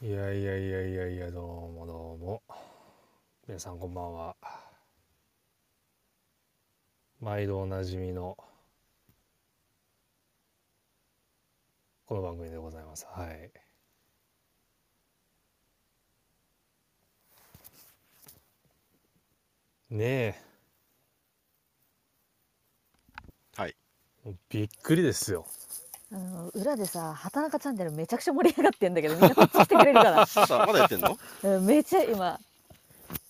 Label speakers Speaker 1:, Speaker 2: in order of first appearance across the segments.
Speaker 1: いやいやいやいやいやどうもどうも皆さんこんばんは毎度おなじみのこの番組でございますはいねえ
Speaker 2: はい
Speaker 1: もうびっくりですよ
Speaker 3: あの裏でさ「畑中チャンネル」めちゃくちゃ盛り上がってんだけどみんなこっち来てくれる か
Speaker 2: さあまだやってんの
Speaker 3: らうんめっちゃ今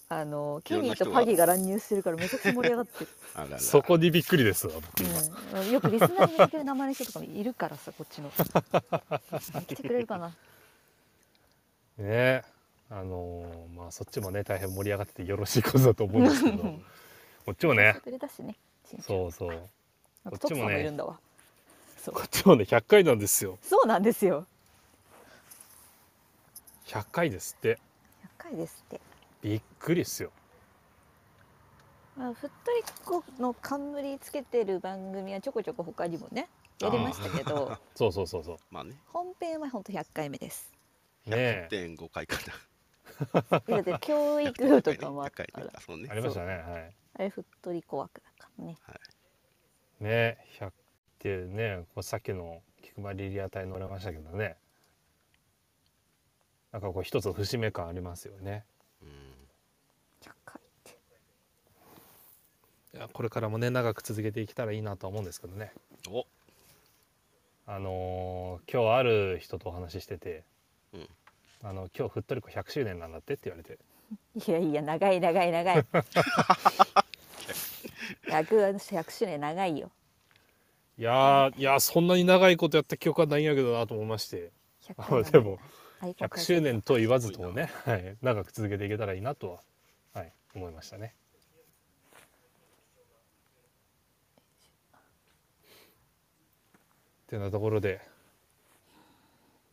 Speaker 3: あのケ
Speaker 2: いろん
Speaker 3: ニ
Speaker 2: な
Speaker 3: ー
Speaker 2: 人
Speaker 3: と
Speaker 2: が
Speaker 3: パギーが乱入してるからめちゃくちゃ盛り上がって る、
Speaker 2: あらら
Speaker 1: そこにびっくりですわ僕今
Speaker 3: うん、よくリスナーに似てる名前の人とかもいるからさこっち の来てくれるかな
Speaker 1: ねあのーまあそっちもね大変盛り上がっててよろしいことだと思うんですけどこっちもね
Speaker 3: くれだしねちんちゃん
Speaker 1: そうそう
Speaker 3: あ
Speaker 1: こ
Speaker 3: と
Speaker 1: っ
Speaker 3: ト
Speaker 1: ち
Speaker 3: ク
Speaker 1: もね
Speaker 3: さんもいるんだわそう
Speaker 1: こっちもね100回なんですよ
Speaker 3: そうなんですよ
Speaker 1: 100回ですって
Speaker 3: 100回ですって
Speaker 1: びっくりっすよ
Speaker 3: まあ、ふっとりっこの冠つけてる番組はちょこちょこ他にもねやりましたけ ど
Speaker 1: そうそうそうそ
Speaker 2: まあね
Speaker 3: 本編は本当100回目 です
Speaker 1: うねえ
Speaker 2: 1.5回かな。
Speaker 3: だって教育部とかもあった
Speaker 2: 100回
Speaker 3: か
Speaker 2: ね
Speaker 3: ら
Speaker 2: あそうね
Speaker 1: あ。りましたねはい
Speaker 3: あれふっとりこ枠だからね
Speaker 1: ねえ100ってねこうさっきの菊間リリア隊乗れましたけどねなんかこう一つの節目感ありますよね
Speaker 2: うん
Speaker 3: 100回って
Speaker 1: いやこれからもね長く続けていけたらいいなとは思うんですけどね
Speaker 2: お、
Speaker 1: あのー今日ある人とお話ししてて、
Speaker 2: うん
Speaker 1: あの今日ふっとりこ100周年なんだってって言われて
Speaker 3: いやいや長い長い 長い 100, 100周年長いよ
Speaker 1: いやーいやーそんなに長いことやった記憶はないんやけどなと思いまして
Speaker 3: 100
Speaker 1: あ
Speaker 3: 回
Speaker 1: の
Speaker 3: なん
Speaker 1: でも
Speaker 3: アイコン
Speaker 1: 100
Speaker 3: 変
Speaker 1: 周
Speaker 3: えて
Speaker 1: 年とは言わずともね、はい、長く続けていけたらいいなとは、はい、思いましたね。ってなところで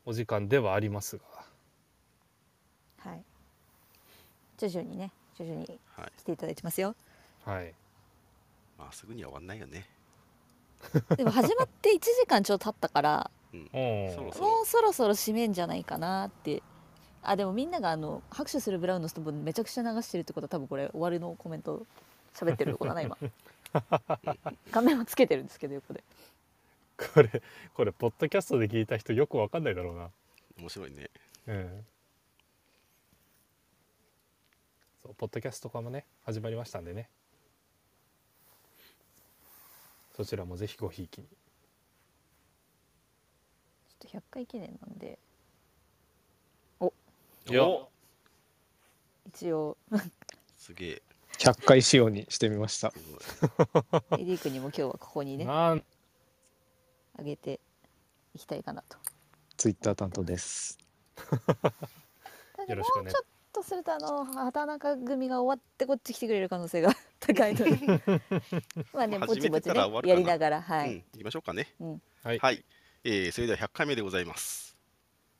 Speaker 1: お時間ではありますが
Speaker 3: はい徐々にね徐々に
Speaker 2: はい。
Speaker 3: 来ていただいてますよ
Speaker 1: はい
Speaker 2: まあすぐには終わんないよね。
Speaker 3: でも始まって1時間ちょっと経っ たから
Speaker 2: うん。
Speaker 1: お
Speaker 2: そろそろ
Speaker 3: もうそろそろ締めんじゃないかなってあでもみんながあの拍手するブラウンの人もめちゃくちゃ流してるってことは多分これ終わりのコメント喋ってるとこだ な今画面をつけてるんですけど横で
Speaker 1: これこれポッドキャストで聞いた人よくわかんないだろうな
Speaker 2: 面白いね。
Speaker 1: うんそうポッドキャストとかもね始まりましたんでねそちらもぜひごひいきに
Speaker 3: ちょっと100回記念なんで
Speaker 1: よ
Speaker 3: 一応
Speaker 2: すげえ。
Speaker 4: 100回仕様にしてみました。
Speaker 2: すごい
Speaker 3: エリークにも今日はここに ね
Speaker 1: なん
Speaker 3: あげていきたいかなと
Speaker 4: ツイッター担当です。
Speaker 1: よろしくね
Speaker 3: もうちょっとするとあの畑中組が終わってこっち来てくれる可能性が 高いの でまあねぼ
Speaker 2: 始
Speaker 3: ち
Speaker 2: め
Speaker 3: ぼ
Speaker 2: て
Speaker 3: ち
Speaker 2: た
Speaker 3: ね
Speaker 2: ら終わるかな
Speaker 3: やりながらは
Speaker 2: う
Speaker 3: い、
Speaker 2: ん。行きましょうかね。
Speaker 3: うん
Speaker 1: はい、
Speaker 2: はい。えーそれでは100回目でございます。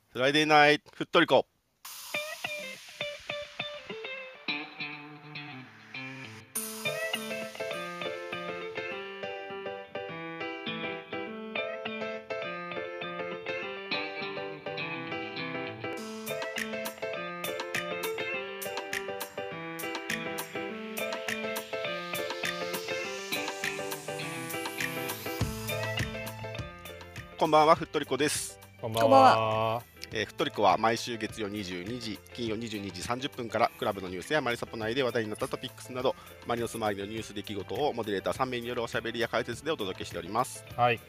Speaker 2: フライデーナイトふっとりこ。こんばんはふっとりこです。
Speaker 1: こんばんは
Speaker 2: えー、ふっとりこは毎週月曜22時、金曜22時30分からクラブのニュースやマリサポ内で話題になったトピックスなどマリノス周りのニュース出来事をモデレーター3名によるおしゃべりや解説でお届けしております。
Speaker 1: はい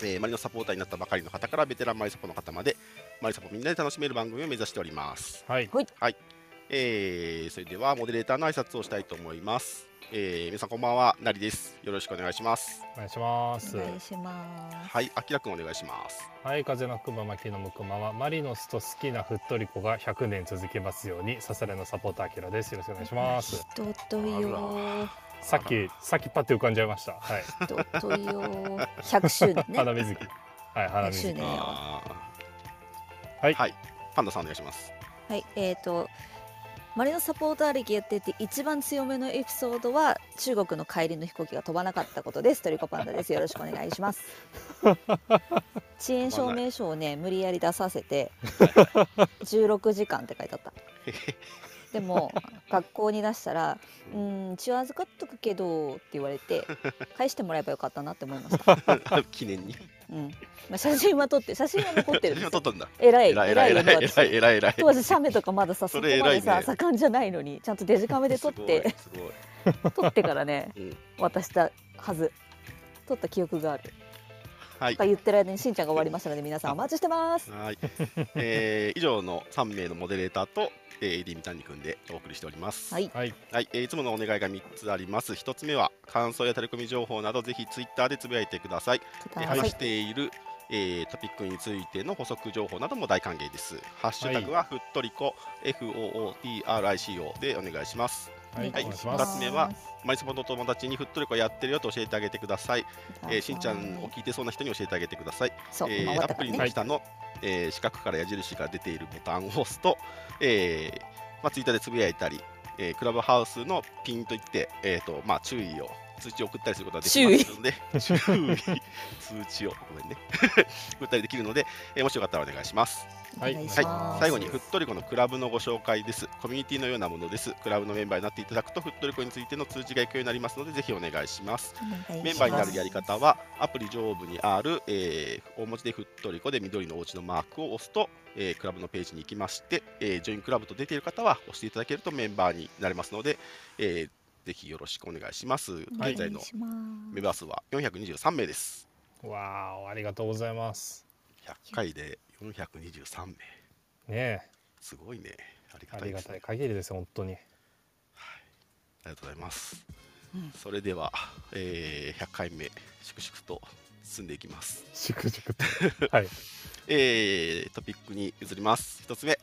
Speaker 2: えーマリノスサポーターになったばかりの方からベテランマリサポの方までマリサポみんなで楽しめる番組を目指しております、
Speaker 1: はい
Speaker 2: えーそれではモデレーターの挨拶をしたいと思います、えー皆さんこんばんはなりですよろしくお願いします
Speaker 1: お願いします
Speaker 3: お願いします
Speaker 2: はいあきらくんお願いします
Speaker 1: はい風の吹くまま木の向くままマリノスと好きなふっとりこが100年続けますようにさされのサポーターあきらですよろしくお願いします
Speaker 3: 人とよ
Speaker 1: さっきさっきパッて浮かんじゃいましたはい
Speaker 3: 人とよ100周年 ね
Speaker 1: 花水木はい花水
Speaker 3: 100周
Speaker 1: 木
Speaker 3: 年やわ
Speaker 2: あー
Speaker 1: はい
Speaker 2: はいパンダさんお願いします
Speaker 3: はいえーとマリノスサポーター歴やってて一番強めのエピソードは中国の帰りの飛行機が飛ばなかったことですトリコパンダですよろしくお願いします 遅延証明書をね無理やり出させて16時間って書いてあ ったでも学校に出したら「うん血は預かっとくけど」って言われて返してもらえばよかったなって思いました、
Speaker 2: 記念に。
Speaker 3: うんまあ、写真は撮って写真は残ってるんです
Speaker 2: 今
Speaker 3: よ
Speaker 2: 撮ったんだ。
Speaker 3: 偉い
Speaker 2: えらいえらいえ
Speaker 3: よ
Speaker 2: らいえ
Speaker 3: 私
Speaker 2: らいえらいえらい。
Speaker 3: 当時写メとかまださそ
Speaker 2: そ
Speaker 3: こ
Speaker 2: れ
Speaker 3: まで
Speaker 2: 偉い
Speaker 3: さ
Speaker 2: ね
Speaker 3: 盛んじゃないのにちゃんとデジカメで撮って
Speaker 2: すごい。
Speaker 3: 撮ってからね
Speaker 2: すごいうん
Speaker 3: 渡したはず撮った記憶がある
Speaker 2: はい
Speaker 3: とか。言ってる間にしんちゃんが終わりましたので皆さんお待ちしてます
Speaker 2: はい。 えー以上の三名のモデレーターと、えー、リミタンに組んでお送りしております。
Speaker 3: はい
Speaker 1: はい、
Speaker 2: はい、えーいつものお願いが3つあります。1つ目は、感想やタレコミ情報など、ぜひツイッターでつぶやいてください。
Speaker 3: く
Speaker 2: えー
Speaker 3: ださ
Speaker 2: 話
Speaker 3: い
Speaker 2: している、えートピックについての補足情報なども大歓迎です。ハッシュタグは、ふっとりこ、FOOTRICO でお願いします。
Speaker 1: はい、お
Speaker 2: はい
Speaker 1: 願いし
Speaker 2: 二
Speaker 1: ま
Speaker 2: つ
Speaker 1: す。
Speaker 2: 目はマリサポの友達にふっとりこやってるよと教えてあげてください。えーしんちゃんを聞いてそうな人に教えてあげてください。
Speaker 3: そう
Speaker 2: えー
Speaker 3: 回っ
Speaker 2: ア
Speaker 3: たか
Speaker 2: プ
Speaker 3: ら
Speaker 2: リ
Speaker 3: ね
Speaker 2: の下の、えー四角から矢印が出ているボタンを押すと、えーまあ、ツイッターでつぶやいたり、えークラブハウスのピンといって、えーとまあ、注意を通知を送ったりすることができますので注意通知をごめんね 送ったりできるので、えーもしよかったらお願いします。
Speaker 1: はい
Speaker 3: お願いし
Speaker 2: は
Speaker 3: ま
Speaker 2: い、
Speaker 3: す
Speaker 2: 最後にふっとりこのクラブのご紹介です。コミュニティのようなものです。クラブのメンバーになっていただくと、ふっとりこについての通知が行くようになりますので、ぜひお願いします。メンバーになるやり方はアプリ上部にある、えー大文字でふっとりこで緑のお家のマークを押すと、えークラブのページに行きまして、えージョインクラブと出ている方は押していただけるとメンバーになれますので、えーぜひよろしくお願いします。
Speaker 1: はい
Speaker 2: 現在のメン
Speaker 3: の
Speaker 2: バー数は423名です。
Speaker 1: わあ、ありがとうございます。
Speaker 2: 100回で423名。
Speaker 1: ね
Speaker 2: すごいね。あり
Speaker 1: え、
Speaker 2: が
Speaker 1: あ
Speaker 2: た
Speaker 1: り
Speaker 2: いで
Speaker 1: が
Speaker 2: す、
Speaker 1: た
Speaker 2: ね
Speaker 1: い。限りです、本当に。
Speaker 2: ありがとうございます。
Speaker 3: うん
Speaker 2: それでは、えー100回目、粛々と進んでいきます。
Speaker 1: 粛々と。はい、
Speaker 2: えートピックに移ります。1つ目、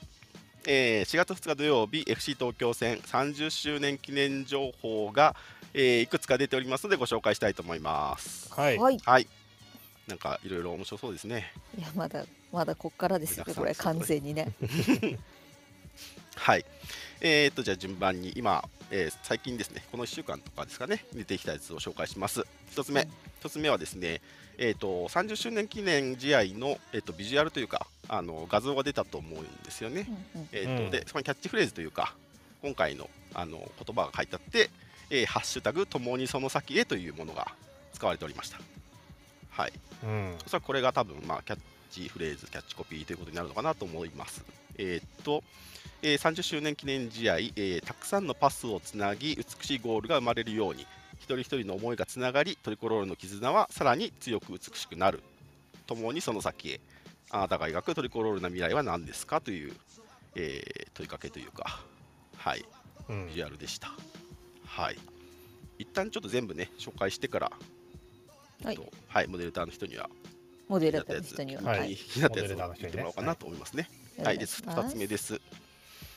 Speaker 2: えー4月2日土曜日、FC 東京戦30周年記念情報が、えーいくつか出ておりますので、ご紹介したいと思います。
Speaker 1: はい、
Speaker 3: はい
Speaker 2: はい。なんかいろいろ面白そうですね。
Speaker 3: いやまだまだこっからですよこれ完全にね
Speaker 2: はい。えー、っと、じゃあ順番に今、えー最近ですね、この1週間とかですかね、出てきたやつを紹介します。1つ目、1つ目はですね、えー、と30周年記念試合の、えー、とビジュアルというかあの、画像が出たと思うんですよね。
Speaker 3: うんうん
Speaker 2: えーと
Speaker 1: うん
Speaker 2: でそのキャッチフレーズというか今回のあの言葉が書いてあって「えーハッシュタグともにその先へ」というものが使われておりました。はい、
Speaker 1: うん、
Speaker 2: おそらくこれが多分、まあ、キャッチフレーズキャッチコピーということになるのかなと思います。えーっと、えー30周年記念試合、えーたくさんのパスをつなぎ美しいゴールが生まれるように一人一人の思いがつながりトリコロールの絆はさらに強く美しくなる共にその先へあなたが描くトリコロールな未来は何ですかという、えー問いかけというか、はい、
Speaker 1: うん
Speaker 2: ビジュアルでした。はい。一旦ちょっと全部ね紹介してから、
Speaker 3: は
Speaker 2: えっ
Speaker 3: い
Speaker 2: とはい、モデルターの人には
Speaker 3: モデ
Speaker 2: 気になっ
Speaker 3: ル
Speaker 2: た
Speaker 3: だっ
Speaker 2: や
Speaker 3: た
Speaker 2: つ、
Speaker 3: 人には
Speaker 1: は
Speaker 3: はいい
Speaker 2: 気になった
Speaker 1: モ
Speaker 2: やつを
Speaker 1: デルナの人にね
Speaker 2: 言ってもらおうかなと思いますね。
Speaker 3: お
Speaker 2: は
Speaker 3: 願
Speaker 2: い、
Speaker 3: い
Speaker 2: で
Speaker 3: し
Speaker 2: す。
Speaker 3: ます
Speaker 2: 二つ目です。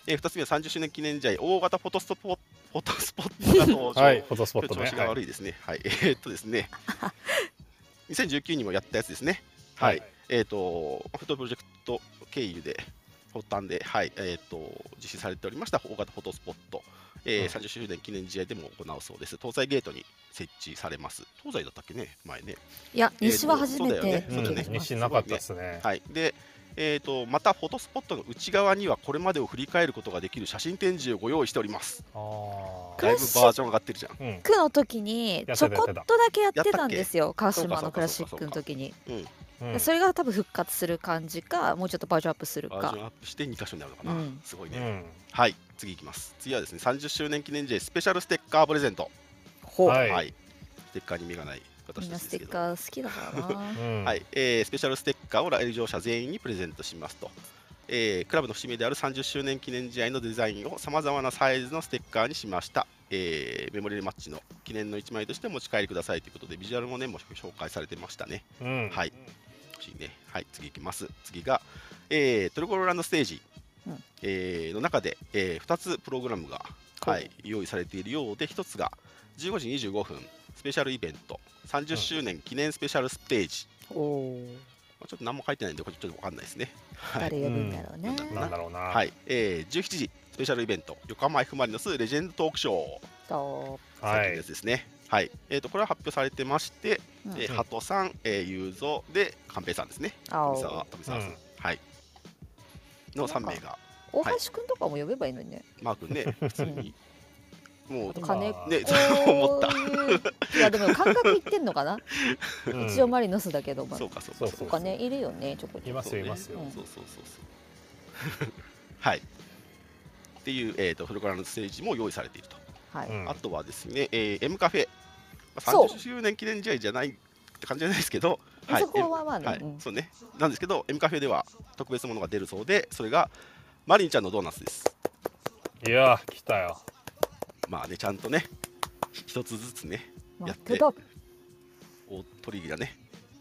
Speaker 2: えー二つ目は三十周年記念試合、大型フォトストポ、フォトスポットが登場。
Speaker 1: はい、フォトスポッ
Speaker 2: 今日
Speaker 1: ト
Speaker 2: 調
Speaker 1: ね
Speaker 2: 子。が
Speaker 1: はい
Speaker 2: 悪いですね。はい、 えーっとですね。2019にもやったやつですね。はい。えーっと、フットプロジェクト経由で、発端で、はい、えーっと、実施されておりました大型フォトスポット。えー
Speaker 1: うん
Speaker 2: 30周年記念試合でも行うそうです。東西ゲートに設置されます。東西だったっけね、前ね。
Speaker 3: いや
Speaker 2: えー
Speaker 3: 西は初め
Speaker 2: そうだよ
Speaker 3: て
Speaker 2: ね
Speaker 1: う
Speaker 2: そ
Speaker 1: ん
Speaker 2: うだ
Speaker 3: 聞
Speaker 2: ね
Speaker 3: きま
Speaker 1: 西
Speaker 3: す
Speaker 1: なかったですね。
Speaker 2: はい、で、えー、とまたフォトスポットの内側にはこれまでを振り返ることができる写真展示をご用意しております
Speaker 1: ああ
Speaker 2: だいぶバージョン上がってるじゃん、
Speaker 1: ー、
Speaker 3: クの時に
Speaker 1: やって
Speaker 3: ち
Speaker 1: た
Speaker 3: ょこっとだけやってたんですよ川
Speaker 2: たっけ
Speaker 3: 島のクラシックの時に
Speaker 1: うん、う
Speaker 3: そ
Speaker 1: ん、
Speaker 3: れが多分復活する感じかもうちょっとバージョンアップする
Speaker 2: バー
Speaker 3: か
Speaker 2: ジョンアップして2箇所になるのかな、
Speaker 3: うん
Speaker 2: すごいうね、
Speaker 1: ん、
Speaker 2: はい次いきます次はですね30周年記念 J スペシャルステッカープレゼント
Speaker 3: ほう
Speaker 1: は
Speaker 2: はいい、ステッカーに目がない
Speaker 3: み
Speaker 2: 私
Speaker 3: ん
Speaker 2: た
Speaker 3: な
Speaker 2: ち
Speaker 3: ス
Speaker 2: で
Speaker 3: テ
Speaker 2: すけ
Speaker 3: ッ
Speaker 2: ど
Speaker 3: カー好きだからな
Speaker 1: うん、
Speaker 2: はい、えースペシャルステッカーを来場者全員にプレゼントしますと、えークラブの節目である30周年記念試合のデザインをさまざまなサイズのステッカーにしました、えーメモリーマッチの記念の1枚としてお持ち帰りくださいということでビジュアルもねもう紹介されてましたね
Speaker 1: うん、
Speaker 2: はい欲しいねはい次いきます次が、えートルコロランドステージ、
Speaker 3: うん
Speaker 2: えーの中で、え2つプログラムが、
Speaker 3: ほう
Speaker 2: はい、用意されているようで1つが15時25分スペシャルイベント30周年記念スペシャルステージ、
Speaker 3: おー
Speaker 2: まあちょっと何も書いてないんで、これちょっとわかんないですね。はい。
Speaker 3: 誰呼ぶんだろうな、
Speaker 2: うん
Speaker 1: なんだろうな。
Speaker 2: はい、えー、17時スペシャルイベント横浜 F ・マリノスレジェンドトークショー
Speaker 3: そ
Speaker 2: 最
Speaker 1: は
Speaker 2: 近の
Speaker 1: い
Speaker 2: やつ。ですねはい、えー、とこれは発表されてまして、
Speaker 3: う、うん
Speaker 2: えー、鳩さん、えー、雄三で寛平さんですね
Speaker 3: あ
Speaker 2: 富
Speaker 3: ー
Speaker 2: 澤富澤さん、
Speaker 1: うん
Speaker 2: はいの3名が
Speaker 3: 大橋くんとかも呼べばいいのにね、
Speaker 2: マー君ね普通にもう
Speaker 1: 今
Speaker 3: 金
Speaker 2: ね
Speaker 3: こ
Speaker 2: そう思った
Speaker 3: ういういやでも感覚いってんの かな
Speaker 1: うん
Speaker 3: 一応マリノスだけども
Speaker 2: そうかそうか
Speaker 1: そ
Speaker 3: お
Speaker 1: う
Speaker 3: 金いるよねちょこち
Speaker 1: い
Speaker 3: ょ
Speaker 1: ま
Speaker 3: こ
Speaker 1: すよいますよ
Speaker 3: うん
Speaker 2: そうそうそうそう はいっていう、えー、とフルコラのステージも用意されていると
Speaker 3: はい、
Speaker 1: うん
Speaker 2: あとはですね、えー、M カフェ、まあ、
Speaker 3: そう
Speaker 2: 30周年記念試合じゃないって感じじゃないですけど、
Speaker 3: そこはまあ
Speaker 2: M-
Speaker 3: ね
Speaker 2: はい
Speaker 3: うん
Speaker 2: そうね、なんですけど、M カフェでは特別なものが出るそうで、それがマリンちゃんのドーナツです。
Speaker 1: いやー来たよ。
Speaker 2: まあね、ちゃんとね、一つずつね、
Speaker 3: 待
Speaker 2: やっ
Speaker 3: っててた
Speaker 2: お取り入れがね、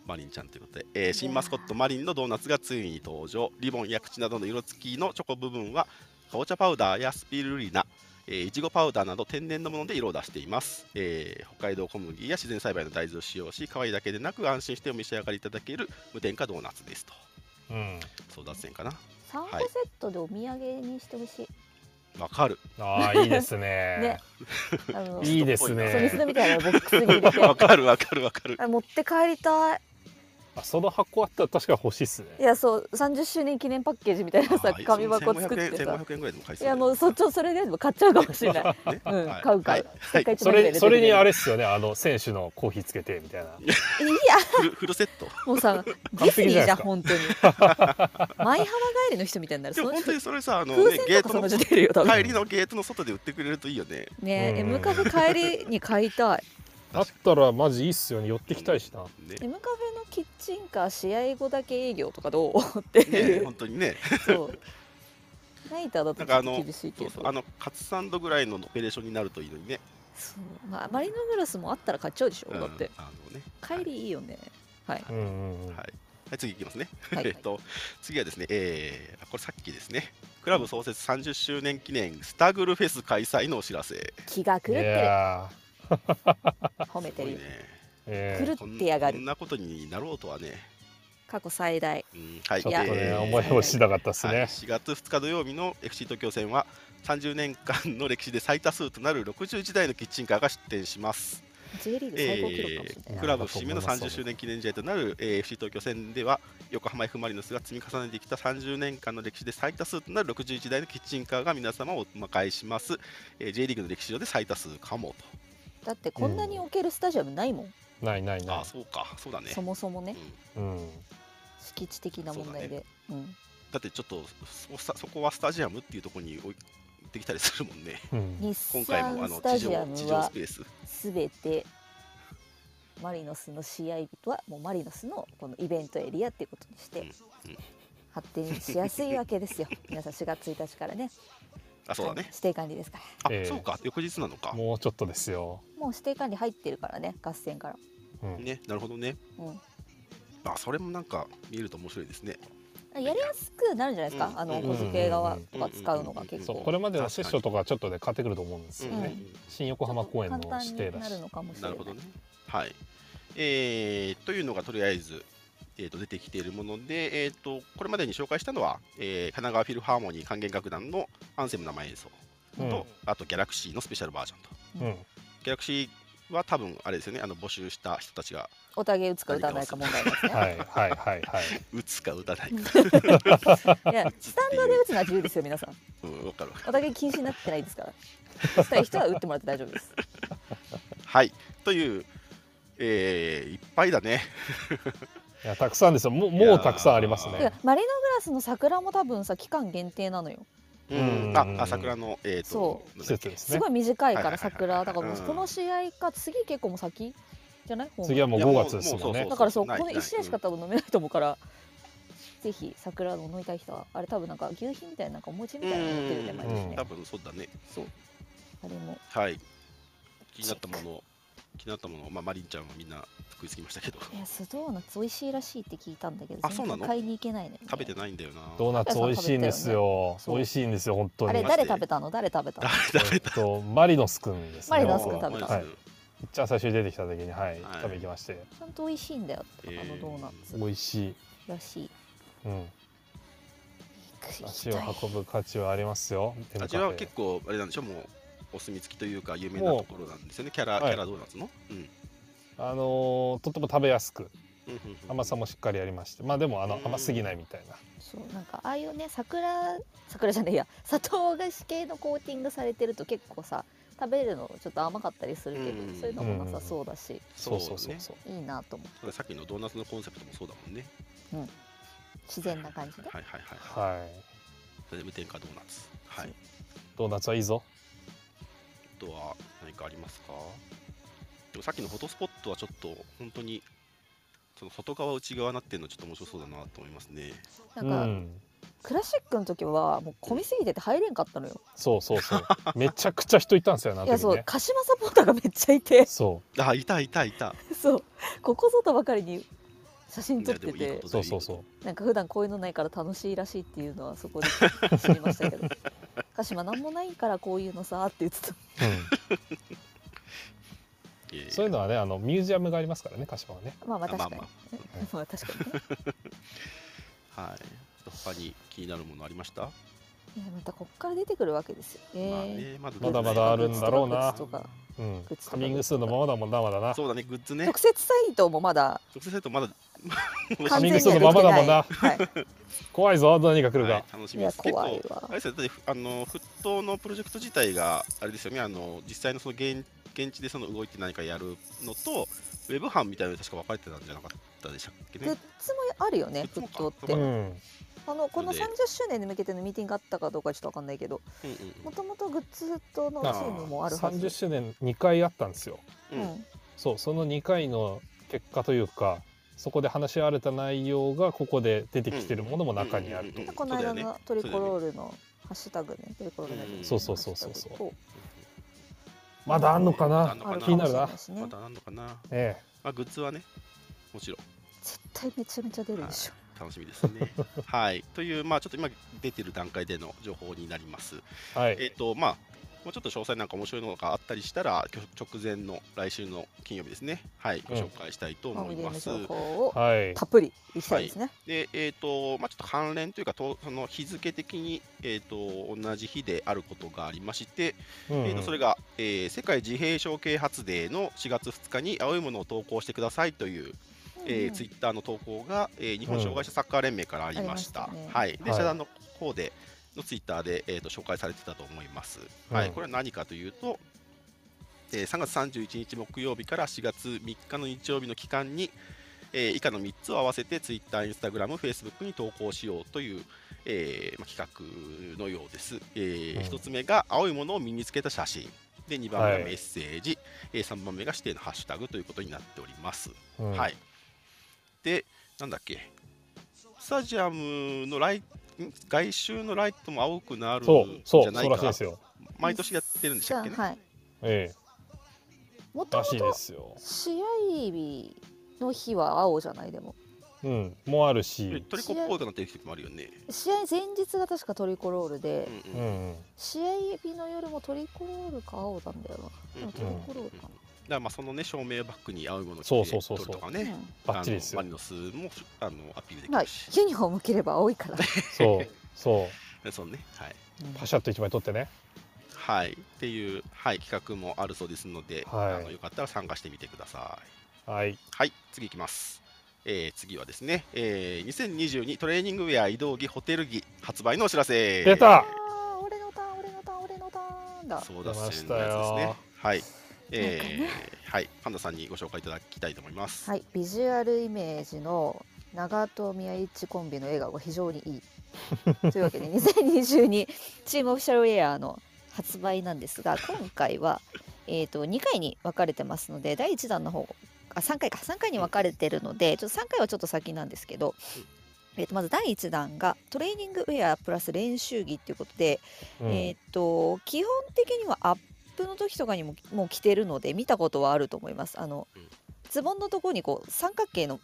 Speaker 2: マリンちゃんということで、えー新マスコットマリンのドーナツがついに登場、リボンや口などの色付きのチョコ部分は、かぼちゃパウダーやスピルリナ、えーいちごパウダーなど天然のもので色を出しています、えー北海道小麦や自然栽培の大豆を使用し可愛いだけでなく安心してお召し上がりいただける無添加ドーナツですと
Speaker 1: うん。
Speaker 2: 争奪戦かな
Speaker 3: 三個セットでお土産にしてほしい、
Speaker 2: わかる
Speaker 1: ああ いいですね
Speaker 3: ね。あの
Speaker 1: いいです
Speaker 3: そう水
Speaker 1: ね。
Speaker 3: 飲みたいなボックスに入れて
Speaker 2: わかるわかるわかる
Speaker 3: あ持って帰りたい
Speaker 1: あその箱あったら確かに欲しいっすね
Speaker 3: い。やそう30周年記念パッケージみたいなさ
Speaker 2: あー
Speaker 3: 紙箱作っ
Speaker 2: 1500円
Speaker 3: てさ
Speaker 2: 1500円ぐらいでも買い
Speaker 3: い
Speaker 2: そうだ
Speaker 3: や
Speaker 2: よね
Speaker 3: もうそっちをそれでも買っちゃうかもしれ ない
Speaker 2: ね
Speaker 3: うん
Speaker 2: はい
Speaker 3: 買う買う
Speaker 2: はい
Speaker 3: 世界一
Speaker 1: そ
Speaker 3: 番
Speaker 1: れそれにあ
Speaker 3: れ
Speaker 1: れっすよねあの選手のコーヒーつけてみたいな。
Speaker 3: いや
Speaker 2: フルフルセット
Speaker 3: もうさデ
Speaker 1: 完
Speaker 3: ィズニ
Speaker 1: 璧じ
Speaker 3: ー
Speaker 1: ゃ
Speaker 3: じ
Speaker 1: な
Speaker 3: ゃ
Speaker 1: いですか
Speaker 3: ん本当に 舞浜帰りの人みたいになる
Speaker 2: でも
Speaker 3: その
Speaker 2: 本当にそれさあの、
Speaker 3: 風
Speaker 2: ね、ゲー
Speaker 3: 船
Speaker 2: ト
Speaker 3: とかその
Speaker 2: の
Speaker 3: 字出るよ多分
Speaker 2: 帰りのゲートの外で売ってくれるといいよね
Speaker 3: ねえ
Speaker 1: うん
Speaker 3: M カフェ帰りに買いたい
Speaker 1: あったらマジいいっすよね寄ってきたいしな。
Speaker 2: ね
Speaker 3: M カフェのキッチンカー試合後だけ営業とかどうってい
Speaker 2: ね
Speaker 3: う
Speaker 2: 本当に ね
Speaker 3: そうナイターだとちょっと厳しいけ
Speaker 2: そうそ
Speaker 3: ど
Speaker 2: うあのカツサンドぐらいのオペレーションになるといいのにね
Speaker 3: そうまあマリノグラスもあったら買っちゃうでしょだって
Speaker 2: うんあのね
Speaker 3: 帰りいいよねはい
Speaker 1: うんうんうん。
Speaker 2: はい、はい、次いきますね、
Speaker 3: は
Speaker 2: え
Speaker 3: い
Speaker 2: っと次はですねえー、あこれさっきですねクラブ創設30周年記念スタグルフェス開催のお知らせ
Speaker 3: 気が狂
Speaker 1: い
Speaker 3: ってる
Speaker 1: やー
Speaker 3: 褒めてるよ
Speaker 1: え
Speaker 3: 狂
Speaker 1: ー
Speaker 3: っ打てやがる
Speaker 2: こんこんなことになろうとはね、
Speaker 3: 過去最大
Speaker 2: うん、はい
Speaker 1: ちょっと
Speaker 3: い
Speaker 1: ね
Speaker 3: や
Speaker 1: 思いをしなかったっす
Speaker 2: はい
Speaker 1: ね。
Speaker 2: 4月2日土曜日の FC 東京戦は30年間の歴史で最多数となる61台のキッチンカーが出店します
Speaker 3: J リーグ最高記録かも
Speaker 1: えー
Speaker 3: しれない
Speaker 2: ク
Speaker 3: な、
Speaker 2: ラブ節目の30周年記念試合となる、えー FC 東京戦では横浜 F ・マリノスが積み重ねてきた30年間の歴史で最多数となる61台のキッチンカーが皆様をお迎えします、えー J リーグの歴史上で最多数かも
Speaker 3: だってこんなに置けるスタジアムないもん、
Speaker 1: ないない
Speaker 2: と、
Speaker 1: な
Speaker 2: あそうかそうだね
Speaker 3: そもそもね
Speaker 2: うん
Speaker 1: い。うん。
Speaker 3: 敷地的な問題でう,、
Speaker 2: だってちょっとそそこはスタジアムっていうところに置いてきたりするもんね
Speaker 1: うん
Speaker 3: ん日
Speaker 2: 今回もあ
Speaker 3: 産
Speaker 2: の
Speaker 3: ス
Speaker 2: 地
Speaker 3: タジア
Speaker 2: 上
Speaker 3: ム
Speaker 2: 地上ス
Speaker 3: は
Speaker 2: ペース
Speaker 3: すべてマリノスの試合日とはもうマリノスのこのイベントエリアっていうことにして、
Speaker 2: うんうん
Speaker 3: 発展しやすいわけで すよ皆さん4月1日からね
Speaker 2: あそうだね
Speaker 3: 指定管理ですから
Speaker 2: あ、
Speaker 1: ええ
Speaker 2: そうか翌日なのか
Speaker 1: もうちょっとですよ。
Speaker 3: もう指定管理入ってるからね合戦から、
Speaker 1: うん
Speaker 2: ねなるほどね
Speaker 3: う
Speaker 2: あそれもなんか見ると面白いですね
Speaker 3: ん、やりやすくなるんじゃないですか、
Speaker 2: うん
Speaker 3: あの
Speaker 2: うん
Speaker 3: 小付側とか使うのが結
Speaker 1: そ
Speaker 3: 構、
Speaker 1: うこれまでのセッションとかちょっとね買ってくると思うんですよ
Speaker 3: う
Speaker 1: ね。
Speaker 3: ん
Speaker 1: 新横浜公園の
Speaker 3: ちょっと簡単
Speaker 1: 指定
Speaker 3: に
Speaker 1: だ
Speaker 3: な
Speaker 1: し
Speaker 3: る。のかもしれ
Speaker 2: な
Speaker 3: な
Speaker 2: るほ
Speaker 3: い
Speaker 2: どねはいえーというのがとりあえずえー、と出てきているもので、えー、とこれまでに紹介したのは、えー神奈川フィルハーモニー管弦楽団のアンセム生演奏と、
Speaker 1: うん
Speaker 2: あとギャラクシーのスペシャルバージョンと
Speaker 1: うん。
Speaker 2: ギャラクシーは多分あれですよねあの募集した人たちが
Speaker 3: おたげ打つか打たないか問題ですね、
Speaker 1: はいはいはいはい。
Speaker 2: 打つか打たないか
Speaker 3: いやスタンドで打つのは自由ですよ皆さん
Speaker 2: うん、わかるわかる
Speaker 3: お互い禁止になってないですから打ちたい人は打ってもらって大丈夫です
Speaker 2: はいという、えーいっぱいだね
Speaker 1: いやたくさんですよ。もう
Speaker 2: いや
Speaker 1: もう
Speaker 2: ー
Speaker 1: たくさんあります
Speaker 3: い
Speaker 1: ね
Speaker 3: や。マリノグラスの桜も多分さ期間限定なのよ
Speaker 1: うん
Speaker 2: ああ桜の、えー、と
Speaker 3: そ
Speaker 1: 季
Speaker 2: なんだっ
Speaker 1: 節
Speaker 2: け
Speaker 1: です
Speaker 3: す
Speaker 1: ね
Speaker 3: ご。い短いか
Speaker 2: は
Speaker 3: ら
Speaker 2: いはいはいはい
Speaker 3: 桜だからもう
Speaker 2: うん
Speaker 3: この試合か次結構もう先じゃないホーム
Speaker 1: 次はもう
Speaker 2: いやもう
Speaker 1: 5月ですもん
Speaker 2: も
Speaker 1: ね
Speaker 2: う
Speaker 3: だ。からそう
Speaker 2: そ
Speaker 3: こ
Speaker 2: うそう
Speaker 3: の1試合しか多分飲めないと思うからぜひ桜の飲みたい人はあれ多分なんか牛皮みたいななんかお餅みたいなの乗ってるね
Speaker 2: うん
Speaker 3: 毎年ね
Speaker 1: う
Speaker 2: 多分そうだね
Speaker 3: そうあれも
Speaker 2: はい気になったもの気になったものまあマリンちゃんはみんな食いつきまし たけど
Speaker 3: いやスドーナツ美味しいらしいって聞いたんだけど
Speaker 2: あそうなの
Speaker 3: 全然買いに行けないのよね
Speaker 2: 食べてないんだよな
Speaker 1: ドーナツ美味しいんですよ。
Speaker 3: そう
Speaker 1: 美味しいんですよ本当
Speaker 3: あ
Speaker 1: に。
Speaker 3: れ
Speaker 2: だ
Speaker 1: え
Speaker 3: 誰食べたの誰食べたの
Speaker 2: あれ食べ
Speaker 1: っとマリノスくんですね。
Speaker 3: マ
Speaker 2: た
Speaker 3: リ
Speaker 2: よ
Speaker 3: ノス君食べた
Speaker 1: 僕は
Speaker 2: マ
Speaker 1: はい
Speaker 2: リノ。
Speaker 1: 一番最初に出てきた時にはい
Speaker 2: はい
Speaker 1: 食べ行きまして
Speaker 3: ちゃんと美味しいんだよ、
Speaker 2: えー
Speaker 3: あのドーナツ
Speaker 1: 美味しい。
Speaker 3: らしい。
Speaker 1: うん、
Speaker 3: 行き
Speaker 1: 足を
Speaker 3: たい
Speaker 1: 運ぶ価値はありますよ。テムカ
Speaker 2: 味
Speaker 1: フェ
Speaker 2: は結構あれなんでしょもうお墨付きというか有名なところなんですよねキャラ、
Speaker 1: はい
Speaker 2: キャラドーナツの、うん
Speaker 1: あのーとっても食べやすく
Speaker 2: うんうんうん
Speaker 1: 甘さもしっかりありましてまあでもあの
Speaker 2: うん
Speaker 1: 甘すぎないみたいな
Speaker 3: そうなんかああいうね桜桜じゃないや砂糖菓子系のコーティングされてると結構さ食べるのちょっと甘かったりするけど、
Speaker 2: うん
Speaker 3: そういうのもなさそうだし、
Speaker 1: そうそうそう
Speaker 2: ね
Speaker 1: そう
Speaker 3: いいなと思う
Speaker 2: さっきのドーナツのコンセプトもそうだもんね
Speaker 3: 自然な感じで
Speaker 2: はいはいはいはい
Speaker 1: はい
Speaker 2: それで無添加ドーナツはい
Speaker 1: ドーナツはいいぞ
Speaker 2: あとは何かありますかでもさっきのフォトスポットはちょっと本当にその外側内側なってるのちょっと面白そうだなと思いますね
Speaker 3: なんか、
Speaker 1: うん、
Speaker 3: クラシックの時はもう混みすぎてて入れんかったのよ、
Speaker 1: そうそうそうめちゃくちゃ人いたん ですよない
Speaker 3: や
Speaker 1: 時
Speaker 3: そう
Speaker 1: ね
Speaker 3: 鹿島サポーターがめっちゃい て
Speaker 1: そ
Speaker 2: あいたいたいた
Speaker 3: そうここぞとばかりに写真
Speaker 2: い
Speaker 3: 撮っ
Speaker 2: や
Speaker 3: て
Speaker 2: でも
Speaker 3: て
Speaker 2: いいこと
Speaker 1: う
Speaker 2: だ
Speaker 1: そ
Speaker 2: よ
Speaker 1: うそうそう
Speaker 3: なんか普段こういうのないから楽しいらしいっていうのはそこで 知りましたけど鹿島なんもないからこういうのさって言っ てた
Speaker 1: うん、
Speaker 2: いいこと
Speaker 1: そういうのはねあのミュージアムがありますからね鹿島はね
Speaker 3: まあまあ
Speaker 2: あ
Speaker 3: 確
Speaker 2: ま
Speaker 3: か
Speaker 2: あ
Speaker 3: に、
Speaker 2: まあ
Speaker 3: まあ確かにね
Speaker 2: はいちょっと他に気になるものありました、
Speaker 3: いや またこっから出てくるわけですよね,、
Speaker 2: まあねまだ
Speaker 1: まだまだあるんだろうな
Speaker 3: グッズとか
Speaker 1: うん
Speaker 3: グッズとか
Speaker 1: カミングスーンのままだもんなまだな
Speaker 2: そうだねグッズね
Speaker 3: 特設サイトもまだ
Speaker 2: 直接やるとまだ
Speaker 1: カ
Speaker 3: 完
Speaker 1: ミ
Speaker 3: 全
Speaker 1: ン
Speaker 3: に
Speaker 1: グ
Speaker 3: は
Speaker 1: スーンのまま
Speaker 3: できてない
Speaker 1: だもんな
Speaker 3: はい、
Speaker 1: 怖いぞ何が来るか、
Speaker 2: はい、楽し
Speaker 3: い
Speaker 2: みで
Speaker 3: や
Speaker 2: す結
Speaker 3: 怖
Speaker 2: 構
Speaker 3: いわ
Speaker 2: あれですよだってあの沸騰のプロジェクト自体があれですよねあの実際のその現現地でその動いて何かやるのとウェブ班みたいなのに確か分かれてたんじゃなかったでしたっけ
Speaker 3: グ
Speaker 2: ね
Speaker 3: ッズもあるよね
Speaker 2: グッズ
Speaker 3: 沸
Speaker 2: も
Speaker 3: 騰っ
Speaker 1: うん
Speaker 2: そ
Speaker 3: て
Speaker 1: うん
Speaker 3: あのこの30
Speaker 2: で
Speaker 3: 周年に向けてのミーティングがあったかどうかちょっとわかんないけど
Speaker 2: うんうん
Speaker 3: もともとグッズとのチ
Speaker 1: あー
Speaker 3: ームもあるはず
Speaker 1: 30周年2回あったんですよ
Speaker 2: うんうん
Speaker 3: うん
Speaker 1: そうその2回の結果というかそこで話し合われた内容がここで出てきてるものも中にあると、
Speaker 2: うんうんうん
Speaker 3: この間
Speaker 2: そうだよ
Speaker 3: の
Speaker 2: ね
Speaker 3: トリコロールのハッシュタグねトリコロールの
Speaker 2: うん
Speaker 1: そうそうそうそうそう
Speaker 3: ハッシュ
Speaker 1: まだあんのかな
Speaker 2: まだあん
Speaker 3: タ
Speaker 2: の
Speaker 3: グと
Speaker 2: かな
Speaker 3: あるかもしれ
Speaker 1: 気になるな
Speaker 3: ないしね
Speaker 2: まだあんのかな、ま
Speaker 1: ええ
Speaker 2: あ、グッズはねもちろん
Speaker 3: 絶対めちゃめちゃ出るでしょ、
Speaker 2: 楽しみです ねはいというまあちょっと今出てる段階での情報になります
Speaker 1: はい、
Speaker 2: えっ、とまあもうちょっと詳細なんか面白いのがあったりしたらきょ直前の来週の金曜日ですねはいご紹介したいと
Speaker 3: まあ
Speaker 2: 思
Speaker 3: メ
Speaker 2: い
Speaker 3: ディア
Speaker 2: ま
Speaker 3: の
Speaker 2: す、
Speaker 3: 情報を
Speaker 1: はい、
Speaker 3: たっぷりいきたいですね、
Speaker 2: で、えーとまあ、ちょっと関連というか、とその日付的に、えー、と同じ日であることがありまして、
Speaker 1: うん
Speaker 2: えーとそれが、えー世界自閉症啓発デーの4月2日に青いものを投稿してくださいという、えーツイ
Speaker 3: ッ
Speaker 2: ッターの投稿が、えー日本障害者サッカー連盟からありました。
Speaker 3: うんありましたね
Speaker 2: はい、で
Speaker 1: はい
Speaker 2: 社団の方でのツイッターで、えー、と紹介されてたと思います。はい、
Speaker 1: うん
Speaker 2: これは何かというと、えー3月31日木曜日から4月3日の日曜日の期間に、えー以下の3つを合わせて Twitter、Instagram、Facebook に投稿しようという、えーまあ企画のようです、え
Speaker 1: うん
Speaker 2: 1つ目が青いものを身につけた写真。で2番目
Speaker 1: は
Speaker 2: が
Speaker 1: い
Speaker 2: メッセージ、え3番目が指定のハッシュタグということになっております。
Speaker 1: うん
Speaker 2: はい。で、なんだっけ、スタジアムのライん外周のライトも青くなるんじ
Speaker 1: そうそ
Speaker 2: ゃ
Speaker 1: う
Speaker 2: な
Speaker 1: そう
Speaker 2: い
Speaker 1: らしい
Speaker 2: か
Speaker 1: ですよ
Speaker 2: 毎年やってるんでしたっけね。
Speaker 3: はい
Speaker 1: え
Speaker 3: も
Speaker 1: え
Speaker 3: と
Speaker 1: ら
Speaker 3: も
Speaker 1: しい
Speaker 3: と
Speaker 1: ですよ
Speaker 3: 試合日の日は青じゃないでも
Speaker 1: うんもある
Speaker 2: で
Speaker 1: し
Speaker 2: トリコっぽくなってる時もあるよね。
Speaker 3: 試合前日が確かトリコロールで、
Speaker 2: うん
Speaker 1: う
Speaker 2: うん
Speaker 1: ん
Speaker 3: 試合日の夜もトリコロールか青なんだよな、でもトリコロール
Speaker 2: だ
Speaker 3: か
Speaker 2: からまあそのね照明をバックに青いものを着
Speaker 1: そう
Speaker 2: て
Speaker 1: そうそう
Speaker 2: 撮るとか
Speaker 3: な、
Speaker 2: ね。
Speaker 1: バッチリです
Speaker 2: あ
Speaker 1: よ
Speaker 2: のマリノスもあのアピールで
Speaker 3: うんま
Speaker 2: き
Speaker 3: あ
Speaker 2: るし、
Speaker 3: ユニフォーム着れば青いから、
Speaker 1: そうそう
Speaker 2: そうね、はい、
Speaker 1: パシャッと一枚取ってね
Speaker 2: はい、っていう、はい、企画もあるそうですので、
Speaker 1: はい
Speaker 2: あのよかったら参加してみてください。
Speaker 1: はい
Speaker 2: はい、次いきます。えー次はですね、えー2022トレーニングウェア移動着ホテル着発売のお知らせ。
Speaker 1: 出た
Speaker 3: あー俺のターン俺のターン俺のターンだ
Speaker 2: そうだ
Speaker 1: 出まし
Speaker 2: の
Speaker 1: たよ
Speaker 2: やつですね。はい。え
Speaker 3: な
Speaker 2: ー
Speaker 3: んかね
Speaker 2: はい、パンダさんにご紹介いただきたいと思います。
Speaker 3: はいビジュアルイメージの長友宮市コンビの笑顔が非常に いいというわけで2022チームオフィシャルウェアの発売なんですが今 回は、えー、と2回に分かれてますので第1弾の方あ3回か3回に分かれてるのでちょっと3回はちょっと先なんですけど、えー、とまず第1弾がトレーニングウェアプラス練習着ということで、
Speaker 1: うん
Speaker 3: えーっと基本的にはアップの時とかにももう着てるので見たことはあると思います。あの
Speaker 2: うん
Speaker 3: ズボンのところにこう三角形の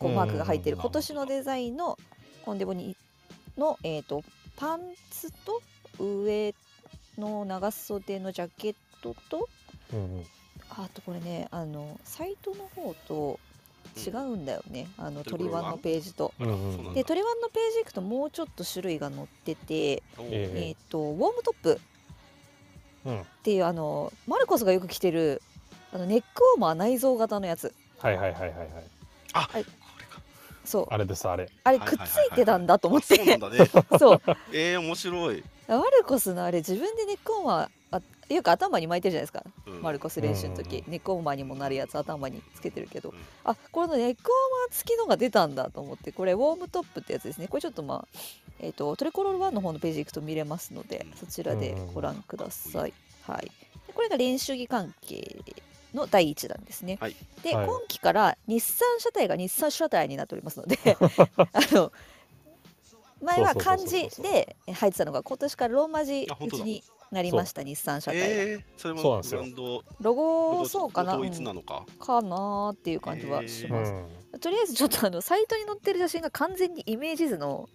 Speaker 3: こう
Speaker 1: うん
Speaker 3: マークが入ってる
Speaker 1: なるほ
Speaker 3: 今
Speaker 1: ど
Speaker 3: 年のデザインのコンデボニの、えーっとパンツと上の長袖のジャケットと
Speaker 1: うんうん
Speaker 3: あとこれねあのサイトの方と違うんだよね、あの
Speaker 2: と
Speaker 3: 鳥ワンのページと。
Speaker 1: うんうん
Speaker 2: そうなんだ
Speaker 3: で鳥ワンのページ行くともうちょっと種類が載ってて、
Speaker 2: おー
Speaker 1: え
Speaker 3: えっとウォームトップ
Speaker 1: うん
Speaker 3: っていうあのマルコスがよく着てるあのネックウォーマー内蔵型のやつ
Speaker 1: はいはいはいはいはい
Speaker 2: あ、
Speaker 3: はい
Speaker 2: これか。
Speaker 3: そう
Speaker 1: あれですあれ
Speaker 3: あれ
Speaker 2: はい
Speaker 3: く
Speaker 2: はい
Speaker 3: っ
Speaker 2: はいはい
Speaker 3: ついてたんだと思っ
Speaker 2: あそうなん
Speaker 3: て
Speaker 2: だね。
Speaker 3: そう
Speaker 2: えー、面白い。
Speaker 3: マルコスのあれ自分でネックウォーマーあよく頭に巻いてるじゃないですか
Speaker 2: うん
Speaker 3: マルコス練習の時、
Speaker 1: う
Speaker 3: ネックウォーマーにもなるやつ頭につけてるけど、
Speaker 2: うん
Speaker 3: あこれのネックウォーマー付きのが出たんだと思ってこれウォームトップってやつですねこれちょっとまあ、えー、とトレコロール1の方のページ行くと見れますのでそちらでご覧ください、はい、でこれが練習着関係の第1弾ですね、
Speaker 2: はい
Speaker 3: で、
Speaker 1: はい
Speaker 3: 今期から日産車体が日産車体になっております のであの前は漢字で入ってたのが今年からローマ字
Speaker 2: あ
Speaker 3: 打
Speaker 2: 本当
Speaker 3: ち
Speaker 2: だ
Speaker 3: になりました日産車体が、
Speaker 2: えー、それも
Speaker 1: そうなんです
Speaker 2: ブ
Speaker 1: よ
Speaker 2: ランド
Speaker 3: ロゴ
Speaker 2: ご
Speaker 3: そうかな、
Speaker 2: 統
Speaker 3: う
Speaker 2: 一
Speaker 3: ん
Speaker 2: なのか。
Speaker 3: かなーっていう感じはし
Speaker 1: う
Speaker 3: ます、
Speaker 1: ん
Speaker 3: とりあえずちょっとあのサイトに載ってる写真が完全にイメージ図の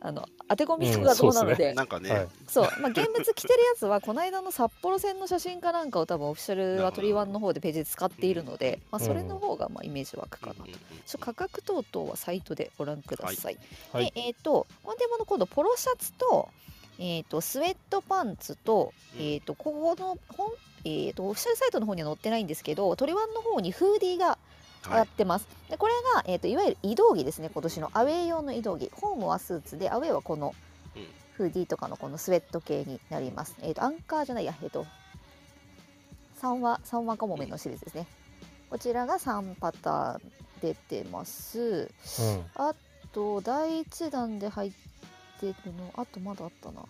Speaker 3: あの当て込みの画像なので、
Speaker 2: なんかね、
Speaker 1: はい
Speaker 3: そうまあ、現物着てるやつはこの間の札幌線の写真かなんかを多分オフィシャルはトリワンの方でページで使っているので、まあ、それの方がまあイメージ湧くかなと。
Speaker 2: うんうんうん
Speaker 3: ちょ価格等々はサイトでご覧ください。
Speaker 1: はい
Speaker 3: で、えっ、と、コンテモの今度ポロシャツと、えっ、と、スウェットパンツと、
Speaker 2: うん
Speaker 3: えっ、と、ここの本、えっ、と、オフィシャルサイトの方には載ってないんですけど、トリワンの方にフーディーが
Speaker 2: は
Speaker 3: やっ
Speaker 2: い、
Speaker 3: てます。で、これが、えっ、と、いわゆる移動着ですね、今年のアウェイ用の移動着、ホームはスーツで、アウェイはこの。
Speaker 2: うん
Speaker 3: フーディーとかのこのスウェット系になります。えっ、と、アンカーじゃないや、えっ、と。三は、三はかもめのシリーズですね。こちらが三パターン出てます。
Speaker 1: うん
Speaker 3: あと第1弾で入ってるのあとまだあったな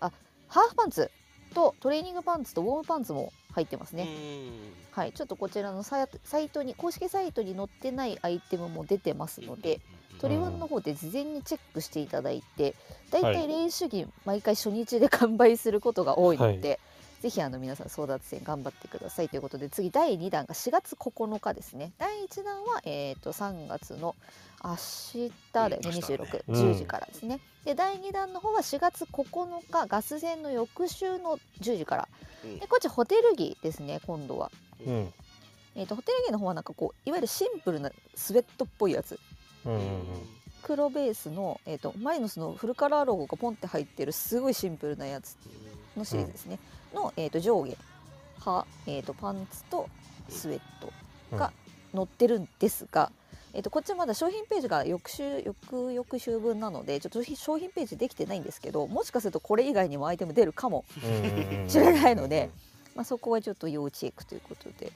Speaker 3: あハーフパンツとトレーニングパンツとウォームパンツも入ってます
Speaker 2: う
Speaker 3: ね、
Speaker 2: ん
Speaker 3: はいちょっとこちらのサイサイトに公式サイトに載ってないアイテムも出てますので、トリワンの方で事前にチェックしていただいてだいた
Speaker 1: はい
Speaker 3: い練習着毎回初日で完売することが多いので、ぜひあの皆さん争奪戦頑張ってくださいということで次第2弾が4月9日ですね第1弾は、えー、と3月の明日だよね
Speaker 2: うん明日だね
Speaker 3: 26、
Speaker 1: うん
Speaker 3: 10時からですねで第2弾の方は4月9日ガス戦の翌週の10時から
Speaker 2: うん
Speaker 3: でこっちホテル着ですね今度は、
Speaker 1: うん
Speaker 3: えー、とホテル着の方はなんかこういわゆるシンプルなスウェットっぽいやつ
Speaker 1: うんう
Speaker 2: うんん
Speaker 1: う
Speaker 2: うん
Speaker 1: ん
Speaker 3: 黒ベースの、えー、とマリノスのフルカラーロゴがポンって入ってるすごいシンプルなやつのシリーズですね、の、えー、と上下は、えー、とパンツとスウェットが載ってるんですが、えー、とこっちまだ商品ページが翌週翌々週分なのでちょっと商品ページできてないんですけどもしかするとこれ以外にもアイテム出るかも、
Speaker 1: うんうん
Speaker 3: 知らないのでまあ、そこはちょっと要チェックということで。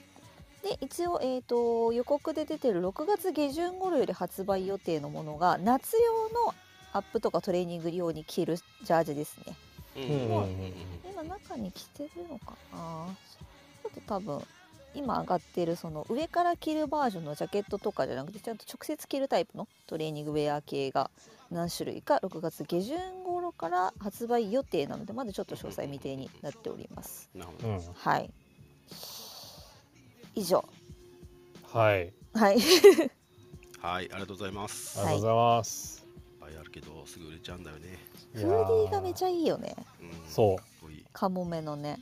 Speaker 3: で一応、えー、と予告で出てる6月下旬頃より発売予定のものが夏用のアップとかトレーニング用に着るジャージですね。
Speaker 2: うん
Speaker 1: うんうんうん
Speaker 3: 今中に着てるのかなちょっと多分今上がってるその上から着るバージョンのジャケットとかじゃなくてちゃんと直接着るタイプのトレーニングウェア系が何種類か6月下旬頃から発売予定なのでまだちょっと詳細未定になっております
Speaker 2: なるほ
Speaker 1: う
Speaker 2: ど。
Speaker 1: ん
Speaker 3: はい以上
Speaker 1: はいあり
Speaker 3: は
Speaker 2: は
Speaker 3: い
Speaker 2: い、ありがとうございます。
Speaker 1: がとうございます
Speaker 2: いっぱいあるけど、すぐ売れちゃうんだよね。
Speaker 3: フーディーがめち
Speaker 1: ゃ
Speaker 3: ゃいいよね
Speaker 2: うん、う。
Speaker 1: そう
Speaker 2: かっこいい。
Speaker 3: カモメのね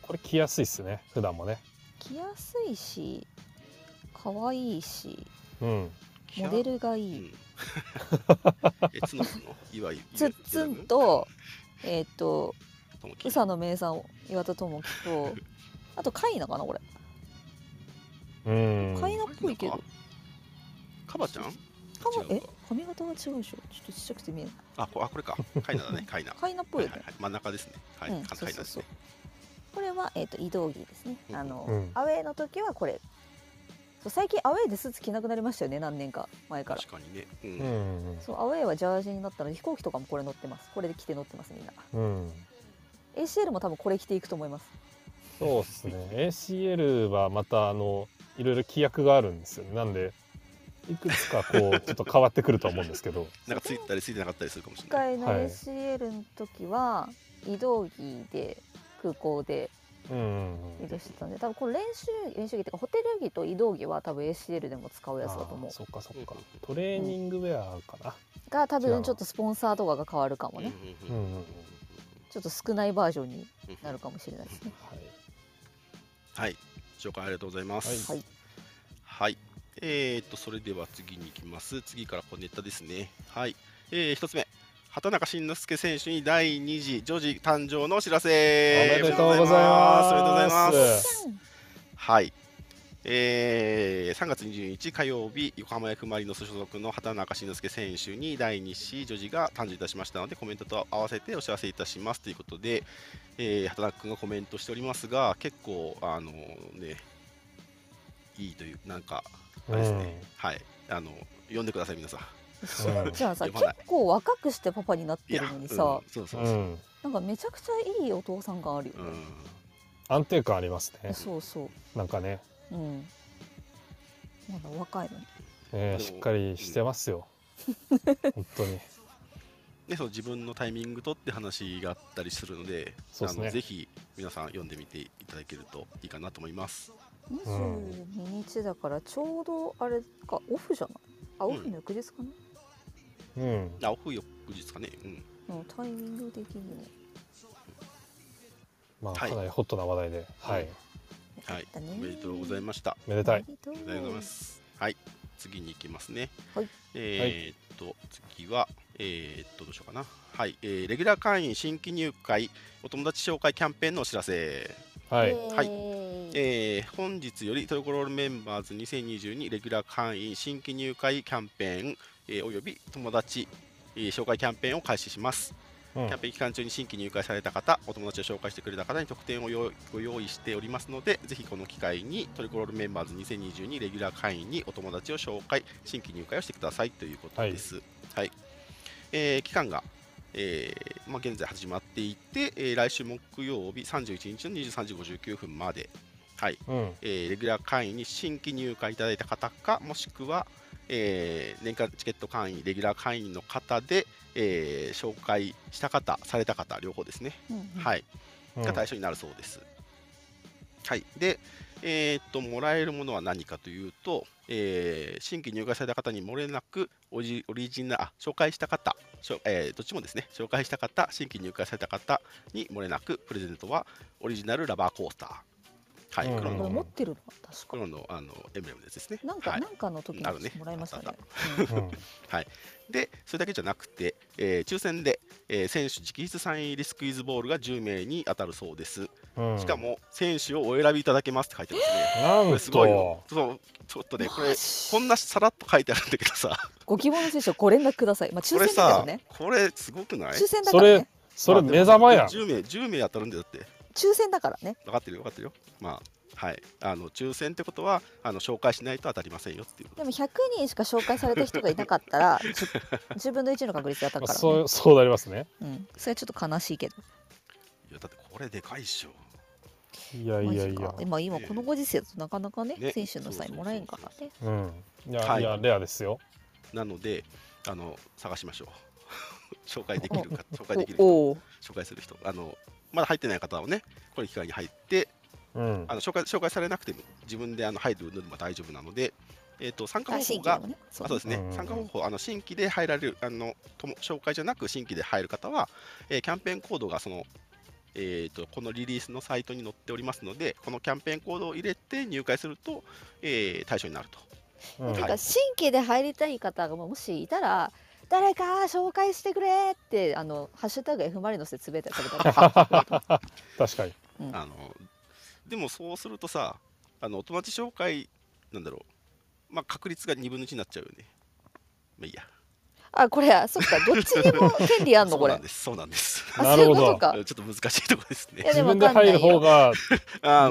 Speaker 1: これ着やすいっすね普段もね
Speaker 3: 着やすいし可愛いし
Speaker 1: うん
Speaker 3: モデルが
Speaker 2: う
Speaker 3: いい
Speaker 2: ん。 え、つのつの、いわゆる。
Speaker 3: ツッツンと、えーっと、
Speaker 2: ともき、
Speaker 3: 宇佐の名産、岩田智樹と、あと、カイナかな、これ。
Speaker 1: うん
Speaker 3: カイナっぽいけど、
Speaker 2: カカバちゃん。
Speaker 3: カモ
Speaker 2: 違う
Speaker 3: え
Speaker 2: か、
Speaker 3: 髪型は違うでしょ。ちょっとちっちゃくて見えない。
Speaker 2: あ、こ、あ、これか。カイナだ ね、カイナ。
Speaker 3: カイナっぽいよ
Speaker 2: はい
Speaker 3: ね
Speaker 2: は。いはい真ん中ですね。はい、
Speaker 3: うん
Speaker 2: カ
Speaker 3: そう
Speaker 2: イナ
Speaker 3: そう
Speaker 2: です
Speaker 3: そう
Speaker 2: ね。
Speaker 3: これは、えーっと、移動着ですね。あの
Speaker 1: うん、
Speaker 3: アウェイの時はこれ。そう最近アウェイでスーツ着なくなりましたよね、何年か前から
Speaker 2: 確。かにね。う。
Speaker 1: うんん
Speaker 3: そう、アウェイはジャージになったので、飛行機とかもこれ乗ってます。これで着て乗ってます、みんな。
Speaker 1: うん
Speaker 3: ACL も多分これ着ていくと思います。
Speaker 1: そうっすね ACL はまたあのいろいろ規約があるんですよねなんでいくつかこうちょっと変わってくるとは思うんですけど
Speaker 2: なんかついたりついてなかったりするかもしれ
Speaker 3: 今
Speaker 2: ない。
Speaker 3: 回の
Speaker 1: はい
Speaker 3: ACL の時は、移動着で空港で
Speaker 1: うんうんう
Speaker 3: 移
Speaker 1: ん
Speaker 3: 動してたんで多分これ練習練習着っていうかホテル着と移動着は多分 ACL でも使うやつだと思
Speaker 1: あー
Speaker 3: う
Speaker 1: そっかそっかトレーニングウェアかな
Speaker 3: が多
Speaker 1: 違うの
Speaker 3: 分ちょっとスポンサーとかが変わるかもね
Speaker 2: うんうんうんうん
Speaker 3: ちょっと少ないバージョンに
Speaker 2: うん
Speaker 3: なるかもしれないですね
Speaker 1: はい
Speaker 2: はい、紹介ありがとうございます。
Speaker 3: は
Speaker 2: はいい、えーっと、それでは次に行きます。次から小ネタですね。はい。え1つ目、畑中慎之介選手に第2次女児誕生のお知らせ。
Speaker 1: おめでとうございます
Speaker 2: おめでとうございます。
Speaker 3: うん
Speaker 2: はい。えー、3月21日火曜日、横浜 F ・マリノス所属の畑中慎之介選手に第2子女児が誕生いたしましたので、コメントと合わせてお知らせいたしますということで、えー、畑中君がコメントしておりますが、結構、あのね、いいという、なんか、あれですね、はい、あの、読んでください、皆さん。
Speaker 3: しんちゃんさ
Speaker 2: やば
Speaker 3: 結
Speaker 2: ない
Speaker 3: 構若くしてパパになってるのにさ
Speaker 2: うん、そうそう
Speaker 1: う
Speaker 2: そう、うん
Speaker 1: ん、
Speaker 3: なんかめちゃくちゃいいお父さん感あるよね、
Speaker 1: 安定感ありますね。
Speaker 3: そうそ
Speaker 1: なんかね、
Speaker 3: ううんまだ若いのに
Speaker 1: えー
Speaker 2: でも
Speaker 1: しっかりしてます よ。本当に。
Speaker 2: でそう自分のタイミングとって話があったりするので、
Speaker 1: そうですね
Speaker 2: あのぜひ皆さん読んでみていただけるといいかなと思います。
Speaker 3: 22日だからちょうどあれかオフじゃないあオフの翌日かな、
Speaker 1: うん。
Speaker 2: あオフ翌日かね、うん、
Speaker 3: うん、タイミング的にね
Speaker 1: まあ、
Speaker 2: はい
Speaker 1: かなりホットな話題で、はい、
Speaker 2: はい
Speaker 3: だね
Speaker 2: おめでとうございました。
Speaker 1: めでたい。
Speaker 3: お
Speaker 2: お
Speaker 3: め
Speaker 2: め
Speaker 3: で
Speaker 2: でとうございますす。はい、次に行きますね。
Speaker 3: はい
Speaker 2: えーっと、次は、えーっと、どうしようかな。はい、えーレギュラー会員新規入会、お友達紹介キャンペーンのお知らせ。
Speaker 1: はい。
Speaker 2: はい
Speaker 3: い
Speaker 2: えー本日よりトルコロールメンバーズ2022レギュラー会員新規入会キャンペーン、えーおよび友達、えー紹介キャンペーンを開始します、
Speaker 1: うん
Speaker 2: キャンペーン期間中に新規入会された方お友達を紹介してくれた方に特典を用ご用意しておりますのでぜひこの機会にトルコロールメンバーズ2022レギュラー会員にお友達を紹介新規入会をしてくださいということです、はいえー期間がえーまあ、現在始まっていて、えー来週木曜日31日の23時59分まで、はい、
Speaker 1: うん。
Speaker 2: えーレギュラー会員に新規入会いただいた方か、もしくは、えー年間チケット会員、レギュラー会員の方で、えー紹介した方、された方、両方ですね、はいい、
Speaker 1: うん
Speaker 2: が対象になるそうです。はい、で、えーっと、もらえるものは何かというと、えー新規入会された方にもれなくオリジ、オリジナル、あ紹介した方、しょえーどっちもですね、紹介した方、新規入会された方にもれなく、プレゼントはオリジナルラバーコースター。はい、
Speaker 1: うん
Speaker 2: 黒の
Speaker 3: 持ってるの確か
Speaker 2: 黒のあのエンブレムですね。
Speaker 3: なんか、
Speaker 2: はい
Speaker 3: なんかの時
Speaker 2: あるね
Speaker 3: にもらいましたね
Speaker 2: あっ
Speaker 1: うん
Speaker 2: でそれだけじゃなくて、えー抽選で、えー選手直筆サイン入りスクイーズボールが10名に当たるそうです。
Speaker 1: うん
Speaker 2: しかも選手をお選びいただけますって書いてますね。
Speaker 1: な
Speaker 2: こ
Speaker 1: ん
Speaker 2: れすごい
Speaker 1: と
Speaker 2: よ。そうちょっとねこ
Speaker 3: マ
Speaker 2: れ
Speaker 3: ジ
Speaker 2: こんなさらっと書いてあるんだけどさ、
Speaker 3: ご希望の選手はご連絡くださいまあ抽
Speaker 2: これ
Speaker 3: 選だから
Speaker 2: さ
Speaker 3: ね
Speaker 2: これすごくない？
Speaker 3: 抽選だからね
Speaker 1: それ
Speaker 2: まあ
Speaker 1: 目覚まやん。
Speaker 2: でも10名10名当たるんだよだって。
Speaker 3: 抽選だからね
Speaker 2: 分かってるよ分かってるよ。まあはいあの抽選ってことはあの紹介しないと当たりませんよっていうこと
Speaker 3: でも100人しか紹介された人がいなかったらじゅ10分の1の確率で当
Speaker 1: ま
Speaker 3: た
Speaker 1: あ
Speaker 3: るか
Speaker 1: そ
Speaker 3: ら、ね
Speaker 1: うそうなりますね。
Speaker 3: うん、それはちょっと悲しいけど
Speaker 2: いやだってこれでかいっしょ。
Speaker 1: いやいやい
Speaker 3: マジ
Speaker 1: や
Speaker 3: か。今今このご時世だとなかなかね
Speaker 2: ね
Speaker 3: 選手のサインもらえんからね
Speaker 1: うん。いや、
Speaker 2: はい
Speaker 1: い、やレアですよ。
Speaker 2: なので、あの探しましょう。 紹介できるか、紹介できる
Speaker 3: お
Speaker 2: 人、
Speaker 3: おう
Speaker 2: 紹介する人、あのまだ入ってない方をね、これ機会に入って、
Speaker 1: うん
Speaker 2: あ。の紹介紹介されなくても自分であの入るのでも大丈夫なので、えっ、と参加
Speaker 3: あ
Speaker 2: 方
Speaker 3: 新
Speaker 2: 法
Speaker 3: 規
Speaker 2: が
Speaker 3: でもね
Speaker 2: あそうですね、
Speaker 1: うん
Speaker 2: 参加方法、あの新規で入られるあのとも紹介じゃなく新規で入る方は、えーキャンペーンコードがその、えー、とこのリリースのサイトに載っておりますので、このキャンペーンコードを入れて入会すると、えー対象になると。
Speaker 1: うん
Speaker 3: て
Speaker 2: はい
Speaker 3: か新規で入りたい方がもしいたら誰か紹介してくれってあのハッシュタグ F マリノスでつぶやいてくれたら
Speaker 1: 確かに。
Speaker 2: あのでもそうするとさあのお友達紹介なんだろうまあ確率が2分の1になっちゃうよねまあいいや
Speaker 3: あこれそっかどっちにも権利あんの
Speaker 2: そ
Speaker 3: こ
Speaker 2: うな
Speaker 3: れ
Speaker 2: んですそうなんです
Speaker 3: あ
Speaker 1: なるほど
Speaker 3: そういうこと か
Speaker 2: ちょっと難しいところですね
Speaker 3: いや
Speaker 1: 自
Speaker 3: でもわ
Speaker 1: 分で
Speaker 3: かんない
Speaker 1: 入
Speaker 3: よ
Speaker 1: る方が
Speaker 2: あ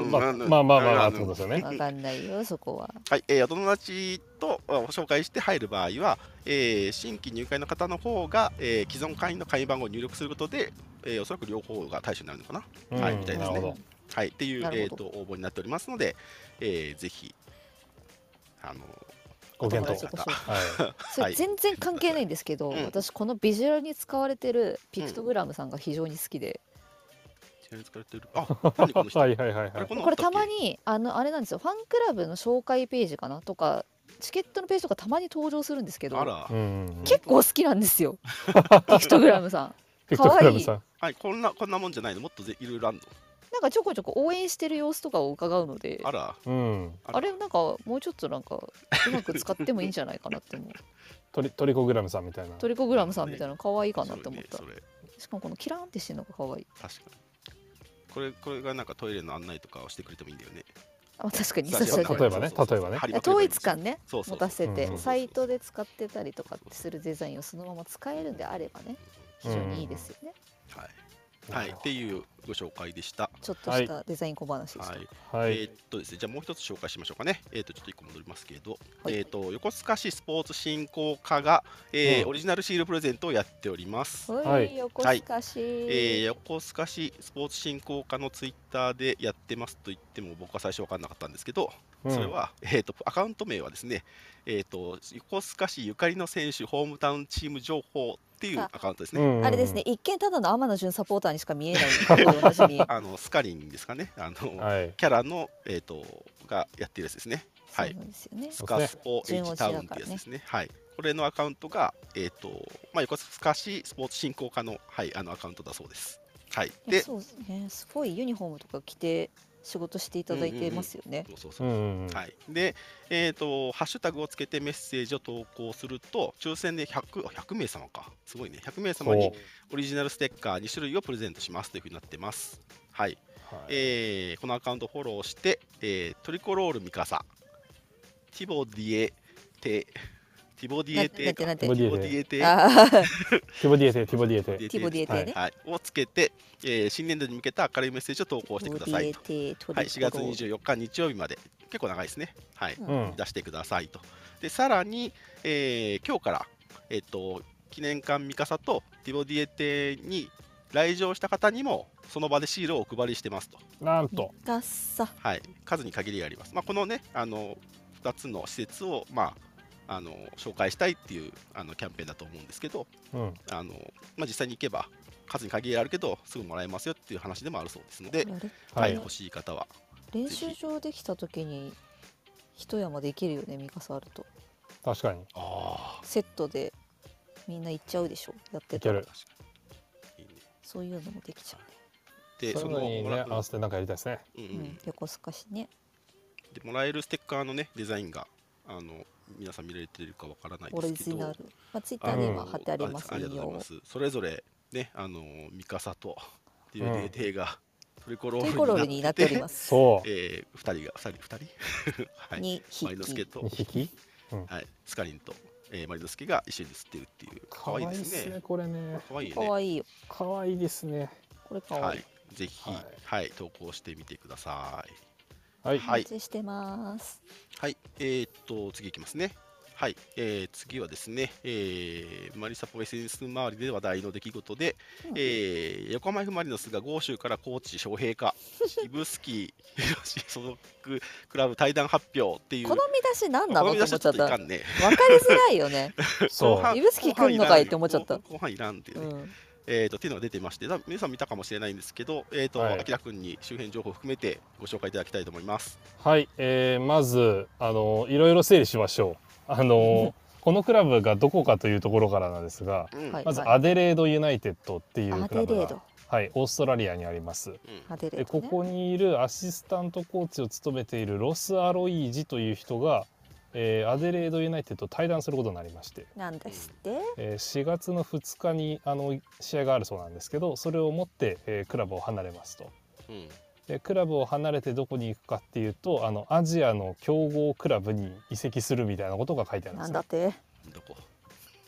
Speaker 1: まあまあまあまあってことですよね。
Speaker 3: わかんないよそこは
Speaker 2: はい、えーお友達とあ紹介して入る場合は、えー新規入会の方の方が、えー既存会員の会員番号を入力することで、えーおそらく両方が対象になるのかなはい
Speaker 1: うん
Speaker 2: みたいで
Speaker 1: な
Speaker 2: すね
Speaker 1: るほど。
Speaker 2: はい、っていう、
Speaker 3: な
Speaker 2: え
Speaker 3: る
Speaker 2: ー、
Speaker 3: ほ
Speaker 2: と
Speaker 3: ど
Speaker 2: 応募になっておりますので、えーぜひあの
Speaker 1: ご検
Speaker 3: お友達
Speaker 1: 討
Speaker 3: ご。紹介
Speaker 1: は
Speaker 3: そ
Speaker 2: は
Speaker 3: れ
Speaker 2: い
Speaker 3: 全然関係ないんですけど、
Speaker 2: うん
Speaker 3: 私このビジュアルに使われてるピクトグラムさんが非常に好きで、
Speaker 2: ちなみに使われてる あ何この人
Speaker 1: はいはいはい
Speaker 2: あ
Speaker 1: は
Speaker 2: れ
Speaker 1: い。
Speaker 2: この
Speaker 3: これたまにあのあれなんですよファンクラブの紹介ページかなとかチケットのページとかたまに登場するんですけ
Speaker 2: あ
Speaker 3: ど
Speaker 2: ら、
Speaker 1: うん。
Speaker 3: 結構好きなんで すよピクトグラムさん
Speaker 1: ピクトグラムさん。
Speaker 2: はい、こんなこんなもんじゃないのもっとぜいろいろあるの
Speaker 3: なんかちょこちょこ応援してる様子とかを伺うので
Speaker 2: あら、
Speaker 1: うん
Speaker 2: あ
Speaker 3: あれなんかもうちょっとなんかうまく使ってもいいんじゃないかなって思う
Speaker 1: トリトリコグラムさんみたいな
Speaker 3: トリコグラムさんみたいなの可愛いかなって思った
Speaker 2: 面白いね
Speaker 3: しかもこのキラーンってしてるのが可愛い
Speaker 2: それ確かに。これこれがなんかトイレの案内とかをしてくれてもいいんだよね。
Speaker 3: あ確かに
Speaker 2: 最
Speaker 3: 確
Speaker 2: 初
Speaker 3: か
Speaker 2: はこ
Speaker 3: に
Speaker 1: 例えばね
Speaker 2: そうそうそう
Speaker 1: 例えばね
Speaker 2: 貼りまくれば
Speaker 3: 統
Speaker 2: いいんで
Speaker 3: 一
Speaker 2: すよ
Speaker 3: 感ね
Speaker 2: そうそうそう
Speaker 3: 持たせ
Speaker 1: うん
Speaker 3: て
Speaker 1: うん
Speaker 3: サイトで使ってたりとかするデザインをそのまま使えるんであればね非常にいいですよね
Speaker 2: はい、はい、っていうご紹介でした。
Speaker 3: ちょっとしたデザイン小話でした、
Speaker 2: はい、
Speaker 1: はい、
Speaker 2: えーっとですね、じゃあもう一つ紹介しましょうかね。えーっとちょっと一個戻りますけど、
Speaker 3: はい
Speaker 2: えーっと横須賀市スポーツ振興課が、えー
Speaker 1: うん
Speaker 2: オリジナルシールプレゼントをやっております。
Speaker 3: ほい
Speaker 1: はい
Speaker 3: 横須賀市、
Speaker 2: えー横須賀市スポーツ振興課のツイッターでやってますと言っても僕は最初分かんなかったんですけど、
Speaker 1: うん
Speaker 2: それは、えー、とアカウント名はですね、えー、と横須賀市ゆかりの選手ホームタウンチーム情報っていうアカウントですね。
Speaker 1: うん
Speaker 3: あれですね、一見ただの天野潤サポーターにしか見えないのと同じに
Speaker 2: あのスカリンですかね、あの
Speaker 1: はい
Speaker 2: キャラの、えー、とがやってるやつですね。
Speaker 3: そ
Speaker 2: は
Speaker 3: う
Speaker 2: い
Speaker 3: なんですよね。
Speaker 2: スカスポエ
Speaker 3: 順
Speaker 2: イジ
Speaker 3: 落ちだ
Speaker 2: タ
Speaker 3: から
Speaker 2: ウン
Speaker 3: ね
Speaker 2: ってやつですね。はい。これのアカウントが、えっ、と、まあ、横須賀市スポーツ振興課の、はい、あのアカウントだそうです。はい。
Speaker 3: いや
Speaker 2: で、そ
Speaker 3: そうですね。すごいユニフォームとか着て仕事していただいてますよね。
Speaker 2: うそうそうう。
Speaker 1: んうんうん
Speaker 2: はい、で、えっ、と、ハッシュタグをつけてメッセージを投稿すると、抽選で 100, あ100名様か、すごいね、100名様に
Speaker 1: ほ
Speaker 2: オリジナルステッカー2種類をプレゼントしますというふうになってます。はい、
Speaker 1: うはい
Speaker 2: えーこのアカウントフォローして、えートリコロールミカサ、ティボディエテ、ティボディエテか、
Speaker 3: なんて
Speaker 1: なんて
Speaker 2: ティボディエテ、
Speaker 3: あー
Speaker 1: ティボディエテティボディエテ
Speaker 3: ティボディエテね。
Speaker 2: はい、をつけて、えー新年度に向けた明るいメッセージを投稿してくださいと。
Speaker 3: ティボデ
Speaker 2: は
Speaker 3: ィエ
Speaker 2: い、
Speaker 3: テ
Speaker 2: 4月
Speaker 3: トリコロール
Speaker 2: 24日日曜日まで、結構長いですね。はい、
Speaker 3: うん
Speaker 1: うん
Speaker 2: 出してくださいと。で、さらに、えー今日から、えっと、記念館ミカサとティボディエテに来場した方にも、その場でシールをお配りしてますと。
Speaker 1: なんと
Speaker 3: ミカサ
Speaker 2: はい、数に限りがあります。まあ、このね、あの、2つの施設を、まあ、あの紹介したいっていうあのキャンペーンだと思うんですけど、
Speaker 1: うん
Speaker 2: あのまあ、実際に行けば数に限りあるけどすぐもらえますよっていう話でもあるそうですので、
Speaker 3: これあれ
Speaker 2: は、
Speaker 1: はいい
Speaker 2: 欲しい方は
Speaker 3: 練習場できた時に一山できるよねミカサあると
Speaker 1: 確かに
Speaker 2: あ
Speaker 3: セットでみんな行っちゃうでしょやって
Speaker 1: い
Speaker 3: た
Speaker 1: け
Speaker 3: ら
Speaker 1: る
Speaker 2: いいね
Speaker 3: そういうのもできちゃ
Speaker 2: で
Speaker 1: そ
Speaker 2: そう
Speaker 1: いう
Speaker 2: の
Speaker 1: のに
Speaker 2: もら
Speaker 1: ね
Speaker 2: う
Speaker 1: 合わせてなんかやりたいですね
Speaker 2: んう
Speaker 3: う、うんん、横須賀市ね
Speaker 2: でもらえるステッカーのねデザインがあの皆さん見られてるかわからない
Speaker 3: オリ
Speaker 2: ですけ
Speaker 3: ジ
Speaker 2: ど
Speaker 3: ナルまあツイッタ
Speaker 2: あ
Speaker 3: ー
Speaker 2: の
Speaker 3: で今貼ってあります
Speaker 2: ありがとうござい
Speaker 3: を
Speaker 2: ますそれぞれねあのミカサとデ
Speaker 1: う
Speaker 2: ュ
Speaker 1: ん
Speaker 2: デーがトリコロ
Speaker 3: トリコロー
Speaker 2: ー
Speaker 3: ル
Speaker 2: ル
Speaker 3: に
Speaker 2: に
Speaker 3: な
Speaker 2: な
Speaker 3: っ
Speaker 2: ってて
Speaker 3: おりますす
Speaker 1: そ
Speaker 2: えー、2人が2人2人 はい
Speaker 3: に
Speaker 2: マリノスケ
Speaker 3: 匹
Speaker 1: う
Speaker 2: と
Speaker 1: 2匹
Speaker 2: はい、スカリンと、えー、マリノスケが一緒に写ってるっていう、
Speaker 1: か
Speaker 2: 可
Speaker 1: わ
Speaker 2: 愛
Speaker 1: い
Speaker 2: い
Speaker 1: い
Speaker 2: で
Speaker 1: ですすね
Speaker 2: ね。
Speaker 1: これね
Speaker 2: 可愛いよ
Speaker 3: 可
Speaker 2: ね。
Speaker 3: 愛いよ
Speaker 1: かわいいですね
Speaker 3: これ可愛い、
Speaker 2: はい、ぜひ、は
Speaker 1: はいい、
Speaker 2: 投稿してみてください。
Speaker 1: はい
Speaker 3: お
Speaker 2: はい
Speaker 3: 待ちしてます、
Speaker 2: はい、えー、っと、次いきますね。はい、えー、次はですね、えー、マリサポ SNS 周りで話題の出来事で、
Speaker 3: うん
Speaker 2: えー、横浜 F ・マリノスが豪州から高知招聘 か、指宿広志所属クラブ対談発表っていう、
Speaker 3: この見出し何な
Speaker 2: こ
Speaker 3: の
Speaker 2: の見
Speaker 3: と思
Speaker 2: 出
Speaker 3: っ
Speaker 2: し
Speaker 3: ちゃ
Speaker 2: は
Speaker 3: っ
Speaker 2: ちょ
Speaker 3: た
Speaker 2: っといか
Speaker 3: 分か
Speaker 2: んね。
Speaker 3: りづらいよね
Speaker 1: そう
Speaker 2: 半
Speaker 3: 指宿来んのかいって思っちゃった
Speaker 2: 後半後半いらんって、
Speaker 3: う
Speaker 2: ね
Speaker 3: ん
Speaker 2: えー、とっていうのが出てまして、だ皆さん見たかもしれないんですけど、えーと
Speaker 1: はい
Speaker 2: あきら君に周辺情報を含めてご紹介いただきたいと思います。
Speaker 1: はい、えーまずあのいろいろ整理しましょうあ のこのクラブがどこかというところからなんですが
Speaker 2: うん
Speaker 3: はい
Speaker 1: まずアデレードユナイテッドって いう
Speaker 3: ア
Speaker 1: クラ
Speaker 3: デ
Speaker 1: ブ
Speaker 3: レー
Speaker 1: が
Speaker 3: ド
Speaker 1: はいオーストラリアにあります
Speaker 2: うん
Speaker 3: アデレード、
Speaker 1: で
Speaker 3: ね、
Speaker 1: ここにいるアシスタントコーチを務めているロス・アロイージという人が、えーアデレード・ユナイテッドと対談することになりまして、
Speaker 3: なんですって
Speaker 1: えー4月の2日にあの試合があるそうなんですけどそれを持って、えークラブを離れますと
Speaker 2: うん
Speaker 1: でクラブを離れてどこに行くかっていうとあのアジアの強豪クラブに移籍するみたいなことが書いてあるんで
Speaker 3: なん
Speaker 1: す
Speaker 3: だ
Speaker 1: ね
Speaker 3: って
Speaker 2: どこ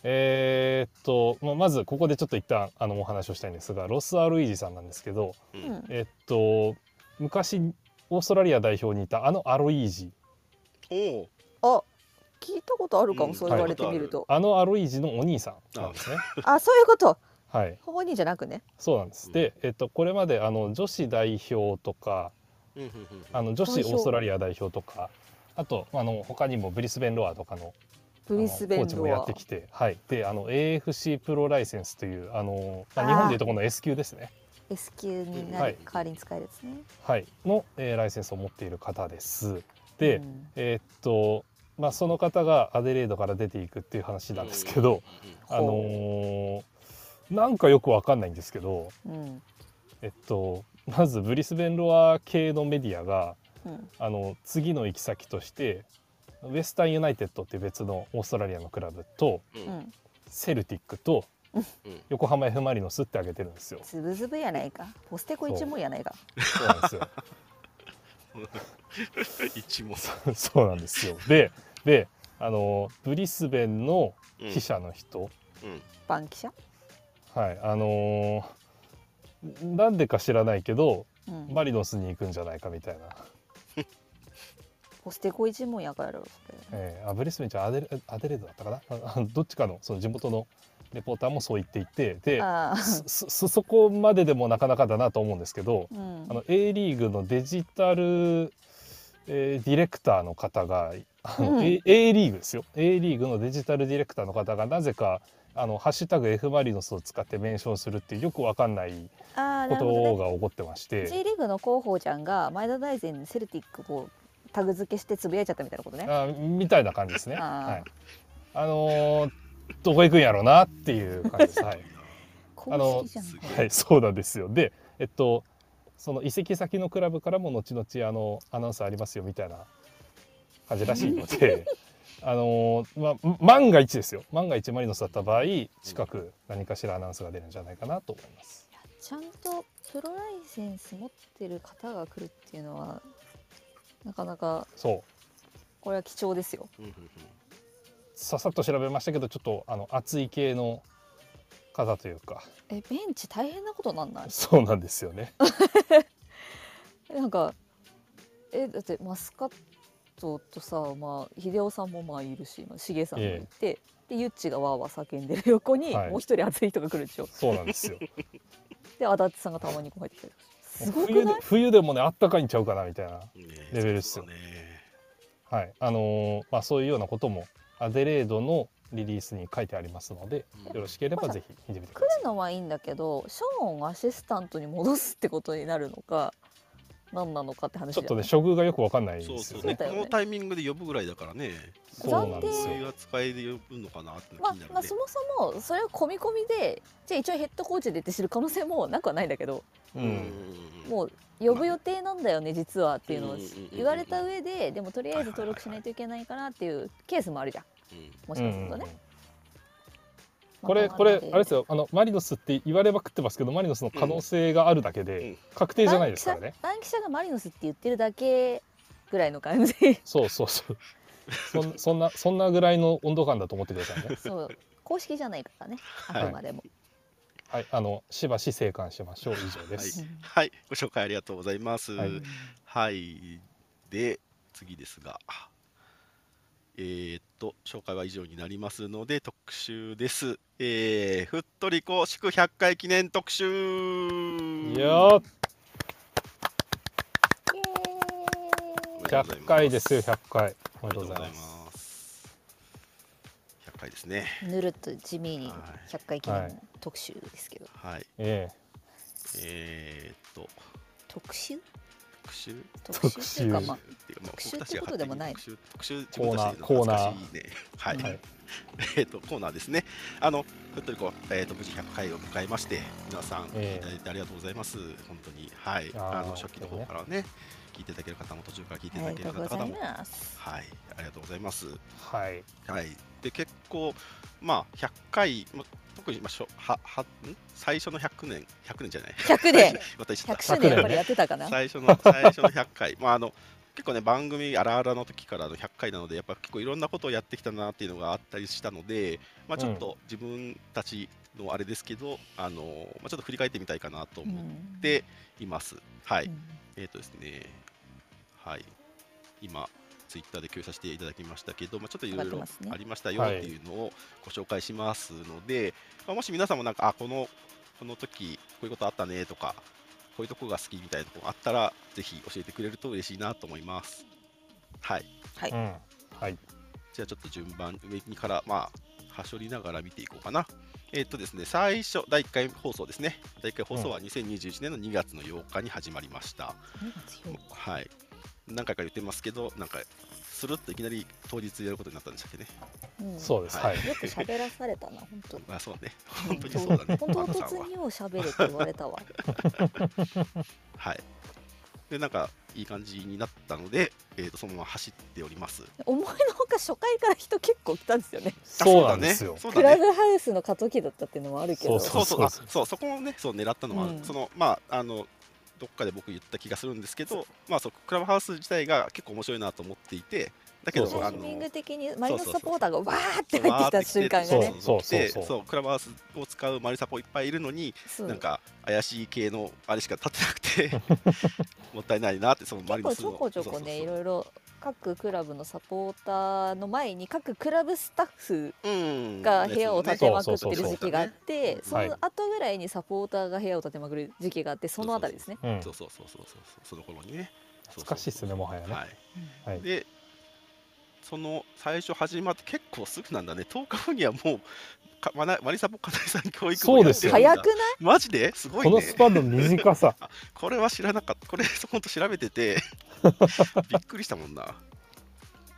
Speaker 1: えーっと、まあ、まずここでちょっと一旦あのお話をしたいんですがロス・アロイージさんなんですけど、
Speaker 2: う
Speaker 3: うんん
Speaker 1: えっと昔オーストラリア代表にいたあのアロイージ
Speaker 2: おお
Speaker 3: あ聞いたことあるかも、
Speaker 2: うん
Speaker 3: そう言われてみると、
Speaker 1: あのアロイージのお兄さんなんですね。
Speaker 3: あそういうこと
Speaker 1: はい、
Speaker 3: 本人じゃなくね
Speaker 1: そうなんです。で、えっとこれまであの女子代表とか、
Speaker 2: うんうん
Speaker 1: あの女子
Speaker 3: 代表
Speaker 1: オーストラリア代表とか、あとあの他にもブリスベンロアとかの
Speaker 3: ブリスベ
Speaker 1: あ
Speaker 3: ン
Speaker 1: のコーチ
Speaker 3: ド
Speaker 1: もやっ
Speaker 3: は
Speaker 1: てきて、はい。で、あの AFC プロライセンスというあの、まあ
Speaker 3: あー
Speaker 1: 日本でいうとこの S 級ですね。
Speaker 3: S 級に
Speaker 1: は
Speaker 3: なり
Speaker 1: い
Speaker 3: 代わりに使えるやつね、
Speaker 1: はい、の、えーライセンスを持っている方です。で、
Speaker 3: うん
Speaker 1: えっとまあその方がアデレードから出ていくっていう話なんですけど。あのーなんかよくわかんないんですけど、
Speaker 3: うん、
Speaker 1: えっと、まずブリスベンロア系のメディアが
Speaker 3: うん
Speaker 1: あの次の行き先としてウェスタンユナイテッドっていう別のオーストラリアのクラブと
Speaker 2: う
Speaker 3: うんん
Speaker 1: セルティックと
Speaker 2: うん
Speaker 1: 横浜 F ・マリノスって挙げてるんですよ。
Speaker 3: つぶつぶやないかポステコ一問やないか
Speaker 1: そうなんですよ。
Speaker 2: 一問
Speaker 1: そ そうなんですよ。で、で、あのブリスベンの
Speaker 2: うん
Speaker 1: 記者の人、
Speaker 2: うん
Speaker 3: バンキシャ、
Speaker 1: はい、あのーなんでか知らないけど、
Speaker 3: うん、
Speaker 1: マリノスに行くんじゃないかみたいな。
Speaker 3: ポステコ一問やからやろそれ
Speaker 1: えー、あブリスベンじゃアデレアデレードだったかな。 ああどっちかのその地元のレポーターもそう言っていて、で、
Speaker 3: ああ、
Speaker 1: そそそこまででもなかなかだなと思うんですけど、
Speaker 3: うん
Speaker 1: あ、の A リーグのデジタル、えーディレクターの方があの、
Speaker 3: うん
Speaker 1: A, A リーグですよ A リーグのデジタルディレクターの方がなぜか「あのハッシュタグ F ・マリノス」を使ってメンションするっていうよくわかんない
Speaker 3: あー
Speaker 1: こ
Speaker 3: なるほどね
Speaker 1: とが起こってまして、
Speaker 3: J リーグの広報ちゃんが前田大然にセルティックをタグ付けしてつぶやいちゃったみたいなことね。
Speaker 1: あみたいな感じですね。
Speaker 3: あー
Speaker 1: はい、あのーどこ行くんやろうなっていう感じ です。はい
Speaker 3: 公式じゃない
Speaker 2: あの
Speaker 1: はい、そうなんですよ。で、えっと、その移籍先のクラブからも後々あのアナウンスありますよみたいな感じらしいの で、あのまあ万が一ですよ。万が一マリノスだった場合、近く何かしらアナウンスが出るんじゃないかなと思います。
Speaker 3: ちゃんとプロライセンス持ってる方が来るっていうのはなかなか
Speaker 1: そう。
Speaker 3: これは貴重ですよ。
Speaker 2: うんうんうん
Speaker 1: ささっと調べましたけど、ちょっとあの熱い系の方というか、
Speaker 3: えベンチ大変なことなんない
Speaker 1: そうなんですよね。
Speaker 3: なんかえだってマスカットとさ、まあ、秀夫さんもまあいるしまあシゲさんもいて、でユッチがわーわー叫んでる横に、
Speaker 1: はい
Speaker 3: もう一人熱い人が来るでしょ
Speaker 1: そうなんですよ。
Speaker 3: で足立さんがたまにこう入ってきたりとかしてすごく
Speaker 1: 冬で
Speaker 3: ない
Speaker 1: 冬でもね、あったかいんちゃうかなみたいな。
Speaker 2: ねえ
Speaker 1: レベルっす
Speaker 2: そう
Speaker 1: よ
Speaker 2: ね
Speaker 1: はい、あのーまあそういうようなこともアデレードのリリースに書いてありますので、
Speaker 2: うん
Speaker 1: よろしければぜひ見てみてく
Speaker 3: 来
Speaker 1: だ
Speaker 3: るのはいいんだけどショーンをアシスタントに戻すってことになるのか何なのかって話
Speaker 1: さい。
Speaker 3: じ
Speaker 1: ち
Speaker 3: ゃ
Speaker 1: ょっ
Speaker 3: ん
Speaker 1: とね処遇がよくわかんないで
Speaker 2: そう
Speaker 1: す
Speaker 2: そう
Speaker 1: よ
Speaker 2: ね
Speaker 1: ね。
Speaker 3: だよ
Speaker 2: こ
Speaker 3: ね
Speaker 2: のタイミングで呼ぶぐらいだからね
Speaker 1: そうなんです
Speaker 2: そういう
Speaker 1: よ。
Speaker 2: 扱いで呼ぶのかなっての
Speaker 3: ま
Speaker 2: が
Speaker 3: あ
Speaker 2: 気になる
Speaker 3: まあ、
Speaker 2: ね
Speaker 3: そもそもそれを込み込みでじゃあ一応ヘッドコーチでって知る可能性もなくはないんだけど
Speaker 1: う
Speaker 2: うんうん
Speaker 1: ん、
Speaker 2: うん
Speaker 3: もう呼ぶ予定なんだよね実はっていうのを
Speaker 2: うんうんうんうん
Speaker 3: 言われた上ででもとりあえず登録しないといけないからっていうケースもあるじゃん
Speaker 2: うん
Speaker 3: も
Speaker 1: う
Speaker 3: しかする
Speaker 1: ん
Speaker 3: とね。
Speaker 1: これ
Speaker 3: ま
Speaker 1: これあれです
Speaker 3: よ
Speaker 1: よ。あのマリノスって言われまくってますけど、マリノスの可能性があるだけ
Speaker 2: う
Speaker 1: で
Speaker 2: ん
Speaker 1: 確定じゃないですからね。
Speaker 3: バンキシャがマリノスって言ってるだけぐらいの感じ。
Speaker 1: そうそうそう。そん そんなそんなぐらいの温度感だと思ってくださいね
Speaker 3: そう公式じゃないからねあくまでも、
Speaker 1: はい、あのしばし静観しましょう。以上です。
Speaker 2: はいご紹介ありがとうございます
Speaker 1: は
Speaker 2: はいい、で次ですがえーっと紹介は以上になりますので特集ですえー、ふっとりこ祝100回記念特集
Speaker 1: いやー、
Speaker 3: イエーイ
Speaker 1: 100回ですよ、100回。お
Speaker 2: お
Speaker 1: め
Speaker 2: め
Speaker 1: でとうご
Speaker 2: でとうご
Speaker 1: ざ
Speaker 2: ざ
Speaker 1: い
Speaker 2: い
Speaker 1: ます。
Speaker 2: ます100回ですね
Speaker 3: ぬるっと地味に
Speaker 2: はい
Speaker 3: 100回記
Speaker 1: はい
Speaker 3: 念特集ですけど、
Speaker 2: はい
Speaker 1: ええ
Speaker 2: えー、っと
Speaker 3: 特集
Speaker 2: 特集
Speaker 3: 特集っていうか
Speaker 1: 特集
Speaker 3: まあ
Speaker 2: っていうかまあ
Speaker 3: 特
Speaker 2: 僕た
Speaker 3: 集
Speaker 2: ちが
Speaker 3: ってことでもない
Speaker 2: 勝手に特集特集自分たちで
Speaker 1: コーナー
Speaker 2: 懐かしいねはい、
Speaker 3: うん
Speaker 1: はい。
Speaker 2: えっとコーナーですね。あのふっとりこえっ、と無事100回を迎えまして皆さん聞
Speaker 1: ええ
Speaker 2: いていただいてありがとうございます。本当にはい
Speaker 1: あー
Speaker 2: あの初期の方からね聞いていただける方も途中から聞いていただ
Speaker 3: あり
Speaker 2: け
Speaker 3: が
Speaker 2: る
Speaker 3: とうござ
Speaker 2: 方
Speaker 3: い
Speaker 2: も
Speaker 3: ます
Speaker 2: はいありがとうございます。
Speaker 1: はい。
Speaker 2: はいで結構まあ100回ま特にまあしょははん最初の100年100年じゃない
Speaker 3: 100年
Speaker 2: 私
Speaker 3: 100周年やっぱりやってたか な、
Speaker 2: 最初の最初の100回まああの結構ね番組あらあらの時からの100回なのでやっぱ結構いろんなことをやってきたなっていうのがあったりしたので、まあ、ちょっと自分たちのあれですけど、あのまあ、ちょっと振り返ってみたいかなと
Speaker 3: うん
Speaker 2: 思っています、はい、
Speaker 3: うん
Speaker 2: えっ、とですねはい今ツイッターで共有させていただきましたけど、まあ、ちょっといろい
Speaker 3: 上が
Speaker 2: ろ
Speaker 3: ってますね
Speaker 2: ありましたよっていうのをご紹介しますので、まあ、もし皆さんもなんかあこのこの時こういうことあったねとかこういうとこが好きみたいなとこあったらぜひ教えてくれると嬉しいなと思いますはい
Speaker 3: はい、
Speaker 1: うん。はい。
Speaker 2: じゃあちょっと順番上にからまあはしょりながら見ていこうかなえっ、とですね最初第1回放送ですね第1回放送は2021年の2月の8日に始まりました、
Speaker 3: 2月8日
Speaker 2: はい、何回か言ってますけど、なんか、スルッといきなり当日やることになったんでしたっけね。
Speaker 3: うん
Speaker 1: そうです。はい。
Speaker 3: よく喋らされたな本当に
Speaker 2: あ、そうね。本当にそうだね。
Speaker 3: 本当
Speaker 2: パンダさん
Speaker 3: 突
Speaker 2: は
Speaker 3: によう喋れって言われたわ
Speaker 2: はい。で、なんか、いい感じになったので、えー、とそのまま走っております。
Speaker 3: 思いのほか初回から人結構来たんですよね
Speaker 2: あ
Speaker 1: そうなんですよ。
Speaker 2: そう
Speaker 3: ク
Speaker 2: だ
Speaker 3: ラ
Speaker 2: ね。
Speaker 3: ブハウスの過渡期だったっていうのもあるけど
Speaker 1: そう
Speaker 2: そうそう、
Speaker 1: そう
Speaker 2: あそう、そこをね、そう狙ったのは、
Speaker 3: うん
Speaker 2: その、まあ、あの。どっかで僕言った気がするんですけど、まあ、そう、クラブハウス自体が結構面白いなと思っていて。だけど、
Speaker 1: そうそう
Speaker 3: タ
Speaker 2: あ
Speaker 3: イミン
Speaker 2: の
Speaker 3: グ。的にマリノスサポーターがわーって
Speaker 2: そう
Speaker 3: 入ってきた瞬間がね
Speaker 2: そ
Speaker 1: そうそ
Speaker 2: うそう
Speaker 1: うそう
Speaker 2: でそうクラブハウスを使うマリサポいっぱいいるのに、
Speaker 3: そう
Speaker 2: なんか怪しい系のあれしか立てなく てもったいないなってそのマ
Speaker 3: 結
Speaker 2: リノ
Speaker 3: 構
Speaker 2: ス
Speaker 3: ち
Speaker 2: の
Speaker 3: ょこちょこねい
Speaker 2: い
Speaker 3: ろいろ各クラブのサポーターの前に各クラブスタッフ
Speaker 2: ろ
Speaker 3: が部屋を建てまくって
Speaker 1: そう
Speaker 3: る時期があってそ
Speaker 1: そうそうそう
Speaker 3: の後ぐらいにサポーターが部屋を建てまくる時期があってそのあたりですね。
Speaker 1: うん
Speaker 2: そうそうそうそうそうそうその頃にね
Speaker 1: 懐かしいっすねもはやね
Speaker 2: はい
Speaker 1: はい
Speaker 2: でその最初始まって結構すぐなんだね10日後にはもうかマナマリサポカナイさん教育を
Speaker 1: そうですよ
Speaker 2: やってるんだ
Speaker 3: 早くない
Speaker 2: マジですごい
Speaker 1: この
Speaker 2: ね
Speaker 1: スパンの短さ
Speaker 2: これは知らなかったこれ本当調べて てびっくりしたもんな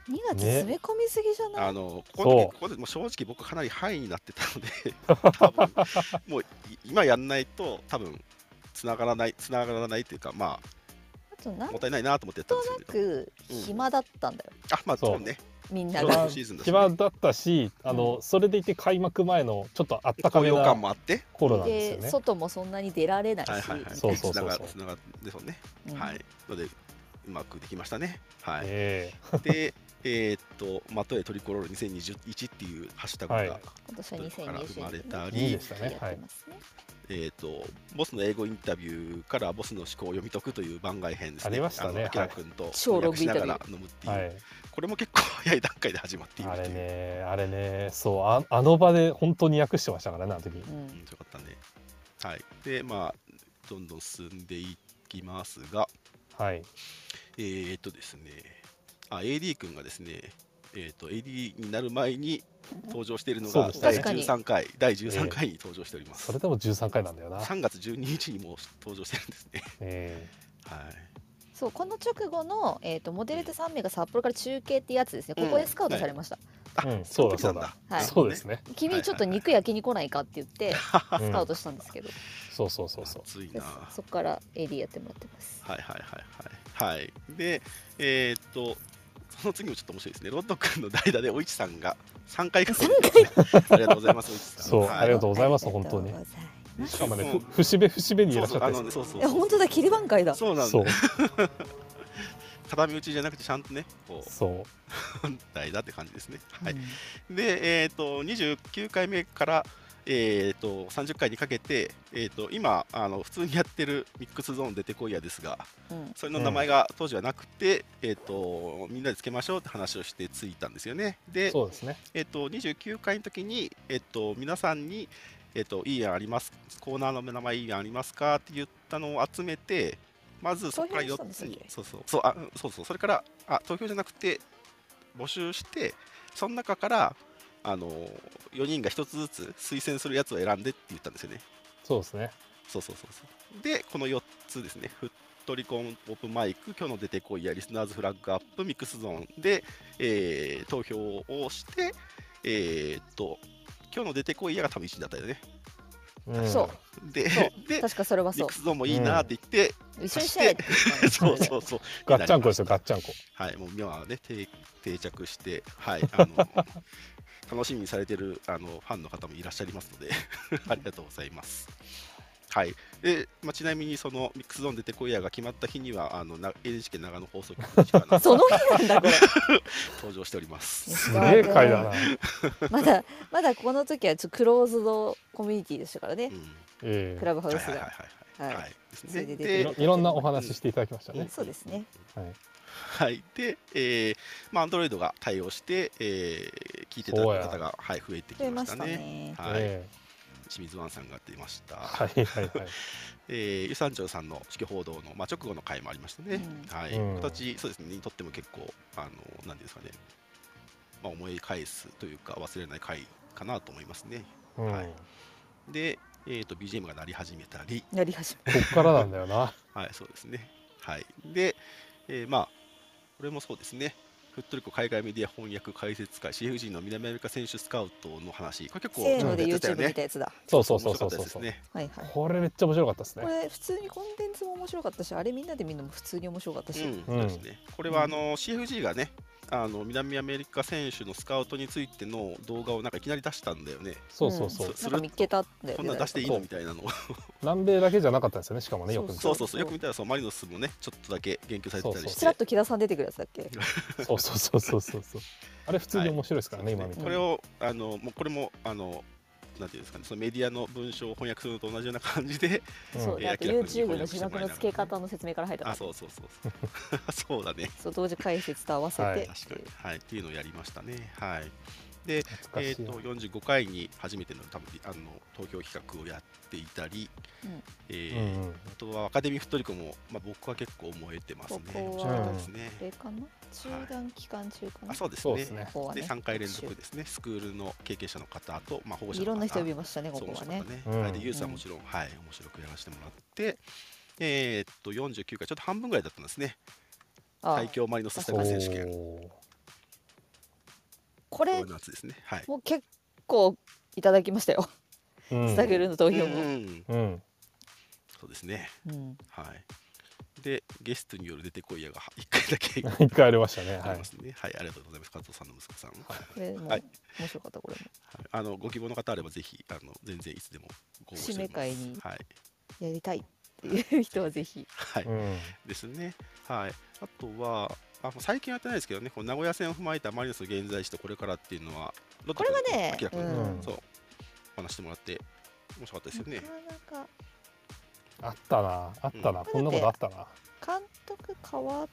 Speaker 3: ?2 月詰め込みすぎじゃない、
Speaker 2: あのここの時
Speaker 1: そう
Speaker 2: ここでもう正直僕かなりハイになってたので 多分もうい今やんないと多分繋がらない繋がらないというかま
Speaker 3: あとな
Speaker 2: あ
Speaker 3: ん
Speaker 2: もっ
Speaker 3: と
Speaker 2: たいないなと思ってやったんですけど
Speaker 3: なく暇だったんだよ、
Speaker 2: あまあ
Speaker 1: そう
Speaker 2: そうね
Speaker 3: みんな
Speaker 2: そう
Speaker 1: 暇
Speaker 3: が
Speaker 2: だシーズンだしね
Speaker 1: 暇だったしあのそれでいて開幕前のちょっとあったか
Speaker 2: 高
Speaker 1: め
Speaker 2: 揚
Speaker 1: な
Speaker 2: 感もあって
Speaker 1: 頃なん
Speaker 3: で
Speaker 1: ですよね
Speaker 3: 外もそんなに出られないし、
Speaker 2: はいはいはい
Speaker 1: そうそう
Speaker 2: つな
Speaker 1: そう
Speaker 2: が
Speaker 1: そう
Speaker 2: つながってそうね
Speaker 3: うん
Speaker 2: はいのでうまくできましたねはい、
Speaker 1: え
Speaker 2: でえーっと「まとえトリコロール2021」っていうハッシュタグが、
Speaker 1: はい
Speaker 3: 今年は2020年
Speaker 2: 生まれた
Speaker 1: りいいでしたね
Speaker 3: やってますね
Speaker 2: えーっとボスの英語インタビューからボスの思考を読み解くという番外編ですね
Speaker 1: ありましたね
Speaker 2: あの
Speaker 1: はい
Speaker 2: アキラ君と
Speaker 3: 超ログ
Speaker 2: し
Speaker 3: イン
Speaker 2: な
Speaker 3: タビュ
Speaker 2: が
Speaker 3: ー
Speaker 2: ら飲むって
Speaker 1: え
Speaker 2: いう、
Speaker 1: はい
Speaker 2: これも結構早い段階で始まっている
Speaker 1: あ
Speaker 2: って
Speaker 1: れ
Speaker 2: いう、
Speaker 1: ねあれねそうああの場で本当に訳してましたからねあの時
Speaker 3: う
Speaker 2: うん
Speaker 3: ん
Speaker 2: よかったねはいでまあどんどん進んでいきますが
Speaker 1: はい
Speaker 2: えー、っとですね、あ、AD 君がですね、えー、っと AD になる前に登場しているの
Speaker 1: そう
Speaker 2: が
Speaker 1: ですね
Speaker 2: 第
Speaker 3: 確かに
Speaker 2: 13回、第13回に登場しております。
Speaker 1: それでも13回なんだよな、
Speaker 2: 3月12日にもう登場してるんですね。
Speaker 1: え
Speaker 2: はい。
Speaker 3: そうこの直後の、えー、とモデルと3名が札幌から中継ってやつですね、
Speaker 2: うん
Speaker 3: ここでスカウトされました、
Speaker 2: あ、
Speaker 1: うん
Speaker 2: そ
Speaker 1: そうう
Speaker 2: だ
Speaker 1: だ
Speaker 2: そうだ。
Speaker 3: はい
Speaker 1: そうですね、
Speaker 3: 君ちょっと肉焼きに来ないかって言って
Speaker 1: うん
Speaker 3: スカウトしたんですけど、
Speaker 1: そうそうそうそう
Speaker 2: 暑い
Speaker 3: で
Speaker 2: な。は
Speaker 3: そこから AD やってもらってます
Speaker 2: いはいはいはい。はい。で、えー、っと。その次もちょっと面白いですね。ロッド君の代打でおいちさんが3回か回ありがとうございます、おいちさん。
Speaker 1: そう
Speaker 2: はい
Speaker 1: ありがとうございます
Speaker 3: ありがとう
Speaker 1: 本当に
Speaker 3: ございます
Speaker 1: しかもね、
Speaker 2: うん
Speaker 1: ふ節目節目にいらっしゃ
Speaker 2: そ
Speaker 1: っ
Speaker 2: うそう
Speaker 1: た
Speaker 2: あ
Speaker 1: りす
Speaker 2: の
Speaker 1: る
Speaker 2: ねそうそう
Speaker 3: え本当だ切り挽回だ
Speaker 2: そうなんだ
Speaker 1: そう
Speaker 2: よ。畳打ちじゃなくてちゃんとね、こう
Speaker 1: そう
Speaker 2: 本体だって感じですね。は
Speaker 3: う
Speaker 2: い
Speaker 3: ん、
Speaker 2: で、えー、と29回目から、えー、と30回にかけて、えー、と今あの、普通にやってるミックスゾーン出てこいやですが、
Speaker 3: うん
Speaker 2: それの名前が当時はなくて、えー、とみんなでつけましょうって話をしてついたんですよね。で、
Speaker 1: そうですね
Speaker 2: えー、と29回の時に、えー、と皆さんに、えー、といい案ありますコーナーの名前いい案ありますかって言ったのを集めてまずそこから
Speaker 3: 投票した
Speaker 2: 4
Speaker 3: ん
Speaker 2: つ
Speaker 3: ですっ
Speaker 2: に
Speaker 3: け
Speaker 2: そうそうそうあうんそうそうそれからあ投票じゃなくて募集してその中からあの4人が1つずつ推薦するやつを選んでって言ったんですよね
Speaker 1: そうですね
Speaker 2: そうそうそうそうでこの4つですねフットリコンポップマイク今日の出てこいやリスナーズフラッグアップミックスゾーンで、えー投票をしてえーっと今日の出てこいやが多分1位だったよね
Speaker 1: うん
Speaker 3: そう
Speaker 2: で
Speaker 3: そう
Speaker 2: で
Speaker 3: 確かそれは
Speaker 2: ミ
Speaker 3: そ
Speaker 2: ックスゾーンもいいなって言って、
Speaker 3: う一緒にしないって言ったん
Speaker 2: そう
Speaker 3: です
Speaker 2: そうそう
Speaker 1: ガッチャンコですよガッチャンコ
Speaker 2: はい、もう今はね定定着して、 はい、あの楽しみにされてるあのファンの方もいらっしゃいますので ありがとうございます。はいでまあ、ちなみにそのミックスゾーン出てこいやが決まった日にはあのな NHK 長野放送局の時間
Speaker 3: その日なんだこれ
Speaker 2: 登場しており ます。
Speaker 1: すげえ回だな、
Speaker 3: まだまだこの時はちょっとクローズドコミュニティでしたからね
Speaker 2: う、ん
Speaker 1: え
Speaker 3: クラブハウス
Speaker 2: はい
Speaker 3: が、
Speaker 2: はいはいはいはい
Speaker 3: は
Speaker 2: はいいです
Speaker 3: それ
Speaker 2: ね
Speaker 3: で出
Speaker 1: えい
Speaker 3: て
Speaker 2: で
Speaker 1: ろいろんなお話ししていただきましたね、
Speaker 3: そうですね
Speaker 1: はい、
Speaker 2: はい、で、えーまあ、Android が対応して、えー聞いていただく方が、はい、増えて
Speaker 3: 増え
Speaker 2: き
Speaker 3: ま
Speaker 2: ま
Speaker 3: し
Speaker 2: したたね。
Speaker 3: ね
Speaker 2: はい、
Speaker 1: え
Speaker 2: 清水ワンさんが出ました。
Speaker 1: えはいはいはい
Speaker 2: えー、湯山町さんの死去報道の、まあ、直後の回もありましたね、
Speaker 3: う
Speaker 2: はい
Speaker 1: うん
Speaker 2: 形そうですねにとっても結構あのなんていうんですかね、まあ、思い返すというか忘れない回かなと思いますね
Speaker 1: うん、
Speaker 2: はいで、えー、と BGM が鳴り始めたり
Speaker 3: やり始め
Speaker 1: こっからなんだよな
Speaker 2: はいそうですねはいで、えーまあこれもそうですねフットリコ海外メディア翻訳解説会 CFG の南アメリカ選手スカウトの話これ結構
Speaker 3: せーので
Speaker 2: 面白か
Speaker 3: YouTube
Speaker 2: った
Speaker 3: 見た
Speaker 2: よね
Speaker 3: やつだ。
Speaker 1: そうそうそう
Speaker 2: 面
Speaker 1: そう
Speaker 2: 白かった
Speaker 1: そう
Speaker 2: です
Speaker 1: そう、
Speaker 2: ね
Speaker 3: はいはい。
Speaker 1: これめっちゃ面白かったです
Speaker 3: こ
Speaker 1: ね
Speaker 3: れ普通にコンテンツも面白かったし、あれみんなで見るのも普通に面白かったし。
Speaker 2: うん、そうですね。これはあの CFG がね、あの南アメリカ選手のスカウトについての動画をなんかいきなり出したんだよね。
Speaker 1: そうそうそう、
Speaker 2: うん
Speaker 3: なんか見っけたんだよね。
Speaker 2: こんなの出していい
Speaker 1: そ
Speaker 2: の
Speaker 1: う
Speaker 2: みたいなのを。
Speaker 1: 南米だけじゃなかったんですよねしかもねよく見た
Speaker 2: そ
Speaker 1: ら
Speaker 2: うそうそう。よく見たらそうマリノスもね、ちょっとだけ言及されてたりし
Speaker 3: ち
Speaker 2: て。
Speaker 3: らっと木田さん出てくるやつだっけ。
Speaker 1: そうそうそうそうそうそうあれ普通に面白いですからね、今見た
Speaker 2: こ
Speaker 1: ら
Speaker 2: れをあのもうこれもあの。なんていうんですかね、そのメディアの文章を翻訳するのと同じような感じで、
Speaker 3: そう、
Speaker 2: え
Speaker 3: であと
Speaker 2: 明らかに
Speaker 3: YouTube の字幕の付け方の説明から入ったか
Speaker 2: あ、
Speaker 3: ら。
Speaker 2: そうそうそうそう、 そうだね、
Speaker 3: そう同時解説と合わせて、
Speaker 1: はい
Speaker 2: 確かに、はい、っていうのをやりましたね、はい、
Speaker 1: 懐
Speaker 2: え
Speaker 1: かしい
Speaker 2: ー、と45回に初めての多分あの投票企画をやっていたり、
Speaker 3: うん
Speaker 2: えー
Speaker 1: うんうん
Speaker 2: あとはアカデミーフットリコも、まあ、僕は結構思えてますね。
Speaker 3: ここは
Speaker 2: 面白かったですね
Speaker 3: ええかな中断期間中かな、
Speaker 2: あそうです
Speaker 1: そうで
Speaker 2: ねです
Speaker 1: ね
Speaker 3: ここはね
Speaker 2: 3回連続ですね、スクールの経験者の方と、まあ、保護者の方
Speaker 3: いろんな人呼びましたねこ
Speaker 2: そう
Speaker 3: こ
Speaker 2: 面白
Speaker 3: は
Speaker 2: か
Speaker 3: ね
Speaker 2: ったね。
Speaker 1: うん
Speaker 2: はい、でユースはもちろん、はい、面白くやらせてもらって、えーっと49回、ちょっと半分ぐらいだったんですね、
Speaker 3: あ
Speaker 2: 最強マリノススタイル選手権、
Speaker 3: こ
Speaker 2: こうい
Speaker 3: れ
Speaker 2: う夏ですね。はい、
Speaker 3: もう結構いただきましたよ、
Speaker 1: おー
Speaker 3: スタグルの投票
Speaker 2: う
Speaker 3: も、
Speaker 2: ん
Speaker 1: うん、うん、
Speaker 2: そうですね、
Speaker 3: うん
Speaker 2: はい。で、ゲストによる出てこいやが1回だけ
Speaker 1: 一回ありましたねは
Speaker 2: あり
Speaker 1: い
Speaker 2: ますね、はい。ありがとうございます、加藤さんの息子さん。
Speaker 3: これも
Speaker 2: はい
Speaker 3: 面白かったこれも
Speaker 2: はいあのご希望の方あればぜひあの全然いつでもご応募しております
Speaker 3: 締め会に
Speaker 2: はい、
Speaker 3: やりたいっていう人はぜひ
Speaker 2: はい
Speaker 1: うん
Speaker 2: ですねはいあとはあもう最近やってないですけどねこう名古屋戦を踏まえたマリノスの現在地とこれからっていうのはロッテ
Speaker 3: これはね
Speaker 2: 明らかに、
Speaker 1: うん
Speaker 2: そうお話してもらって面白かったですよね
Speaker 3: なかなか
Speaker 1: あったなあったな、
Speaker 3: うん
Speaker 1: こんなことあったな
Speaker 3: 監督変わって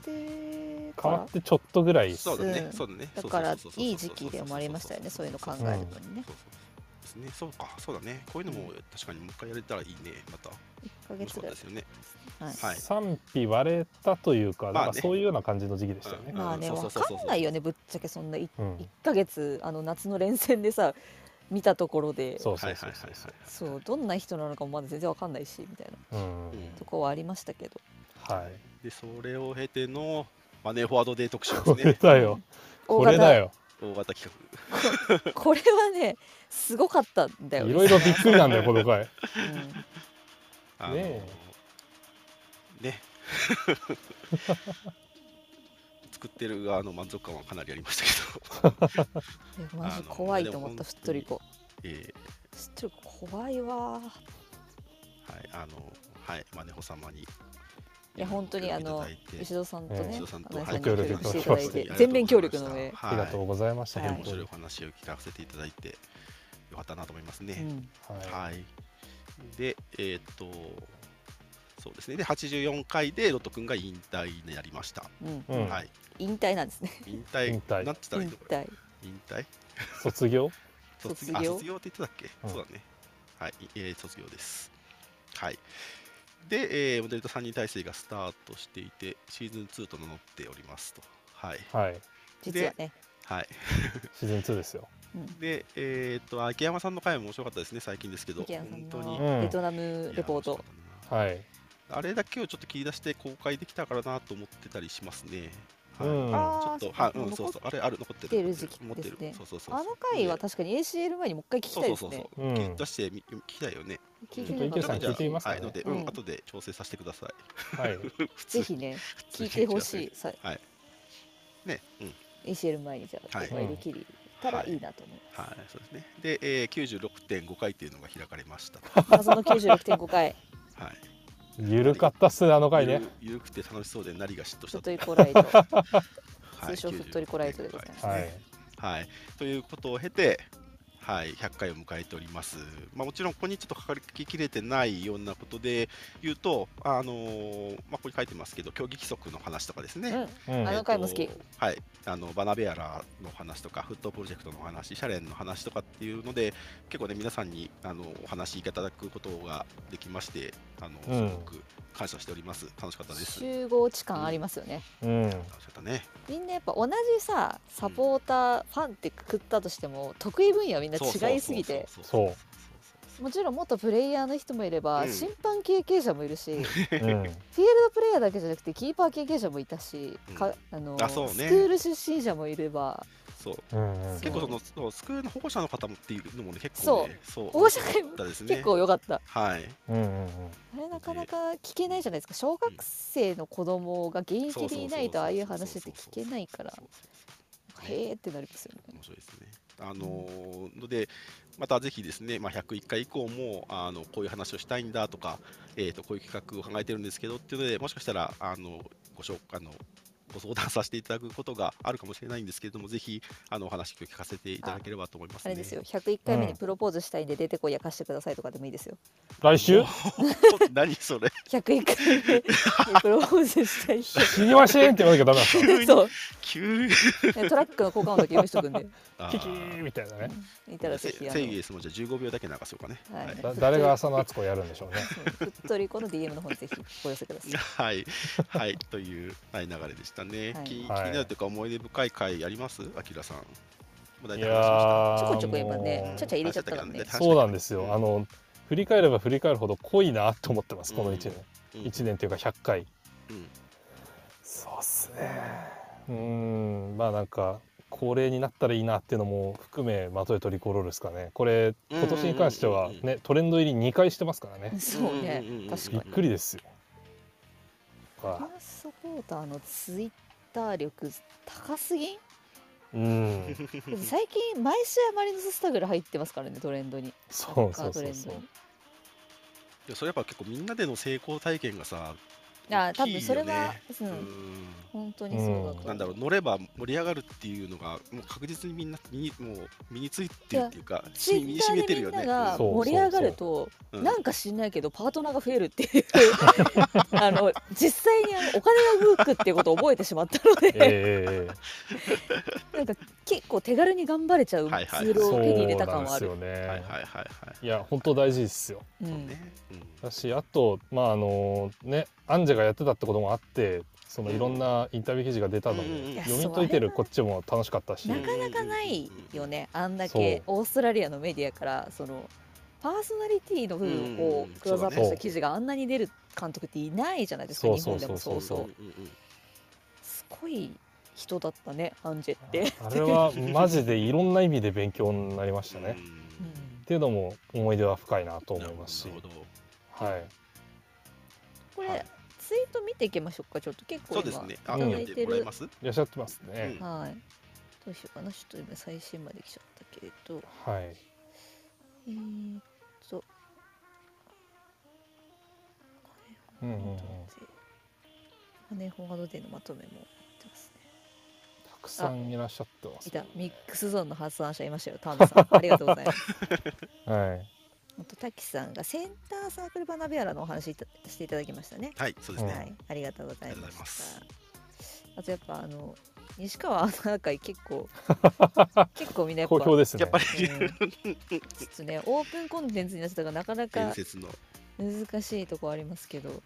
Speaker 3: か
Speaker 1: 変わ
Speaker 3: ら
Speaker 1: ってちょっとぐらいです
Speaker 2: そうだね
Speaker 3: うん
Speaker 2: そうだね
Speaker 3: だから
Speaker 2: そうそうそうそう
Speaker 3: いい時期でもありましたよねそういうの考えるのにね
Speaker 2: そうそうそうですねそうかそうだねこういうのも確かにもう一回やれたらいいねまた
Speaker 3: 1ヶ
Speaker 2: 面
Speaker 3: 月
Speaker 2: 白かっ
Speaker 3: ぐら
Speaker 2: た
Speaker 3: い
Speaker 2: ですよね
Speaker 3: はい
Speaker 2: はい
Speaker 1: 賛否割れたというか,、
Speaker 2: まあね
Speaker 1: なんかそういうような感じの時期でしたよね、
Speaker 3: まあね
Speaker 2: うんそうそ
Speaker 3: わ
Speaker 2: うそ
Speaker 3: か
Speaker 2: うそうん
Speaker 3: ないよねぶっちゃけそんな1
Speaker 1: うん
Speaker 3: ヶ月あの夏の連戦でさ見たところで
Speaker 1: そう
Speaker 2: は
Speaker 1: そ
Speaker 2: いう
Speaker 1: そう
Speaker 2: はいはい
Speaker 1: そう
Speaker 2: はい
Speaker 3: そうどんな人なのかもまだ全然わかんないしみたいな
Speaker 1: うん
Speaker 2: うん
Speaker 3: とこはありましたけど
Speaker 1: はい
Speaker 2: でそれを経てのマネーフォワードデー特集
Speaker 1: こ
Speaker 2: です
Speaker 1: れ
Speaker 2: ね
Speaker 1: だよこれだよ
Speaker 2: 大型企
Speaker 3: これはねすごかったんだよね
Speaker 1: いろいろびっくりなんだよこの回
Speaker 3: う
Speaker 2: 画あの
Speaker 1: ね
Speaker 2: ね 作ってる側の満足感はかなりありましたけど、
Speaker 3: んいやマジ怖いと思っ
Speaker 2: あ
Speaker 3: た
Speaker 2: の
Speaker 3: フットリコ
Speaker 2: え
Speaker 3: フットリコ怖いわ
Speaker 2: ーはいあのはいマネホ様に
Speaker 3: いや本当にあ
Speaker 2: ご
Speaker 3: の
Speaker 2: 協力いただい
Speaker 3: 吉田さんと
Speaker 1: ええ
Speaker 3: ね
Speaker 2: 吉田さんと
Speaker 3: 花井
Speaker 2: はい
Speaker 3: さんに
Speaker 1: ご
Speaker 3: 協
Speaker 1: 協力
Speaker 3: 力していただい
Speaker 1: いただい
Speaker 3: て
Speaker 1: て
Speaker 3: 全面協力の上、
Speaker 1: ありがとうございました、
Speaker 3: はい
Speaker 2: は
Speaker 1: 本
Speaker 2: い面
Speaker 1: 当
Speaker 2: 白い
Speaker 1: に
Speaker 2: お話を聞かせていただいてよかったなと思いますね、
Speaker 3: うん
Speaker 1: は
Speaker 2: はい。で、えーっと、そうですね。で、84回でロト君が引退になりました。
Speaker 3: うん
Speaker 1: い、うん
Speaker 2: はい。
Speaker 3: 引退なんですね
Speaker 2: 引退、
Speaker 1: 引退
Speaker 2: なんて言ったらいい
Speaker 3: 引
Speaker 2: のこれ。
Speaker 3: 退
Speaker 2: 引退
Speaker 1: 卒業
Speaker 2: 卒
Speaker 3: 卒業
Speaker 2: あ卒業って言ってたっけ、
Speaker 1: うん
Speaker 2: そうだね。はい、いえー卒業です。はい。で、えーモデルと3人体制がスタートしていて、シーズン2と名乗っておりますと。はい。
Speaker 1: はい
Speaker 3: 実はね
Speaker 2: はい。
Speaker 1: シーズン2ですよ
Speaker 3: うん
Speaker 2: で、えーっと、秋山さんの回も面白かったですね、最近ですけど。
Speaker 3: 池谷さん
Speaker 2: 本当に。
Speaker 1: うん
Speaker 3: のベトナムレポー
Speaker 2: いや面白
Speaker 3: ト
Speaker 2: かったな
Speaker 1: はい
Speaker 2: あれだけをちょっと切り出して公開できたからなと思ってたりしますね。はい
Speaker 1: うん
Speaker 3: あー
Speaker 2: ちょっと、はい、
Speaker 3: そう
Speaker 2: うん、そうそう、あれ、ある、残ってる。
Speaker 3: 出る時期
Speaker 2: 持ってる
Speaker 3: ですね
Speaker 2: そうそうそう。
Speaker 3: あの回は確かに ACL 前にもう一回聞き
Speaker 2: そ
Speaker 3: た
Speaker 2: う
Speaker 3: い
Speaker 2: そう
Speaker 3: です
Speaker 2: そうそう。
Speaker 3: ね
Speaker 1: うん
Speaker 2: 切り出して、み、聞きたいよね。
Speaker 3: 聞い
Speaker 1: ちょ
Speaker 3: て
Speaker 1: っと池内
Speaker 3: なかっ
Speaker 1: さ
Speaker 3: た
Speaker 1: ん聞いてみますか
Speaker 2: はい、
Speaker 1: ね
Speaker 2: ので、
Speaker 3: う
Speaker 2: うんん、後で調整させてください。
Speaker 1: はい
Speaker 2: 普通
Speaker 3: ぜ
Speaker 2: に
Speaker 3: ひね
Speaker 2: 普通
Speaker 3: 聞
Speaker 2: に
Speaker 3: いてほし
Speaker 2: 聞
Speaker 3: いさ
Speaker 2: はい。ね、うん、
Speaker 3: ACL 前にじゃあ
Speaker 2: はい
Speaker 3: 公開できたらいいなと思います
Speaker 2: はい、そうですね。で、ええー、九十六点五回っていうのが開かれま した。
Speaker 3: 謎の96.5回
Speaker 2: はい。
Speaker 1: ゆるかったっすねあの回ね
Speaker 2: ゆるゆるくて楽しそうで、なりが嫉妬した
Speaker 3: フット
Speaker 2: と。
Speaker 3: リコライト
Speaker 2: はい
Speaker 3: 通称フットリコライトでございま
Speaker 2: 96.5
Speaker 3: す
Speaker 1: は
Speaker 2: 回
Speaker 1: い
Speaker 2: すねはい、ということを経て、はい、100回を迎えております。まあ、もちろんここにちょっと書ききれてないようなことで言うと、あのーまあ、ここに書いてますけど、競技規則の話とかですね。
Speaker 3: うん
Speaker 1: うん
Speaker 3: あの回も好き
Speaker 2: えっとはい、あのバナベアラの話とか、フットプロジェクトの話、シャレンの話とかっていうので、結構ね、皆さんにあのお話しいただくことができまして、あの
Speaker 1: うん
Speaker 2: すごく感謝しております。楽しかったです。
Speaker 3: 集合地感ありますよね
Speaker 1: うん
Speaker 2: 楽しかったね。
Speaker 3: みんなやっぱ同じさサポーター、ファンってくくったとしても得意分野はみんな違いすぎて
Speaker 2: そうそうそうそうそうそうそうそう
Speaker 3: もちろん元プレイヤーの人もいれば、
Speaker 2: うん
Speaker 3: 審判経験者もいるしフィール
Speaker 1: うん
Speaker 3: ドプレイヤーだけじゃなくてキーパー経験者もいたし、
Speaker 2: う
Speaker 3: か
Speaker 2: ん
Speaker 3: あの
Speaker 2: あそうね
Speaker 3: スクール出身者もいれば
Speaker 2: そう
Speaker 1: うんうん
Speaker 2: 結構そのそうスクールの保護者の方もっていうのもね結構
Speaker 3: そう
Speaker 2: ねそう
Speaker 3: 保護者が
Speaker 2: だったですね
Speaker 3: 結構良かった、
Speaker 2: はい
Speaker 1: うんうんうん
Speaker 3: あれなかなか聞けないじゃないですか小学生の子供が現役でいないとああいう話って聞けないから
Speaker 2: そうそうそうそう
Speaker 3: へえってなるんですよね
Speaker 2: 面白いですね。あのーのでまたぜひですね、まあ、101回以降もあのこういう話をしたいんだとか、えー、とこういう企画を考えてるんですけどっていうのでもしかしたらあのご紹あのご相談させていただくことがあるかもしれないんですけれどもぜひあのお話を聞かせていただければと思います、
Speaker 3: あ
Speaker 2: ね、
Speaker 3: れですよ101回目にプロポーズしたいんで出てこいやかしてくださいとかでもいいですよ
Speaker 1: 来週
Speaker 2: お 何それ
Speaker 3: 101回目にプロポーズしたい人
Speaker 1: 知りませんって言わなきゃダメなんですか
Speaker 2: 急に急
Speaker 3: そう
Speaker 2: に
Speaker 3: トラックの効果音だけ用意しとくんで
Speaker 2: あ
Speaker 1: キキ
Speaker 2: ー
Speaker 1: ーみたいなね
Speaker 3: いたらぜひあの
Speaker 2: 正義ですもんじゃあ15秒だけ流そうかね
Speaker 3: はい
Speaker 2: はい
Speaker 1: だ誰が浅野敦子やるんでしょ うね
Speaker 3: そうふっとりこの DM の方にぜひお寄せください
Speaker 2: はい、はい、という、はい、流れでしたね。
Speaker 3: はい
Speaker 2: 気気に
Speaker 1: はい
Speaker 2: なるというか、思い出深い回あります、あきらさん。もう大
Speaker 1: い
Speaker 2: 体話しま
Speaker 1: やー
Speaker 3: ちょこちょこ今
Speaker 1: も
Speaker 3: ね
Speaker 1: う
Speaker 3: ちょちゃ入れちゃったからね
Speaker 2: 話し
Speaker 1: そうなんです
Speaker 2: う
Speaker 1: よ
Speaker 2: ん
Speaker 1: あの振り返れば振り返るほど濃いなと思ってますこの1年
Speaker 2: うん
Speaker 1: 1年というか100回
Speaker 2: した。うん
Speaker 1: そうっすねうーんまあなんか恒例になったらいいなっていうのも含めまとえとリコロールですかねこれ今年に関しては
Speaker 2: うんうんうん
Speaker 1: ねトレンド入り2回してますからね
Speaker 3: そうね
Speaker 2: うんうんうんうん
Speaker 3: 確か
Speaker 1: び
Speaker 3: に
Speaker 1: っくりですよ
Speaker 3: フラ
Speaker 1: は
Speaker 3: ンスサポーターのツイッター力高すぎん
Speaker 1: い うん
Speaker 3: だって最近毎週マリノススタグル入ってますからねトレンドに
Speaker 1: そう
Speaker 3: サ
Speaker 1: そ
Speaker 3: ッ
Speaker 1: う
Speaker 3: カート
Speaker 1: そ
Speaker 3: レ
Speaker 1: う
Speaker 3: ン
Speaker 1: そ
Speaker 3: ド
Speaker 1: う
Speaker 3: に
Speaker 2: いやそれやっぱ結構みんなでの成功体験がさ。大
Speaker 3: あ
Speaker 2: きいよね
Speaker 3: 多分それは、う
Speaker 2: うんん。
Speaker 3: 本当にそうだと思う
Speaker 2: なんだろう乗れば盛り上がるっていうのがもう確実にみんな身にもう身についてるっていうか
Speaker 3: ツイ
Speaker 2: 身
Speaker 3: ッ
Speaker 2: に
Speaker 3: タ
Speaker 2: 染み
Speaker 3: ー
Speaker 2: て
Speaker 3: で
Speaker 2: るよ
Speaker 3: みんな
Speaker 2: ね。
Speaker 3: が
Speaker 1: そう
Speaker 3: 盛り上がると、
Speaker 2: うん
Speaker 3: なんか知んないけどパートナーが増えるっていうあの実際にあのお金が動くっていうことを覚えてしまったので、
Speaker 1: えええ
Speaker 3: なんか結構手軽に頑張れちゃうツ
Speaker 2: はいはい
Speaker 3: ー
Speaker 1: え
Speaker 3: ルを
Speaker 1: そう
Speaker 3: 手に入れた
Speaker 1: な
Speaker 3: 感
Speaker 1: んで
Speaker 3: はあ
Speaker 1: す
Speaker 3: る。
Speaker 1: よ
Speaker 2: うんはい
Speaker 1: ね
Speaker 2: はいはいはい。
Speaker 1: いや本当大事ですよ
Speaker 3: う
Speaker 2: そうんね。うん
Speaker 1: だしあとまああのねアンジェがやってたってこともあってそのいろんなインタビュー記事が出たの
Speaker 2: うんうんうんい
Speaker 1: も
Speaker 2: や
Speaker 1: 読み解いてるこっちも楽しかったし
Speaker 3: なかなかないよねあんだ
Speaker 1: そう
Speaker 3: けオーストラリアのメディアからそのパーソナリティの部分
Speaker 2: う
Speaker 3: を
Speaker 2: ん
Speaker 3: クローズアップした記事があんなに出る監督っていないじゃないですか
Speaker 1: そう
Speaker 3: 日本でも
Speaker 1: そ
Speaker 3: そうう
Speaker 1: そ
Speaker 3: そうう
Speaker 1: そう
Speaker 2: うんうんうん
Speaker 3: すごい人だったねアンジェって。
Speaker 1: あれはマジでいろんな意味で勉強になりましたね。
Speaker 2: うん
Speaker 1: っていうのも思い出は深いなと思いますし
Speaker 2: なる、ほどなるほど
Speaker 1: はい、
Speaker 3: こ
Speaker 2: は
Speaker 3: れ
Speaker 2: い
Speaker 3: ツイート見ていきましょうかちょっと結構
Speaker 2: そう
Speaker 3: 今
Speaker 2: で
Speaker 3: い
Speaker 2: すね。
Speaker 3: た
Speaker 2: あ、
Speaker 3: だ
Speaker 1: うん
Speaker 2: 見
Speaker 3: い
Speaker 2: て
Speaker 3: て
Speaker 2: もらえ
Speaker 3: る
Speaker 2: ます。
Speaker 1: いらっしゃってますね。
Speaker 2: うん
Speaker 3: はいどうしようかなちょっと今最新まで来ちゃったけれど
Speaker 1: はい、
Speaker 3: えーっとこれ
Speaker 1: うんうんうん、
Speaker 3: マネーフォワードデーのまとめもやってますね。
Speaker 1: たくさんいらっしゃってます
Speaker 3: い。た、ミックスゾーンの発案者いましたよ、タ ムさん。ありがとうございます。
Speaker 1: はい、
Speaker 3: あと、タキさんがセンターサークルバナベアラのお話いたしていただきましたね。
Speaker 2: はい、そうです
Speaker 1: うん
Speaker 2: ね。
Speaker 3: はい、ありがとうござい
Speaker 2: ありがとうご
Speaker 3: ま
Speaker 2: ざいま
Speaker 3: し
Speaker 2: す
Speaker 3: た。あと、やっぱ、あの、西川アナ会結構、結構みんなやっぱ、
Speaker 1: 好評ですね。
Speaker 2: やっぱり
Speaker 3: うんちょっとね、オープンコンテンツになってたから、なかな
Speaker 2: 伝
Speaker 3: か
Speaker 2: 説の、
Speaker 3: 難しいとこありますけど、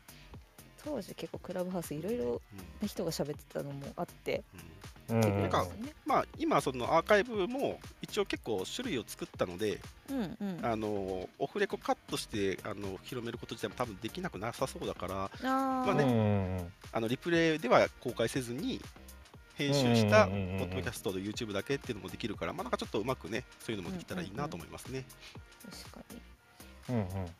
Speaker 3: 当時結構クラブハウスいろいろ
Speaker 2: うん
Speaker 3: な人が喋ってたのもあって、
Speaker 2: うん
Speaker 1: うんうん
Speaker 2: なんか
Speaker 3: 結構ですよね
Speaker 2: まあ今そのアーカイブも一応結構種類を作ったので、
Speaker 3: うんうん。
Speaker 2: あのオフレコカットしてあの広めること自体も多分できなくなさそうだから、
Speaker 3: あ
Speaker 2: まあ
Speaker 1: うんう
Speaker 2: ね
Speaker 3: ー
Speaker 1: んうん
Speaker 2: あのリプレイでは公開せずに編集した
Speaker 1: うん
Speaker 2: ポ
Speaker 1: うんうんうんうん
Speaker 2: ッドキャストと YouTube だけっていうのもできるから、まあなんかちょっとうまくねそういうのもできたらいいなと思いますね。
Speaker 3: 確かに。
Speaker 1: うんうん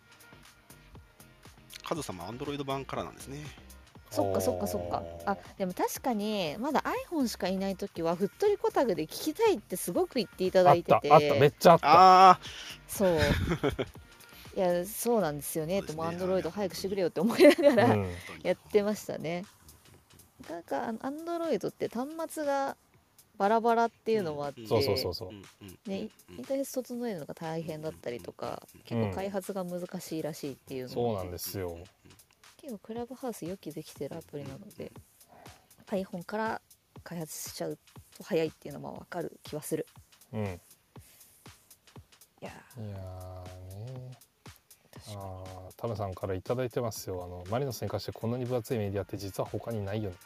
Speaker 2: カズ様アンドロイド版からなんですね。
Speaker 3: そっかそっかそっかあでも確かにまだ iPhone しかいない時はふっとりこタグで聞きたいってすごく言っていた
Speaker 1: あ
Speaker 3: だ
Speaker 1: っ
Speaker 3: いて
Speaker 1: た
Speaker 3: て
Speaker 1: あっためっちゃあった。
Speaker 2: あ
Speaker 3: そういやそうなんですよね
Speaker 2: そうですね
Speaker 3: でもアンドロイド早くしてくれよって思いながら、
Speaker 1: うん
Speaker 2: あ、
Speaker 3: やってましたねなんかアンドロイドって端末がバラバラっていうのもあって、
Speaker 2: うん
Speaker 1: そうそうそうそう。
Speaker 3: ね、イ
Speaker 2: うん
Speaker 3: ンターフェース整えるのが大変だったりとか
Speaker 1: うん
Speaker 3: 結構開発が難しいらしいっていうの
Speaker 1: そう
Speaker 3: も
Speaker 1: なんですよ。
Speaker 3: 結構クラブハウス予期できてるアプリなので iPhone から開発しちゃうと早いっていうのはまあ分かる気はする
Speaker 1: うん。い
Speaker 3: いや
Speaker 1: やーね。
Speaker 3: ー確かに
Speaker 1: ああ、タムさんから頂いてますよ。あのマリノスに関してこんなに分厚いメディアって実は他にないよね。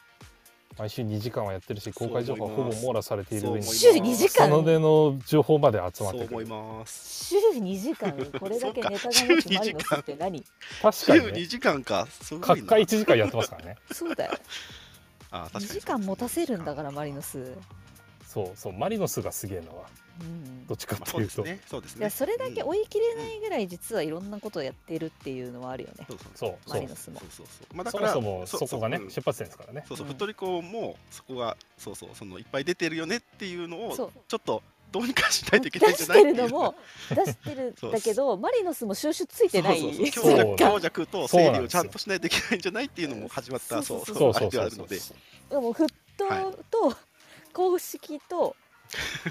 Speaker 1: 毎週2時間はやってるし公開情報はほぼ網羅されている上に
Speaker 2: そう思います
Speaker 3: 週2時
Speaker 1: そ
Speaker 3: 間
Speaker 1: の手の情報まで集まっ
Speaker 2: そう
Speaker 1: てく
Speaker 2: 思い
Speaker 1: る
Speaker 2: ます
Speaker 3: 週2時間これだけネタが
Speaker 2: そうか
Speaker 3: 持つマリノスって何
Speaker 1: 確か
Speaker 2: 週
Speaker 1: に、ね
Speaker 2: 2、時間かすごい
Speaker 1: 各
Speaker 2: な
Speaker 1: 回1時間やってますからね
Speaker 3: そうだよ
Speaker 2: あー確か
Speaker 3: 2
Speaker 2: にそう
Speaker 3: 時
Speaker 2: です
Speaker 3: 間持たせるんだ
Speaker 2: ま
Speaker 3: からマリノス、
Speaker 1: そうそうマリノスがすげえのは
Speaker 3: うん
Speaker 1: どっちか
Speaker 2: あ
Speaker 1: って
Speaker 2: そ
Speaker 1: い
Speaker 2: うで
Speaker 1: う
Speaker 2: す
Speaker 1: と
Speaker 2: ねそうです
Speaker 3: いや
Speaker 2: ね
Speaker 3: それだけ追い切れないぐらい実はいろんなことをやってるっていうのはあるよね
Speaker 2: そうそう
Speaker 1: そう
Speaker 3: マ
Speaker 1: そ
Speaker 3: リ
Speaker 1: う
Speaker 3: ノスも
Speaker 2: そうそうそうまあだ
Speaker 1: そ
Speaker 2: か
Speaker 1: も
Speaker 2: ら
Speaker 1: そもそこがね
Speaker 2: うん
Speaker 1: 出発点ですからね
Speaker 2: そうそう、
Speaker 3: うん
Speaker 2: フットリコもそこがそうそうそのいっぱい出てるよねっていうのを
Speaker 3: そう
Speaker 2: ちょっとどうにかしないといけ
Speaker 3: 出
Speaker 2: ないんじゃ
Speaker 3: し
Speaker 2: ない
Speaker 3: て
Speaker 2: ってい
Speaker 3: る
Speaker 2: う
Speaker 3: のも 出してるんだけどマリノスも収集ついてない
Speaker 2: そうそう
Speaker 1: そ
Speaker 2: そうう
Speaker 1: な
Speaker 2: 強
Speaker 1: んですよ
Speaker 2: 弱強弱と整理をちゃんとしないといけないんじゃないっていうのも始まった
Speaker 3: そ
Speaker 2: そうう
Speaker 3: そ
Speaker 2: そうう
Speaker 1: そう
Speaker 2: あ
Speaker 1: そ
Speaker 2: れ
Speaker 1: う
Speaker 2: では
Speaker 1: そうそう
Speaker 2: あるので
Speaker 3: もう沸騰と公式 と、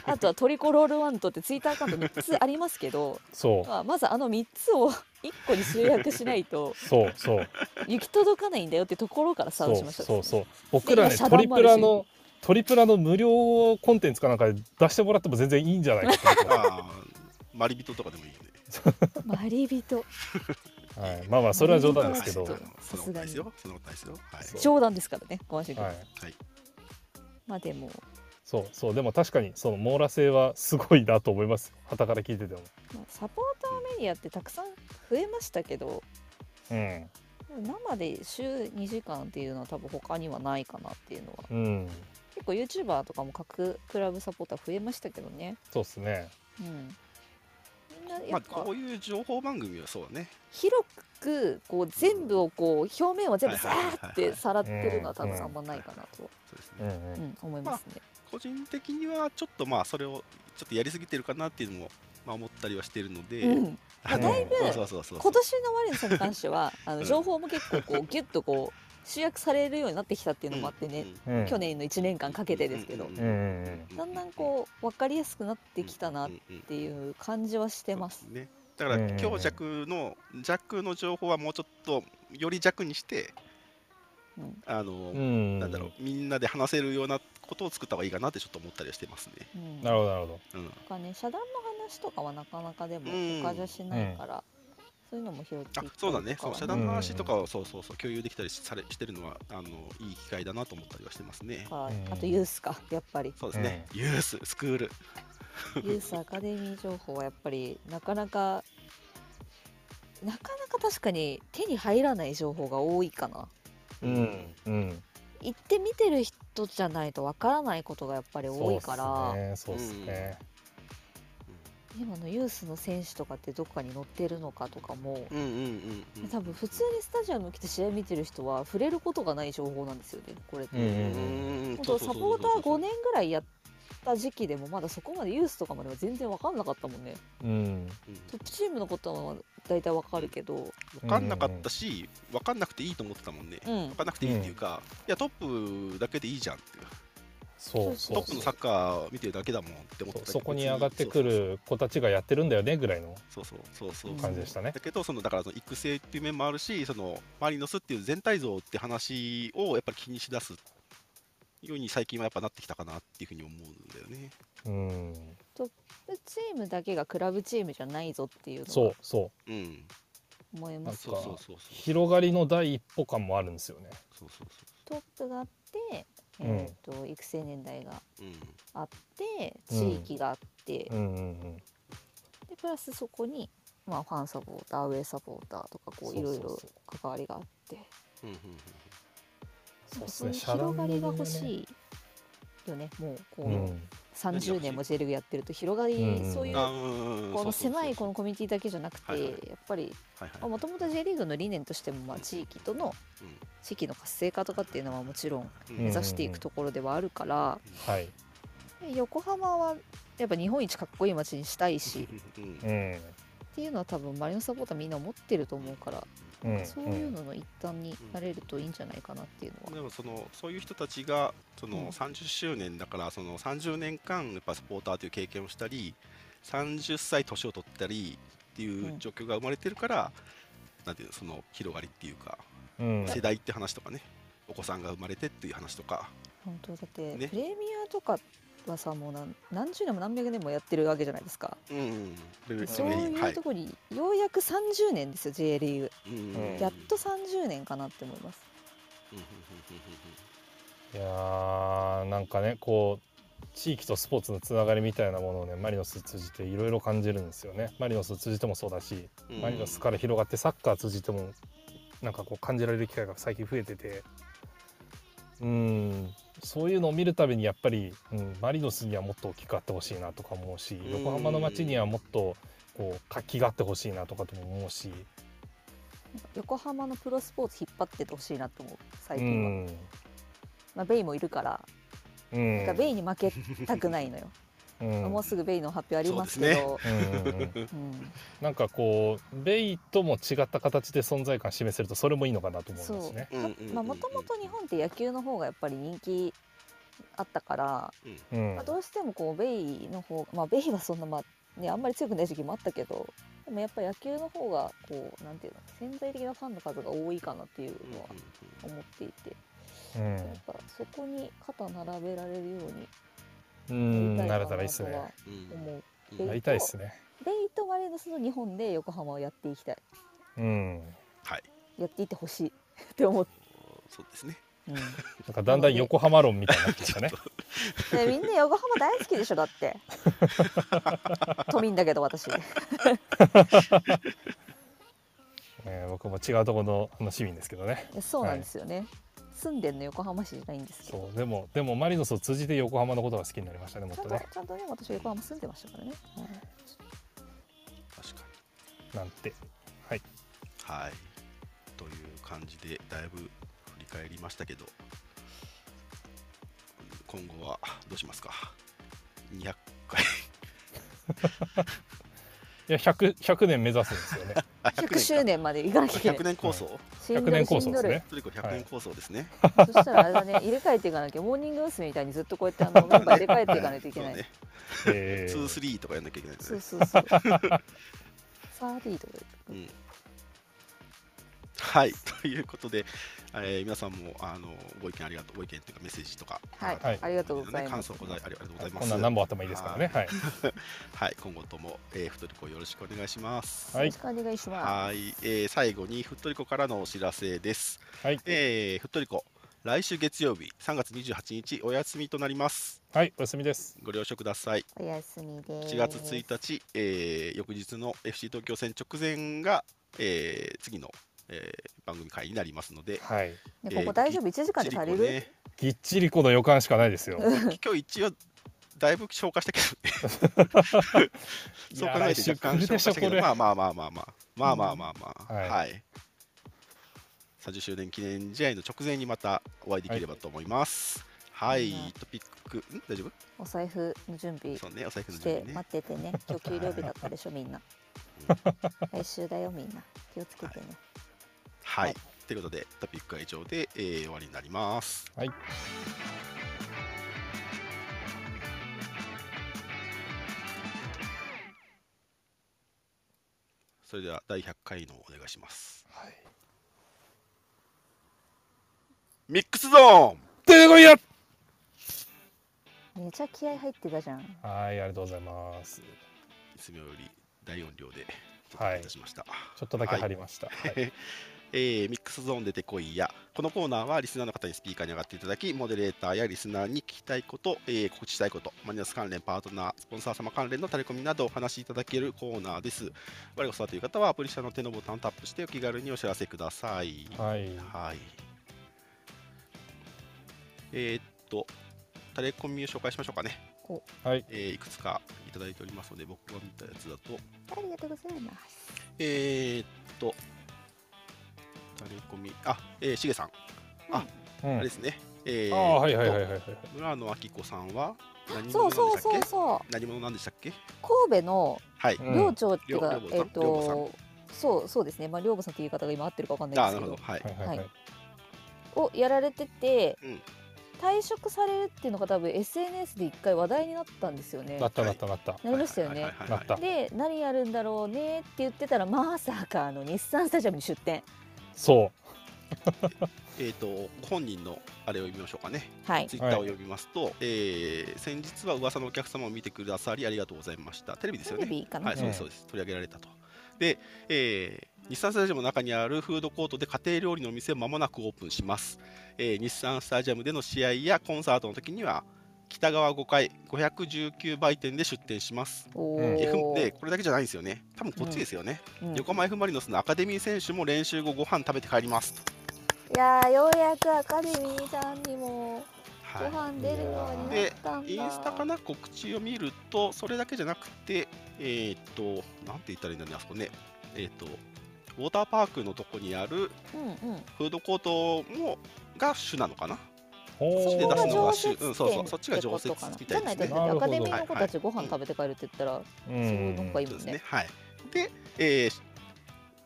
Speaker 3: あとはトリコロールワントってツイッターアカウント3つありますけど、
Speaker 1: そう
Speaker 3: まあ、まずあの3つを1個に集約しな いと
Speaker 1: そうそう
Speaker 3: 行き届かないんだよってところからスター
Speaker 1: そ
Speaker 3: トし
Speaker 1: う
Speaker 3: ました
Speaker 1: そうそう僕らね
Speaker 3: 今遮
Speaker 1: トリ
Speaker 3: 断
Speaker 1: プ
Speaker 3: もあるし
Speaker 1: ラのトリプラの無料コンテンツかなんかで出してもらっても全然いいんじゃないかと思ってま
Speaker 2: あーマリビトとかでもいいよね
Speaker 3: マリビト
Speaker 1: す、はい、まあまあそれは冗談ですけど、
Speaker 3: ちょ
Speaker 1: は
Speaker 3: っ
Speaker 1: い
Speaker 3: と
Speaker 2: そんなことないですよそんなことないですよはい
Speaker 1: そう
Speaker 3: 冗談ですからねご安心ください、、まあでも
Speaker 1: そうそうでも確かにその網羅性はすごいなと思います傍から聞いてても
Speaker 3: まあサポーターメディアってたくさん増えましたけど
Speaker 1: うん
Speaker 3: 生で週2時間っていうのは多分他にはないかなっていうのは
Speaker 1: うん
Speaker 3: 結構 YouTuber とかも各クラブサポーター増えましたけどね
Speaker 1: そうですね
Speaker 3: うんみんなや
Speaker 2: まあ
Speaker 3: っぱ
Speaker 2: こういう情報番組はそうだね
Speaker 3: 広くこう全部をこう表面を全部
Speaker 2: はい
Speaker 3: さ
Speaker 2: はいはいはい
Speaker 3: ーってさらってるのは多分あんまないかなと、
Speaker 2: そうです
Speaker 1: う
Speaker 2: ね
Speaker 1: んう
Speaker 3: うんん、思いますね。
Speaker 2: 個人的にはちょっとまあそれをちょっとやりすぎてるかなっていうのもまあ思ったりはしてるので
Speaker 3: うん、
Speaker 1: まあ
Speaker 2: あの
Speaker 1: だいぶ
Speaker 2: そうそうそうそ
Speaker 3: 今
Speaker 2: う
Speaker 3: 年のマリノスに関し てはあ
Speaker 2: う
Speaker 3: の
Speaker 2: ん
Speaker 3: 情報も結構こうギュッとこう集約されるようになってきたっていうのもあってね、
Speaker 2: うん
Speaker 1: うん
Speaker 3: 去年の1年間かけてですけど、
Speaker 1: うんうん
Speaker 3: だんだんこう分かりやすくなってきたなっ
Speaker 2: うんうんうん
Speaker 3: ていう感じはしてます
Speaker 2: そう。ですね。だか
Speaker 1: うん
Speaker 2: ら強弱の弱の情報はもうちょっとより弱にして
Speaker 3: うん
Speaker 2: あの、
Speaker 1: うん
Speaker 2: なんだろうみんなで話せるようなことを作った方がいいかなってちょっと思ったりはしてますね。
Speaker 3: うん、
Speaker 1: なるほどなるほ
Speaker 2: うん、
Speaker 3: とかね遮断の話とかはなかなかでも
Speaker 2: うん
Speaker 3: 他じゃしないから、そういうのも拾ってい
Speaker 2: あ
Speaker 3: ったり
Speaker 2: そうだね。
Speaker 3: とか
Speaker 2: そう
Speaker 3: は
Speaker 2: 遮断の話とかをそうそうそう共有できたりしされしてるのはあのいい機会だなと思ったりはしてますね。
Speaker 3: か
Speaker 1: うん
Speaker 3: あとユースかやっぱり
Speaker 2: そうですね。ユーススクール
Speaker 3: ユースアカデミー情報はやっぱりなかなかなかなか確かに手に入らない情報が多いかな
Speaker 1: どうんうん
Speaker 3: 行って見てる人じゃないとわからないことがやっぱり多いから、
Speaker 1: そうですね
Speaker 3: 今のユースの選手とかってどっかに載ってるのかとかも
Speaker 2: うんうんうんうんうん。
Speaker 3: 多分普通にスタジアム来て試合見てる人は触れることがない情報なんですよねこれって、
Speaker 1: うんうん
Speaker 2: うん
Speaker 3: 本当サポーター5年ぐらいやった時期でもまだそこまでユースとかまでは全然わかんなかったもんね
Speaker 1: うんうん
Speaker 3: トップチームのことは大体わかるけど
Speaker 2: 分かんなかったし分かんなくていいと思ってたもんね。
Speaker 3: う
Speaker 2: 分
Speaker 3: ん
Speaker 2: かんなくていいっていうか、いやトップだけでいいじゃんっていう。
Speaker 1: そうそ
Speaker 2: ト
Speaker 1: う
Speaker 2: ップ
Speaker 1: そ
Speaker 2: の
Speaker 1: う
Speaker 2: サッカー見てるだけだもんって思ってたけど
Speaker 1: そこに上がってくる子たちがやってるんだよねぐらいの
Speaker 2: そうそうそうそう
Speaker 3: うん
Speaker 2: そう
Speaker 1: 感じでしたね
Speaker 2: だけどそのだからその育成っていう面もあるしそのマリノスっていう全体像って話をやっぱり気にしだすように最近はやっぱなってきたかなっていうふうに思うんだよね。
Speaker 1: うん
Speaker 3: チームだけがクラブチームじゃないぞっていうの
Speaker 1: そ
Speaker 3: は
Speaker 1: うそう
Speaker 2: うん。
Speaker 3: 思います
Speaker 2: そうそうそうそう。
Speaker 1: 広がりの第一歩感もあるんですよね
Speaker 2: そうそうそ
Speaker 3: トップがあって、
Speaker 1: うん
Speaker 3: えー、と育成年代が
Speaker 2: う。うん。
Speaker 3: あって
Speaker 1: うん
Speaker 3: 地域があって、
Speaker 1: うんうんうん
Speaker 3: でプラスそこに、まあ、ファンサポーターウェイサポーターとか
Speaker 1: そ
Speaker 3: こ
Speaker 1: うう
Speaker 3: い
Speaker 1: そうそ
Speaker 3: ろ
Speaker 1: う
Speaker 3: いろ関わりがあって
Speaker 2: うんうんうん
Speaker 1: そうっすね
Speaker 3: なんかそういう広が
Speaker 1: 遮断
Speaker 3: りが
Speaker 1: の
Speaker 3: 欲
Speaker 1: ね
Speaker 3: しいよねもうこう、
Speaker 1: うん
Speaker 3: 30年も J リーグやってると広がり、
Speaker 1: うん
Speaker 3: そうい
Speaker 1: ん
Speaker 3: う。
Speaker 2: あうんうんうん
Speaker 3: こ
Speaker 2: そうそうそう
Speaker 3: の狭いこのコミュニティだけじゃなくて、
Speaker 2: はいはい
Speaker 3: やっぱり
Speaker 2: はいはい
Speaker 3: もともと J リーグの理念としても、まあ、地域との
Speaker 2: うん
Speaker 3: 地域の活性化とかっていうのはもちろん
Speaker 2: うん
Speaker 1: 目
Speaker 3: 目指していくところではあるから、
Speaker 1: はい
Speaker 3: で横浜はやっぱ日本一かっこいい街にしたいし
Speaker 2: うんうん
Speaker 1: うん
Speaker 3: っていうのは多分マリノスサポーターみんな思ってると思うから、
Speaker 1: うん
Speaker 3: そういうのの一端になれるといいんじゃないかなっていうのは、
Speaker 2: でもそのそういう人たちがそ
Speaker 3: うん
Speaker 2: の30周年だからその30年間やっぱサポーターという経験をしたり30歳年を取ったりっていう
Speaker 3: うん
Speaker 2: 状況が生まれてるから、なんていうのその広がりっていうか、
Speaker 1: うん
Speaker 2: 世代って話とかねお子さんが生まれてっていう話とか
Speaker 3: 本当だって、
Speaker 2: ね
Speaker 3: プレミアとかはさもう何何十年も何百年もやってるわけじゃないですか、
Speaker 2: うんうんブルー
Speaker 3: そう
Speaker 2: ブルー
Speaker 3: いうところにようやく30年ですよ J リーグ、
Speaker 2: うんうんうん
Speaker 1: うん
Speaker 3: やっと30年かなって思います
Speaker 2: うんうんうんうんう
Speaker 1: い
Speaker 2: ん
Speaker 1: やーなんかねこう地域とスポーツのつながりみたいなものをねマリノス通じていろいろ感じるんですよねマリノス通じてもそうだし、
Speaker 2: うん
Speaker 1: マリノスから広がってサッカー通じてもなんかこう感じられる機会が最近増えててうんそういうのを見るたびにやっぱり、うん、マリノスにはもっと大きくあってほしいなとか思うし、
Speaker 2: ん
Speaker 1: 横浜の街にはもっとこう活気があってほしいなとかとも思うし、
Speaker 3: 横浜のプロスポーツ引っ張ってってほしいなと思う最
Speaker 1: う
Speaker 3: 近は、
Speaker 1: ん
Speaker 3: まあ、ベイもいるから
Speaker 1: うん
Speaker 3: なんかベイに負けたくないのよ、
Speaker 1: うん
Speaker 3: もうすぐベイの発表ありま
Speaker 2: そ
Speaker 3: す
Speaker 2: う
Speaker 3: け
Speaker 2: です
Speaker 3: ど
Speaker 1: うんうんうん
Speaker 3: うん
Speaker 1: なんかこうベイとも違った形で存在感示せるとそれもいいのかなと思いますね。
Speaker 2: うんうんうんうん
Speaker 3: まあもともと日本って野球の方がやっぱり人気あったから、
Speaker 1: うん
Speaker 3: まあ、どうしてもこうベイの方まあベイはそんなまあねあんまり強くない時期もあったけどでもやっぱ野球の方がこうなんていうの潜在的なファンの数が多いかなってい
Speaker 2: う
Speaker 3: う
Speaker 2: んうん
Speaker 3: のは思っていて、
Speaker 1: うん
Speaker 3: なんかそこに肩並べられるよ
Speaker 1: う
Speaker 3: うに
Speaker 1: ん
Speaker 3: なり
Speaker 1: な
Speaker 3: た
Speaker 1: れ
Speaker 3: いか
Speaker 1: たらいい
Speaker 3: な
Speaker 1: っすね。
Speaker 3: とは
Speaker 2: うんうん
Speaker 3: 思う。
Speaker 2: うん
Speaker 1: なりたいっすね。
Speaker 3: ベイとマレーノスの日本で横浜をやっていきたい
Speaker 1: うん。
Speaker 2: はい
Speaker 3: やっていってほしいって思って、
Speaker 2: そうですね
Speaker 3: うん
Speaker 1: なんかだんだん横浜論みたいになってきた ね。
Speaker 3: ねみんな横浜大好きでしょだって 都民だけど私
Speaker 1: えー僕も違うところのあの市民ですけどね。
Speaker 3: そうなんですよね、住んでんの横浜市じゃないんですけど
Speaker 1: そうでもでもマリノスを通じて横浜のことが好きになりましたねもっ
Speaker 3: ちゃ
Speaker 1: と
Speaker 3: んと
Speaker 1: ね。
Speaker 3: ちゃんとね私横浜住んでましたからね、はい
Speaker 2: 確かに
Speaker 1: なんてはい
Speaker 2: はい。という感じで、だいぶ振り返りましたけど、今後はどうしますか ?200 回。
Speaker 1: いや100 100年目指すんですよ ね。
Speaker 2: あ
Speaker 3: 100周年まで行かなきゃいけな
Speaker 2: 100
Speaker 3: い
Speaker 2: 年構想、
Speaker 3: しんどい
Speaker 1: 100年構想ですね。
Speaker 2: トリコ100年構想です ね。
Speaker 3: しんどいそしたらあれだね入れ替えていかなきゃモーニング娘。みたいにずっとこうやってあのメンバー入れ替えていかないといけ
Speaker 2: そう
Speaker 3: ない
Speaker 2: ね。
Speaker 1: えー
Speaker 2: 2-3とかやんなきゃいけないです
Speaker 3: そう
Speaker 2: ね。
Speaker 3: そうそうサーディーとか
Speaker 2: うんはい、ということで、えー皆さんもあのご意見ありがとう、ご意見というかメッセージとか、
Speaker 3: はい、
Speaker 1: はい
Speaker 3: ありがとうございま
Speaker 2: 感
Speaker 3: す
Speaker 2: 想ございありがとうございます。
Speaker 1: こんなん何本あってもいいですからね。はい。
Speaker 2: はい、今後とも、えー、ふとりこよろしくお願いします。
Speaker 1: はい
Speaker 3: よろしくお願いします
Speaker 2: はい、えー最後にふっとりこからのお知らせです。
Speaker 1: はい
Speaker 2: えーふっとりこ、来週月曜日3月28日お休みとなります。
Speaker 1: はいお休みです。
Speaker 2: ご了承ください。
Speaker 3: おやすみです
Speaker 2: 4月1日、えー翌日の FC 東京戦直前が、えー次の、えー番組会になりますので、
Speaker 1: はい。
Speaker 3: ねここ大丈夫1時間で足りる、
Speaker 2: ち
Speaker 1: ぎっちりこの予感しかないですよ。
Speaker 2: りこね今日一応だいぶ消化したけどね。 そう考えて若干
Speaker 1: いや来週来る
Speaker 2: 消
Speaker 1: で
Speaker 2: 化
Speaker 1: しょ
Speaker 2: したけ
Speaker 1: こ
Speaker 2: ど、
Speaker 1: れ
Speaker 2: まあまあまあまあまあ、まあまあまあま
Speaker 1: う
Speaker 2: あ、
Speaker 1: んはい
Speaker 2: はい。30周年記念試合の直前にまたお会いできればと思います。はい、
Speaker 3: うん
Speaker 2: トピック、ん大丈夫
Speaker 3: お財布の準備
Speaker 2: そうね、お財布の
Speaker 3: し
Speaker 2: 準
Speaker 3: て
Speaker 2: 備ね
Speaker 3: 待。っててね今日給料日だったでしょみんな来週だよみんな気をつけてね
Speaker 2: は
Speaker 3: はい
Speaker 2: い。ということで、トピックは以上で、えー終わりになります。
Speaker 1: はい。
Speaker 2: それでは第100回のお願いします。
Speaker 1: はい
Speaker 2: ミックスゾーン
Speaker 1: 出てこいや
Speaker 3: めちゃ気合入ってたじゃん
Speaker 1: はい、ありがとうございます。
Speaker 2: いつもより大音量でお
Speaker 1: はい
Speaker 2: 届けいたしました。
Speaker 1: ちょっとだけ
Speaker 2: はい
Speaker 1: 張りました。はい。
Speaker 2: えーミックスゾーン出てこいやこのコーナーはリスナーの方にスピーカーに上がっていただきモデレーターやリスナーに聞きたいこと、えー告知したいことマニュアス関連パートナースポンサー様関連のタレコミなどお話しいただけるコーナーです我こそはという方はアプリ下の手のボタンをタップしてお気軽にお知らせください
Speaker 1: はい。
Speaker 2: はいえーっとタレコミを紹介しましょうかね
Speaker 1: はい。
Speaker 2: えーいくつかいただいておりますので僕が見たやつだと
Speaker 3: ありがとうございます
Speaker 2: えー、っとタレコミあえーしげさん
Speaker 1: う
Speaker 2: あれ
Speaker 1: ん
Speaker 2: で。すね。え
Speaker 1: あ
Speaker 2: ー
Speaker 1: あ、はいはいはいはいはい。
Speaker 2: 村野明子さんは何
Speaker 3: そ
Speaker 2: 者
Speaker 3: う
Speaker 2: なんで
Speaker 3: そ
Speaker 2: したっ
Speaker 3: うそう
Speaker 2: け？
Speaker 3: そ
Speaker 2: 何者なんでしたっけ？
Speaker 3: う神戸の
Speaker 2: はい。
Speaker 1: う
Speaker 2: あ
Speaker 1: ん
Speaker 3: 寮長っていうか、
Speaker 2: 寮寮母さん
Speaker 3: えっ、
Speaker 2: 寮母さん
Speaker 3: とそうそうですねまあ寮母さんっていう言い方が今合ってるかわかんない
Speaker 2: あ
Speaker 3: ん
Speaker 2: な
Speaker 3: で
Speaker 2: る
Speaker 3: す
Speaker 2: ほ
Speaker 3: け
Speaker 2: ど。はい。
Speaker 1: はいはいはい。
Speaker 3: どをやられてて、
Speaker 2: うん
Speaker 3: 退職されるっていうのが多分 SNS で一回話題になったんですよね
Speaker 1: なったなったなった。
Speaker 3: なりましたよね
Speaker 2: はいはいはい
Speaker 1: な
Speaker 2: はい
Speaker 1: った。
Speaker 3: で何やるんだろうねって言ってたらまさかあの日産スタジアムに出店
Speaker 1: そ
Speaker 2: えっ、と本人のあれを読みましょうかね。
Speaker 3: はい
Speaker 2: ツイッターを読みますと、えー先日は噂のお客様を見てくださりありがとうございました。テレビです
Speaker 3: テ
Speaker 2: よ
Speaker 3: レ
Speaker 2: ね。
Speaker 3: ビかな、
Speaker 2: はい、そうです
Speaker 1: う
Speaker 2: そ
Speaker 1: ん
Speaker 2: うです。取り上げられたと。で、えー日産スタジアムの中にあるフードコートで家庭料理のお店をまもなくオープンします、えー日産スタジアムでの試合やコンサートの時には北側5階519売店で出店します
Speaker 3: お
Speaker 1: うん
Speaker 2: F
Speaker 3: お。
Speaker 2: でこれだけじゃないんですよね多分こっちですよね、
Speaker 3: うん
Speaker 2: 横浜 F ・マリノスのアカデミー選手も練習後ご飯食べて帰りますと、
Speaker 3: いやーようやくアカデミーさんにもご
Speaker 2: はい
Speaker 3: 飯出るようになったんだ。
Speaker 2: インスタかな告知を見ると、それだけじゃなくて、えーっ、と、なんて言ったらいいんだろうね、あそこね、えーっ、と、ウォーターパークのとこにある
Speaker 3: うんうん。
Speaker 2: フードコートもが主なのかな、
Speaker 1: ほ
Speaker 2: そっち
Speaker 1: う
Speaker 2: で出すのが
Speaker 3: 常
Speaker 2: 主
Speaker 3: 設
Speaker 2: うんそうそうそっちが常設
Speaker 3: ってことかな
Speaker 2: みたいですね
Speaker 3: じゃないとだってアカデミ
Speaker 1: な
Speaker 3: ー
Speaker 1: る
Speaker 2: ほ
Speaker 3: の
Speaker 2: ど
Speaker 3: 子たちご飯食べて帰るって言ったら、
Speaker 1: う
Speaker 3: そうなんかいい
Speaker 2: そうで
Speaker 3: もん
Speaker 2: す
Speaker 3: ね
Speaker 2: ね。。はい、で、えー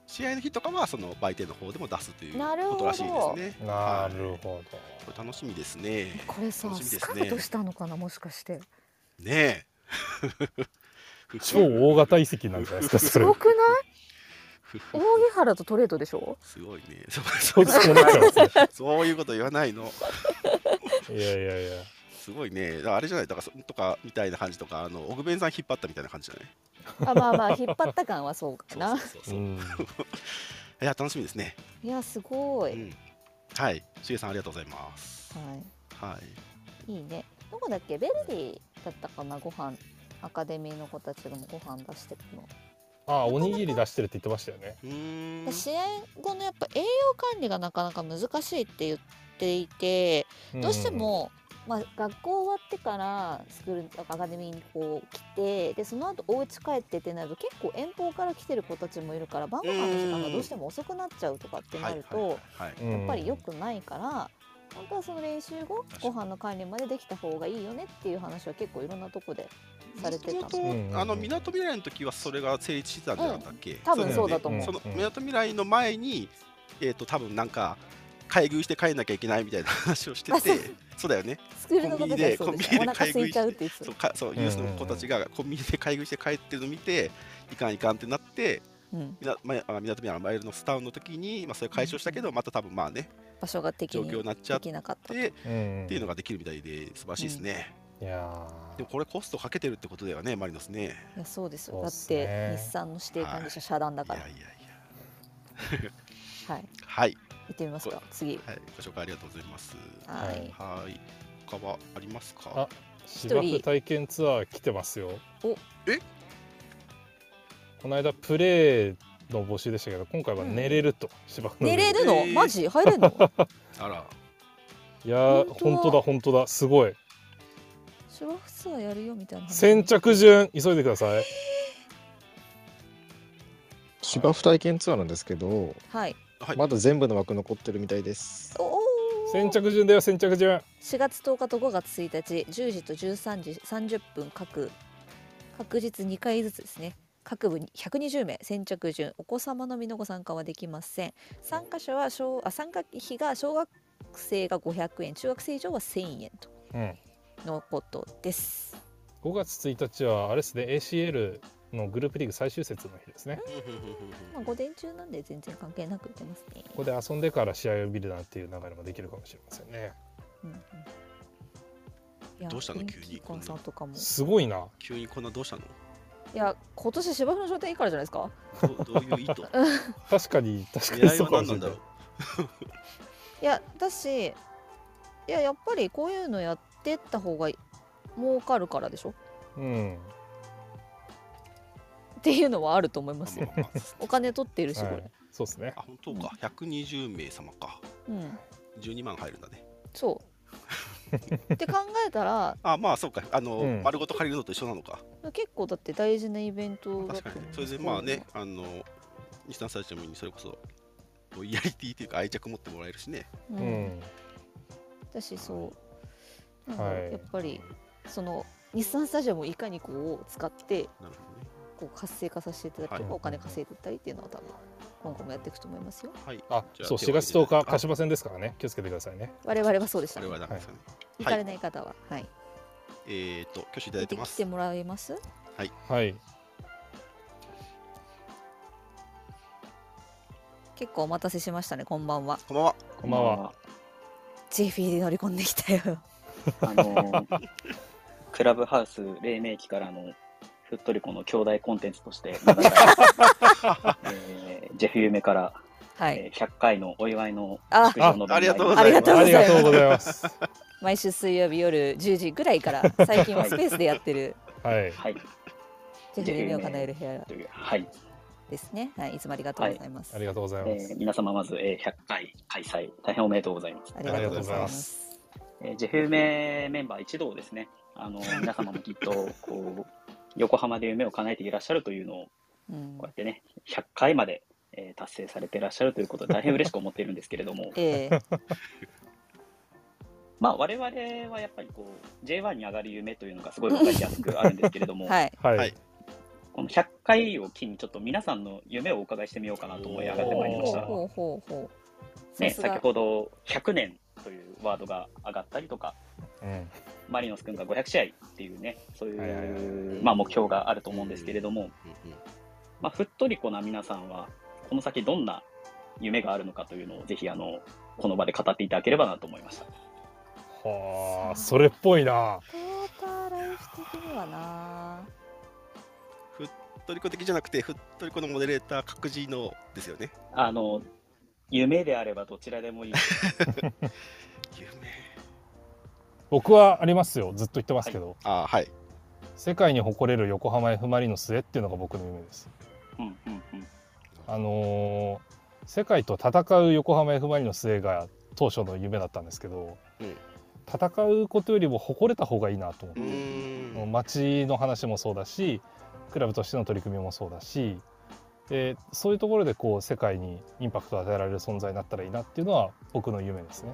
Speaker 2: 試合の日とかは、その売店の方でも出すという
Speaker 3: なるほ
Speaker 2: こ
Speaker 3: ど
Speaker 2: とらしいですね。
Speaker 1: な
Speaker 2: はい
Speaker 1: るほど。
Speaker 2: これ楽しみですね。
Speaker 3: これさ、
Speaker 2: 楽しみです
Speaker 3: ス
Speaker 2: ね
Speaker 3: カウトしたのかなもしかして。
Speaker 2: ねえ。
Speaker 1: 超大型遺跡なんじゃないですか、そ
Speaker 3: す
Speaker 1: れ
Speaker 3: ご。くない？大木原とトレードでしょ？
Speaker 2: すごいね。 そ
Speaker 1: そううそうなっちゃいますね
Speaker 2: そういうこと言わないの。
Speaker 1: いやいやいや。
Speaker 2: すごいね。だからあれじゃないだからそとかみたいな感じとか、あの奥弁さん引っ張ったみたいな感じじゃない。
Speaker 3: あまあ まあ引っ張った感はそうか
Speaker 2: そ
Speaker 3: な。
Speaker 2: うそうそう
Speaker 1: う
Speaker 2: そう。い
Speaker 1: ん。
Speaker 2: や楽しみですね。
Speaker 3: いやすご
Speaker 2: う
Speaker 3: い。
Speaker 2: ん。はい。しげさんありがとうございます。
Speaker 3: は
Speaker 2: はい。
Speaker 3: い。いいね。どこだっけ？ベルディだったかなご飯。アカデミーの子たちでもご飯出してるの。
Speaker 1: あ、おにぎり出してるって言ってましたよね。
Speaker 2: うーん。
Speaker 3: で試合後のやっぱ栄養管理がなかなか難しいって言っていて、どうしても、まあ、学校終わってからスクールアカデミーにこう来てでその後お家帰ってってなると結構遠方から来てる子たちもいるから晩ご飯の時間がどうしても遅くなっちゃうとかってなると、
Speaker 2: はいはいはい。
Speaker 1: うん、
Speaker 3: やっぱり良くないから。本当はその練習後
Speaker 2: 確か
Speaker 3: ご
Speaker 2: に
Speaker 3: 飯の管理までできた方がいいよねっていう話は結構いろんなとこでされてた
Speaker 2: もとも
Speaker 1: うん
Speaker 2: とあの港未来の時はそれが成立してたんじゃなかったっけ、
Speaker 3: 多分
Speaker 2: よね
Speaker 3: そうだと思う
Speaker 2: その
Speaker 1: うん
Speaker 2: 港未来の前にえっ、と多分なんか買い食いして帰んなきゃいけないみたいな話をして
Speaker 3: あそ
Speaker 2: て
Speaker 3: う
Speaker 2: そうだよね
Speaker 3: スクールの子たちはそうでした
Speaker 2: コンビニで
Speaker 3: お腹空いちゃうって言ってた
Speaker 2: そうかそう
Speaker 1: うん
Speaker 2: ユースの子たちがコンビニで買い食いして帰ってるの見ていかんいかんってなって
Speaker 3: うん、
Speaker 2: みなまあ港未来のマイルのスタウンの時に、まあ、それ解消したけどまた多分まあね
Speaker 3: 場所が的
Speaker 2: 状
Speaker 3: に
Speaker 2: 況になっちゃ
Speaker 3: で
Speaker 2: って
Speaker 3: きなかったと
Speaker 2: っ
Speaker 1: うん
Speaker 2: ていうのができるみたいで素晴らしいですね、
Speaker 1: いやー
Speaker 2: でもこれコストかけてるってことだよねマリノスね
Speaker 3: いやそうですよ
Speaker 1: そう
Speaker 3: だ
Speaker 1: っ
Speaker 3: っ
Speaker 1: すね
Speaker 3: て日産の指定管理者遮断だ
Speaker 2: いやい
Speaker 3: から
Speaker 2: やいや
Speaker 3: はい
Speaker 2: はい、
Speaker 3: 行ってみますか
Speaker 2: こ
Speaker 3: 次
Speaker 2: はい、ご紹介ありがとうございます
Speaker 3: はい
Speaker 2: はい他はありますか
Speaker 1: あ芝生体験ツアー来てますよ。
Speaker 3: お
Speaker 2: え
Speaker 1: この間プレーの募集でしたけど、今回は寝れると、芝生の上
Speaker 3: 寝
Speaker 1: で
Speaker 3: れるの
Speaker 2: えー
Speaker 3: マジ入れん の
Speaker 2: あら
Speaker 1: いやー
Speaker 3: 本
Speaker 1: 本
Speaker 3: 当
Speaker 1: 当
Speaker 3: だ
Speaker 1: だ本当だすごい
Speaker 3: シュロフツアーやるよみたいな話
Speaker 1: 先着順急いでください
Speaker 4: 芝生体験ツアーなんですけど、
Speaker 3: はい
Speaker 2: はい、
Speaker 4: まだ全部の枠残ってるみたいです。
Speaker 3: おお
Speaker 1: 先着順だよ先着順
Speaker 3: 4月10日と5月1日10時と13時30分各確実2回ずつですね各部に120名先着順お子様のみのご参加はできません参加者は小あ参加費が小学生が500円中学生以上は1000円と
Speaker 1: うん
Speaker 3: のことです
Speaker 1: 5月1日はあれですね ACL のグループリーグ最終節の日ですね
Speaker 3: まあ午前中なんで全然関係なくいけますね。
Speaker 1: ここで遊んでから試合を見るなんていう流れもできるかもしれませんね
Speaker 3: うんうんいや
Speaker 2: どうしたの
Speaker 3: 電
Speaker 2: 急に
Speaker 3: 気コンサートかも。い
Speaker 1: すごいな
Speaker 2: 急にこんなどうしたの
Speaker 3: や今年芝生の商店いいからじゃないですか。
Speaker 2: どどういう意図
Speaker 1: 確かに確かに
Speaker 2: 狙い
Speaker 1: そうかも
Speaker 2: は何
Speaker 1: し
Speaker 2: な
Speaker 1: れ
Speaker 2: ん
Speaker 1: な
Speaker 2: だ
Speaker 1: い
Speaker 2: ろう
Speaker 3: いや私いややっぱりこういうのやってった方が儲かるからでしょ
Speaker 1: うん
Speaker 3: っていうのはあると思いますよ。
Speaker 2: あまあま
Speaker 3: お金取ってるしこれ、
Speaker 1: はい、そうですね
Speaker 2: ああ本当か120名様か
Speaker 3: うん
Speaker 2: 12万入るんだね
Speaker 3: そう。って考えたら
Speaker 2: あまあそうかあの、
Speaker 1: うん
Speaker 2: 丸ごと借りるのと一緒なのか
Speaker 3: 結構だって大事なイベントだ
Speaker 2: 確
Speaker 3: と
Speaker 2: か
Speaker 3: 思
Speaker 2: に
Speaker 3: う
Speaker 2: それでまあねあの日産スタジアムにそれこそロイヤリティというか愛着持ってもらえるしね
Speaker 3: う
Speaker 1: うんん
Speaker 3: 私そうなんだろう、
Speaker 1: はい
Speaker 3: やっぱりその日産スタジアムをいかにこう使って
Speaker 2: なるほどね
Speaker 3: こう活性化させていただくとか、
Speaker 1: はい
Speaker 3: お金稼いでいったりっていうのは多分今後もやっていくと思いますよ
Speaker 2: はい
Speaker 1: あ
Speaker 2: じゃあ
Speaker 1: そう
Speaker 2: 手
Speaker 1: 4
Speaker 2: を挙げて
Speaker 1: 月10日
Speaker 2: あ
Speaker 1: 鹿島戦ですからね気をつけてくださいね
Speaker 3: 我々はそうでし
Speaker 2: あ
Speaker 3: た、
Speaker 2: れ
Speaker 3: ね、
Speaker 2: はなんですかね、
Speaker 3: 行かれない方ははい
Speaker 2: えっ、と挙手いただ
Speaker 3: 出
Speaker 2: いて
Speaker 3: て
Speaker 2: ま
Speaker 3: き
Speaker 2: す
Speaker 3: てもらえます
Speaker 1: はい
Speaker 3: 結構お待たせしましたねこんばんは
Speaker 2: こんばんは
Speaker 1: こんばんは
Speaker 3: JP で乗り込んできたよ
Speaker 5: あのークラブハウス黎明期からのふっとりこの兄弟コンテンツとして、まだ えージェフ夢から、
Speaker 3: はい。
Speaker 5: えー100回のお祝いの
Speaker 3: あ
Speaker 5: 祝辞の
Speaker 2: あありがとうござ
Speaker 3: あ
Speaker 2: い
Speaker 3: り
Speaker 2: ま
Speaker 3: が
Speaker 2: す
Speaker 3: とうご
Speaker 1: あり
Speaker 3: ざいま
Speaker 1: が
Speaker 3: す
Speaker 1: とう。ございます。
Speaker 3: 毎週水曜日夜10時ぐらいから、最近はスペースでやってる、
Speaker 1: はい。
Speaker 5: はい、
Speaker 3: ジェフに夢を叶える部屋
Speaker 5: という、はい、
Speaker 3: ですね。はい。いつもありがとうございます。
Speaker 1: ありがとうござい
Speaker 5: え
Speaker 1: ます
Speaker 5: ー。皆様まず、えー100回開催、大変おめでとうございます。
Speaker 3: ありがとう
Speaker 1: ありがとう
Speaker 3: ござい
Speaker 1: ございま
Speaker 3: ます。
Speaker 5: えージェフ夢メンバー一同ですね、あの皆様もきっとこう横浜で夢を叶えていらっしゃるというのを、
Speaker 3: うん
Speaker 5: こうやってね、100回まで、えー達成されていらっしゃるということで、大変嬉しく思っているんですけれども、
Speaker 3: ええ、
Speaker 5: まあ我々はやっぱりこう J1 に上がる夢というのがすごい分かりやすくあるんですけれども、
Speaker 3: はい。
Speaker 1: は
Speaker 2: はいい。
Speaker 5: この100回を機に、ちょっと皆さんの夢をお伺いしてみようかなと思い上がってまいりました。
Speaker 3: ほうほうほうほう。
Speaker 5: ね、
Speaker 3: さすが
Speaker 5: 先ほど100年というワードが上がったりとか、
Speaker 1: うん。
Speaker 5: マリノス君が500試合っていうね、そういう、
Speaker 1: はいはい
Speaker 2: はい
Speaker 5: まあ、目標があると思うんですけれども、
Speaker 2: うんうん
Speaker 5: まあ、ふっとりこな皆さんは、この先どんな夢があるのかというのを、ぜひあのこの場で語っていただければなと思いました。
Speaker 1: はあ、それっぽいな。
Speaker 3: トーターライフ的にはな。
Speaker 2: ふっとりこ的じゃなくて、ふっとりこのモデレーター、各自のですよね。
Speaker 5: あの夢であればどちらでも いい。
Speaker 2: 夢。
Speaker 1: 僕はありますよ。ずっと言ってますけど、
Speaker 2: あーはい。
Speaker 1: 世界に誇れる横浜 F ・マリノスへっていうのが僕の夢です。
Speaker 5: うんうんうん
Speaker 1: あのー世界と戦う横浜 F ・マリノスへが当初の夢だったんですけど、
Speaker 2: うん
Speaker 1: 戦うことよりも誇れた方がいいなと思って
Speaker 2: う、ー。
Speaker 1: もうん街の話もそうだしクラブとしての取り組みもそうだしでそういうところでこう世界にインパクトを与えられる存在になったらいいなっていうのは僕の夢ですね。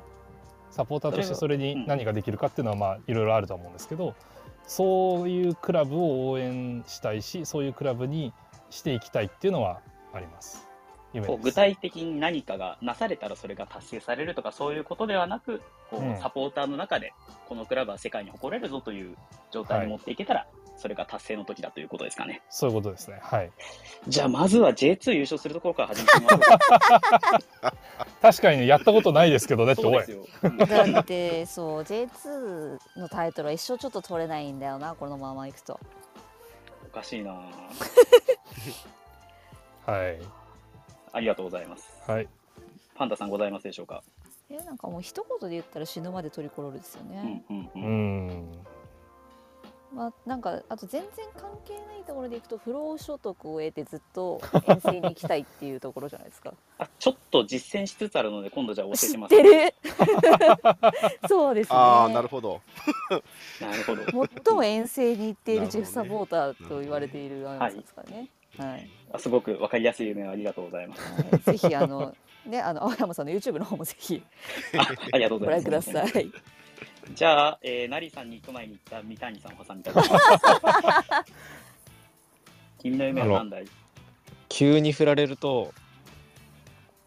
Speaker 1: サポーターとしてそれに何ができるかっていうのはまあいろいろあるとは思うんですけどそういうクラブを応援したいしそういうクラブにしていきたいっていうのはあります。夢
Speaker 5: こ
Speaker 1: で
Speaker 5: う
Speaker 1: す
Speaker 5: 具体的に何かがなされたらそれが達成されるとかそういうことではなくこう、
Speaker 1: うん
Speaker 5: サポーターの中でこのクラブは世界に誇れるぞという状態に持っていけたら、それが達成の時だということですかね。
Speaker 1: そういうことですね。はい。
Speaker 5: じゃあまずは J2 優勝するところから始めてみましょう か。
Speaker 1: 確かにねやったことないですけどねって
Speaker 5: そう
Speaker 1: お
Speaker 5: で
Speaker 1: い
Speaker 5: す。よ。
Speaker 3: だって、そう、J2 のタイトルは一生ちょっと取れないんだよな、このままいくと。
Speaker 5: おかしいなぁ。
Speaker 1: はい。
Speaker 5: ありがとうございます。
Speaker 1: はい。
Speaker 5: パンダさんございますでしょうか。
Speaker 3: え、なんかもう一言で言ったら死ぬまでトリコロールですよ
Speaker 5: う
Speaker 3: ね
Speaker 5: ん。うんう。
Speaker 1: うんん。
Speaker 3: まあ、なんか、あと全然関係ないところでいくと、不労所得を得てずっと遠征に行きたいっていうところじゃないですか。
Speaker 5: あちょっと実践しつつあるので今度じゃあ教え
Speaker 3: 知
Speaker 5: てま
Speaker 3: っ
Speaker 5: す。
Speaker 3: てる そうですね。
Speaker 2: ああ、なるほど。
Speaker 5: なるほど。
Speaker 3: 最も遠征に行ってい
Speaker 2: な
Speaker 3: る
Speaker 2: るほど
Speaker 3: ジェ
Speaker 2: ね
Speaker 3: フサポーターと言われているアナウンサーですからね。はい。
Speaker 5: あすごくわかりやすい夢をありがとうございます。
Speaker 3: はいぜひあのねあの青山さんの YouTube の方もぜひ
Speaker 5: あありがとうご
Speaker 3: ご
Speaker 5: ざいま
Speaker 3: 覧
Speaker 5: す。
Speaker 3: ください。
Speaker 5: じゃあ、えー、ナリさんに行く前に行った三谷さんを挟みたいと思います。君の夢は何だい
Speaker 4: 急に振られると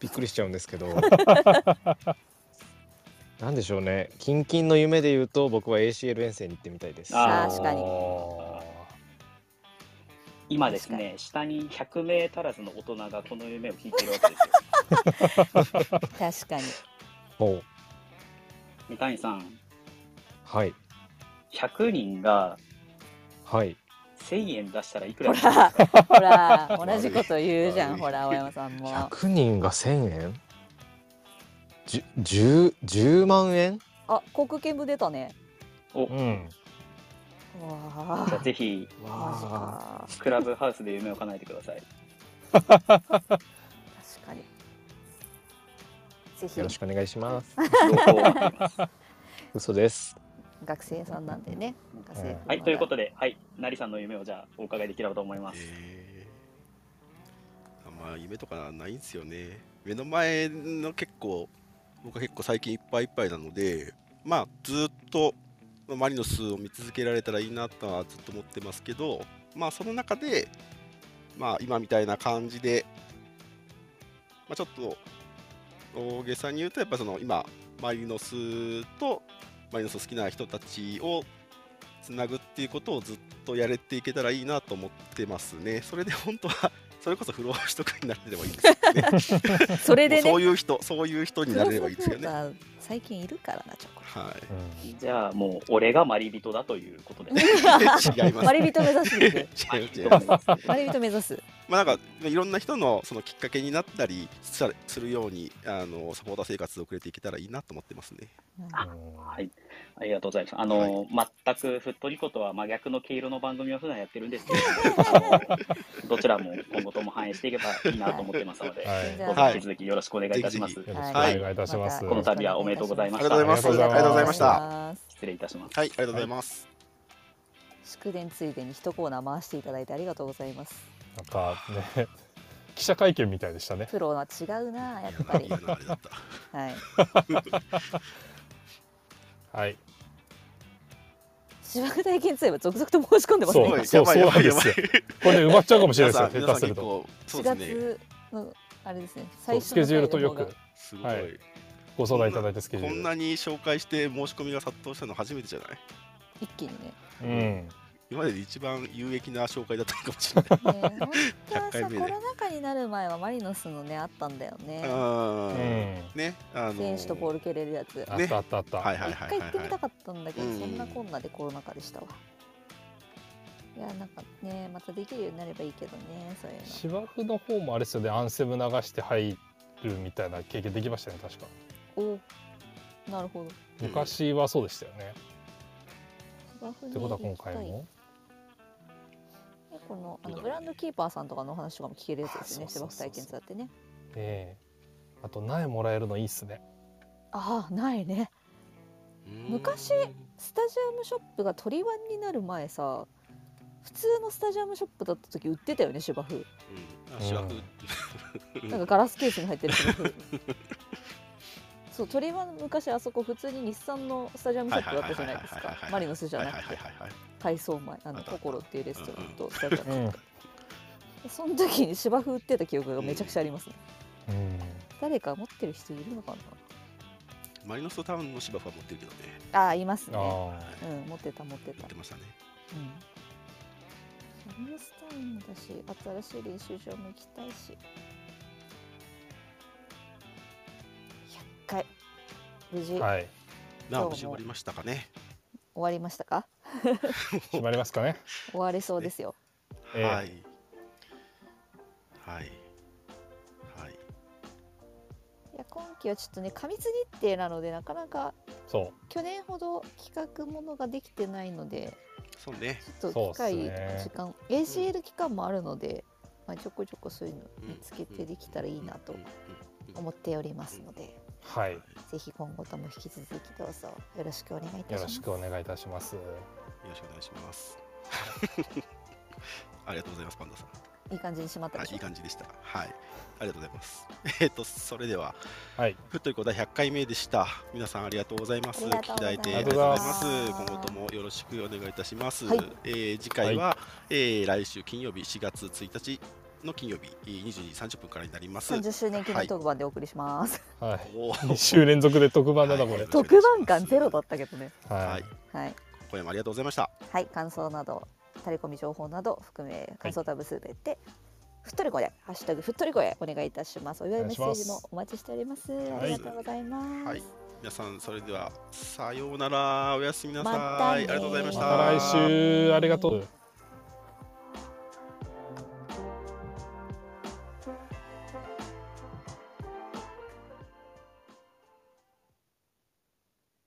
Speaker 4: びっくりしちゃうんですけどなんでしょうね近々の夢で言うと僕は ACL 遠征に行ってみたいです
Speaker 5: あー
Speaker 3: 確かに
Speaker 5: 今ですね、下に100名足らずの大人がこの夢を聞いてるわけで
Speaker 3: 確
Speaker 5: すよ。
Speaker 3: かに
Speaker 4: もう
Speaker 5: 三谷さん、
Speaker 4: はい
Speaker 5: 100人が
Speaker 4: はい
Speaker 5: 1000円出したらいくら
Speaker 3: ほ
Speaker 5: になる
Speaker 3: らほら同じこと言うじゃ
Speaker 2: 悪
Speaker 3: ん
Speaker 2: い
Speaker 3: ほら青山さんも。
Speaker 4: 100人が1000円じゅ 10, 10万円
Speaker 3: あ航空券部出たね。
Speaker 1: うん。
Speaker 3: うわ
Speaker 5: じゃあぜひ、
Speaker 3: あマジか
Speaker 5: クラブハウスで夢を叶えてく ださい。
Speaker 3: 確かに。ぜひ
Speaker 4: よろしくお願いします
Speaker 5: 情報を待っています
Speaker 4: 嘘です
Speaker 3: 学生さんなんでね。学生
Speaker 5: はい、ということで、はい、ナリさんの夢をじゃあお伺いできればと思います。
Speaker 2: えー、あんまあ夢とかないんですよね目の前の結構僕は結構最近いっぱいいっぱいなのでまあずっとまあマリノスを見続けられたらいいなとはずっと思ってますけどまあその中でまあ今みたいな感じで、まあ、ちょっと大げさに言うとやっぱその今マリノスとマリノス好きな人たちをつなぐっていうことをずっとやれていけたらいいなと思ってますね。それで本当は それこそ不老不得になれればい いですよね
Speaker 3: それ
Speaker 2: もう
Speaker 3: で
Speaker 2: そう
Speaker 3: ね
Speaker 2: いう人そういう人になれればいいですよね
Speaker 3: 黒沢が最近いるからなチョコ
Speaker 2: は
Speaker 5: じゃあもう俺がマリ人だということ で
Speaker 2: い違います
Speaker 3: 割り人目指していく
Speaker 2: 違う違う
Speaker 3: 割り人目指す
Speaker 2: まあなんかいろんな人のそのきっかけになったりさするようにあのサポーター生活を送れていけたらいいなと思ってますね。
Speaker 1: うん
Speaker 5: はいありがとうございます。あの、全くふっとりことは真逆の毛色の番組を普段やってるんですけれども、あのどちらも今後とも反映していけばいいなと思ってますので、
Speaker 1: はい
Speaker 3: じゃ
Speaker 5: どう
Speaker 3: あ
Speaker 5: ぞ引き続きよろしくお願いいたします。
Speaker 2: ぜ
Speaker 1: よろしくお
Speaker 2: はい
Speaker 1: 願いいたします。
Speaker 3: はい
Speaker 5: この度はおめでとうございました。
Speaker 2: ありがとうございます
Speaker 1: ありがとうございました
Speaker 3: ありがとうございます
Speaker 5: 失礼いたします。
Speaker 2: はい、ありがとうございます。
Speaker 3: 祝電ついでに一コーナー回していただいてありがとうございます
Speaker 1: なんかね、記者会見みたいでしたね。
Speaker 3: プロは違うなやっぱ
Speaker 2: い
Speaker 3: り
Speaker 2: やあれだった。
Speaker 3: はい
Speaker 1: はい。
Speaker 3: 芝生体験ツアーは続々と申し込んでます
Speaker 1: そう
Speaker 3: ね
Speaker 2: すごい
Speaker 1: そう
Speaker 2: やば
Speaker 1: そうな
Speaker 2: い
Speaker 1: んですよ
Speaker 2: やばい
Speaker 1: これで埋まっちゃうかもしれ
Speaker 2: 皆
Speaker 1: な
Speaker 2: さ
Speaker 1: いですよ。
Speaker 2: ん皆
Speaker 1: 下手
Speaker 2: さ
Speaker 1: す
Speaker 2: ん
Speaker 1: る
Speaker 2: 結
Speaker 1: と。
Speaker 2: 構そう
Speaker 3: 4
Speaker 2: ですね。
Speaker 3: 月のあれですね
Speaker 1: そ
Speaker 3: 最
Speaker 1: う
Speaker 3: 初
Speaker 1: ス
Speaker 3: の
Speaker 1: ケジュールとよ
Speaker 3: 回の
Speaker 1: く
Speaker 3: 方が
Speaker 2: すごい。
Speaker 1: はいご相談いただいたスケジュ
Speaker 2: こ
Speaker 1: ー
Speaker 2: ん
Speaker 1: ル。
Speaker 2: なに紹介して申し込みが殺到したの初めてじゃない
Speaker 3: 一気にね
Speaker 1: うん。
Speaker 2: 今までで一番有益な紹介だったのかもしれ ない。
Speaker 3: ねえ本当
Speaker 2: 100
Speaker 3: は
Speaker 2: 回
Speaker 3: さ
Speaker 2: 目で
Speaker 3: コロナ禍になる前はマリノスのねあったんだよね
Speaker 2: あー
Speaker 1: うん
Speaker 2: ね、あの
Speaker 3: 選手とボール蹴れるやつ
Speaker 1: あったあったあった。
Speaker 2: はい
Speaker 1: い。
Speaker 2: はい
Speaker 3: 一
Speaker 2: はいは
Speaker 3: 回
Speaker 2: い
Speaker 3: 行ってみた
Speaker 2: は
Speaker 3: かったんだけど、
Speaker 2: うん
Speaker 3: そんなこんなでコロナ禍でしたわいやなんかねまたできるようになればいいけどねそういうの
Speaker 1: 芝生の方もあれですよね。アンセム流して入るみたいな経験できましたね。確か。
Speaker 3: おなるほど
Speaker 2: うん
Speaker 1: 昔はそうでしたよね。
Speaker 3: 芝生
Speaker 1: っ
Speaker 3: に
Speaker 1: てことは今
Speaker 3: 行きた
Speaker 1: 回
Speaker 3: い
Speaker 1: も。
Speaker 3: ねこのあ
Speaker 2: どうだろう
Speaker 3: の
Speaker 2: ね
Speaker 3: グラウンドキーパーさんとかのお話とかも聞けるやつですね
Speaker 2: あそ
Speaker 3: 芝
Speaker 2: う
Speaker 3: 生
Speaker 2: そうそうそう
Speaker 3: 体験ツアーってね
Speaker 1: ええ。あと苗もらえるのいいっすね。
Speaker 3: ああないね
Speaker 2: い。
Speaker 3: 昔スタジアムショップが鳥ワンになる前さ普通のスタジアムショップだった時売ってたよね芝生
Speaker 2: うん、あ芝生
Speaker 1: うん
Speaker 3: なんかガラスケースに入ってる芝生そう鳥ワン昔あそこ普通に日産のスタジアムショップだったじゃないです
Speaker 2: はいはいはいはいは
Speaker 3: か
Speaker 2: いはい
Speaker 3: マリノスじゃ
Speaker 2: はいは
Speaker 3: ないく
Speaker 2: はい
Speaker 3: て
Speaker 2: はいはい。
Speaker 3: 改装前あ
Speaker 2: あ
Speaker 3: の
Speaker 2: った
Speaker 3: ココロっていうレストランとスタジアム
Speaker 1: うん。うん。
Speaker 3: その時に芝生売ってた記憶がめちゃくちゃありますね誰か持ってる人いるのか
Speaker 2: マリノストタウンの芝生は持ってるけどね。
Speaker 3: なああいますね
Speaker 1: ああ。
Speaker 3: うん持ってた持ってた
Speaker 2: 持ってましたね。
Speaker 3: うん。ラムスタインもだし、新しい練習場も行きたいし。100回。無事終
Speaker 1: はい。
Speaker 2: なお無事終わりましたかね。
Speaker 3: わりましたか。
Speaker 1: 決まりますかね。
Speaker 3: 終われそうですよ。
Speaker 1: ええ
Speaker 2: はい。はい。はい。
Speaker 3: いや、今期はちょっとね、過密日程なので、なかなか
Speaker 1: そ
Speaker 3: 去年ほど企画ものができてないので。
Speaker 2: そうね。
Speaker 3: ちょっと機
Speaker 1: そう
Speaker 3: 会、
Speaker 1: っすね
Speaker 3: 時間、A. C. L. 期間もあるので。まあ、ちょこちょこそういうの見つけてできたらいいなと
Speaker 2: うんうんうんうん
Speaker 3: 思っておりますので、
Speaker 1: う。はい。よ
Speaker 3: ぜひ今後とも引き続きどうぞよろしくお願いいたし
Speaker 1: ろ
Speaker 3: ま
Speaker 1: し
Speaker 3: す
Speaker 1: く。お願いいたします。
Speaker 2: よろしくお願いします。 ありがとうございます、パンダさん。
Speaker 3: いい感じにしまった
Speaker 2: は
Speaker 3: で
Speaker 2: い、
Speaker 3: しょ
Speaker 2: いい感じでした。はい。ありがとうございます。 えっと、それでは、
Speaker 1: はい。
Speaker 2: ふっとりこ第100回目でした。皆さんありがとうございます。
Speaker 3: あ
Speaker 2: お聞
Speaker 3: りが
Speaker 2: きい
Speaker 3: と
Speaker 2: た
Speaker 3: うご
Speaker 2: だ
Speaker 3: ざ
Speaker 2: い
Speaker 3: います
Speaker 2: てありがとうございます。
Speaker 3: ありがと
Speaker 2: 今後と
Speaker 3: うござい
Speaker 2: もよろしくお願いいたします。
Speaker 3: はい
Speaker 2: えー次回は、えー来週金曜日4月1日の金曜日えー20時30分からになります。
Speaker 3: 30周年記
Speaker 2: は
Speaker 3: 念
Speaker 2: い
Speaker 3: 特番でお送りします、
Speaker 1: はい。
Speaker 2: おー
Speaker 1: 2週連続で特番だなこれ。
Speaker 3: 特番感ゼロだったけどね
Speaker 1: は
Speaker 2: はいい。。
Speaker 3: はい、
Speaker 2: 今夜もありがとうございました。
Speaker 3: はい、感想などタレコミ情報など含め感想タブすべて、ふっとりこでハッシュタグふっとりこでお願いいたしますお祝いメッセージもお待ちしております
Speaker 2: 願
Speaker 3: あ
Speaker 1: い
Speaker 3: り
Speaker 1: します
Speaker 3: がとうございます、
Speaker 2: はい皆さん、それでは、さようなら。おやすみなさい。
Speaker 3: またね
Speaker 2: ありがとうございました。
Speaker 1: また来週ありがとう。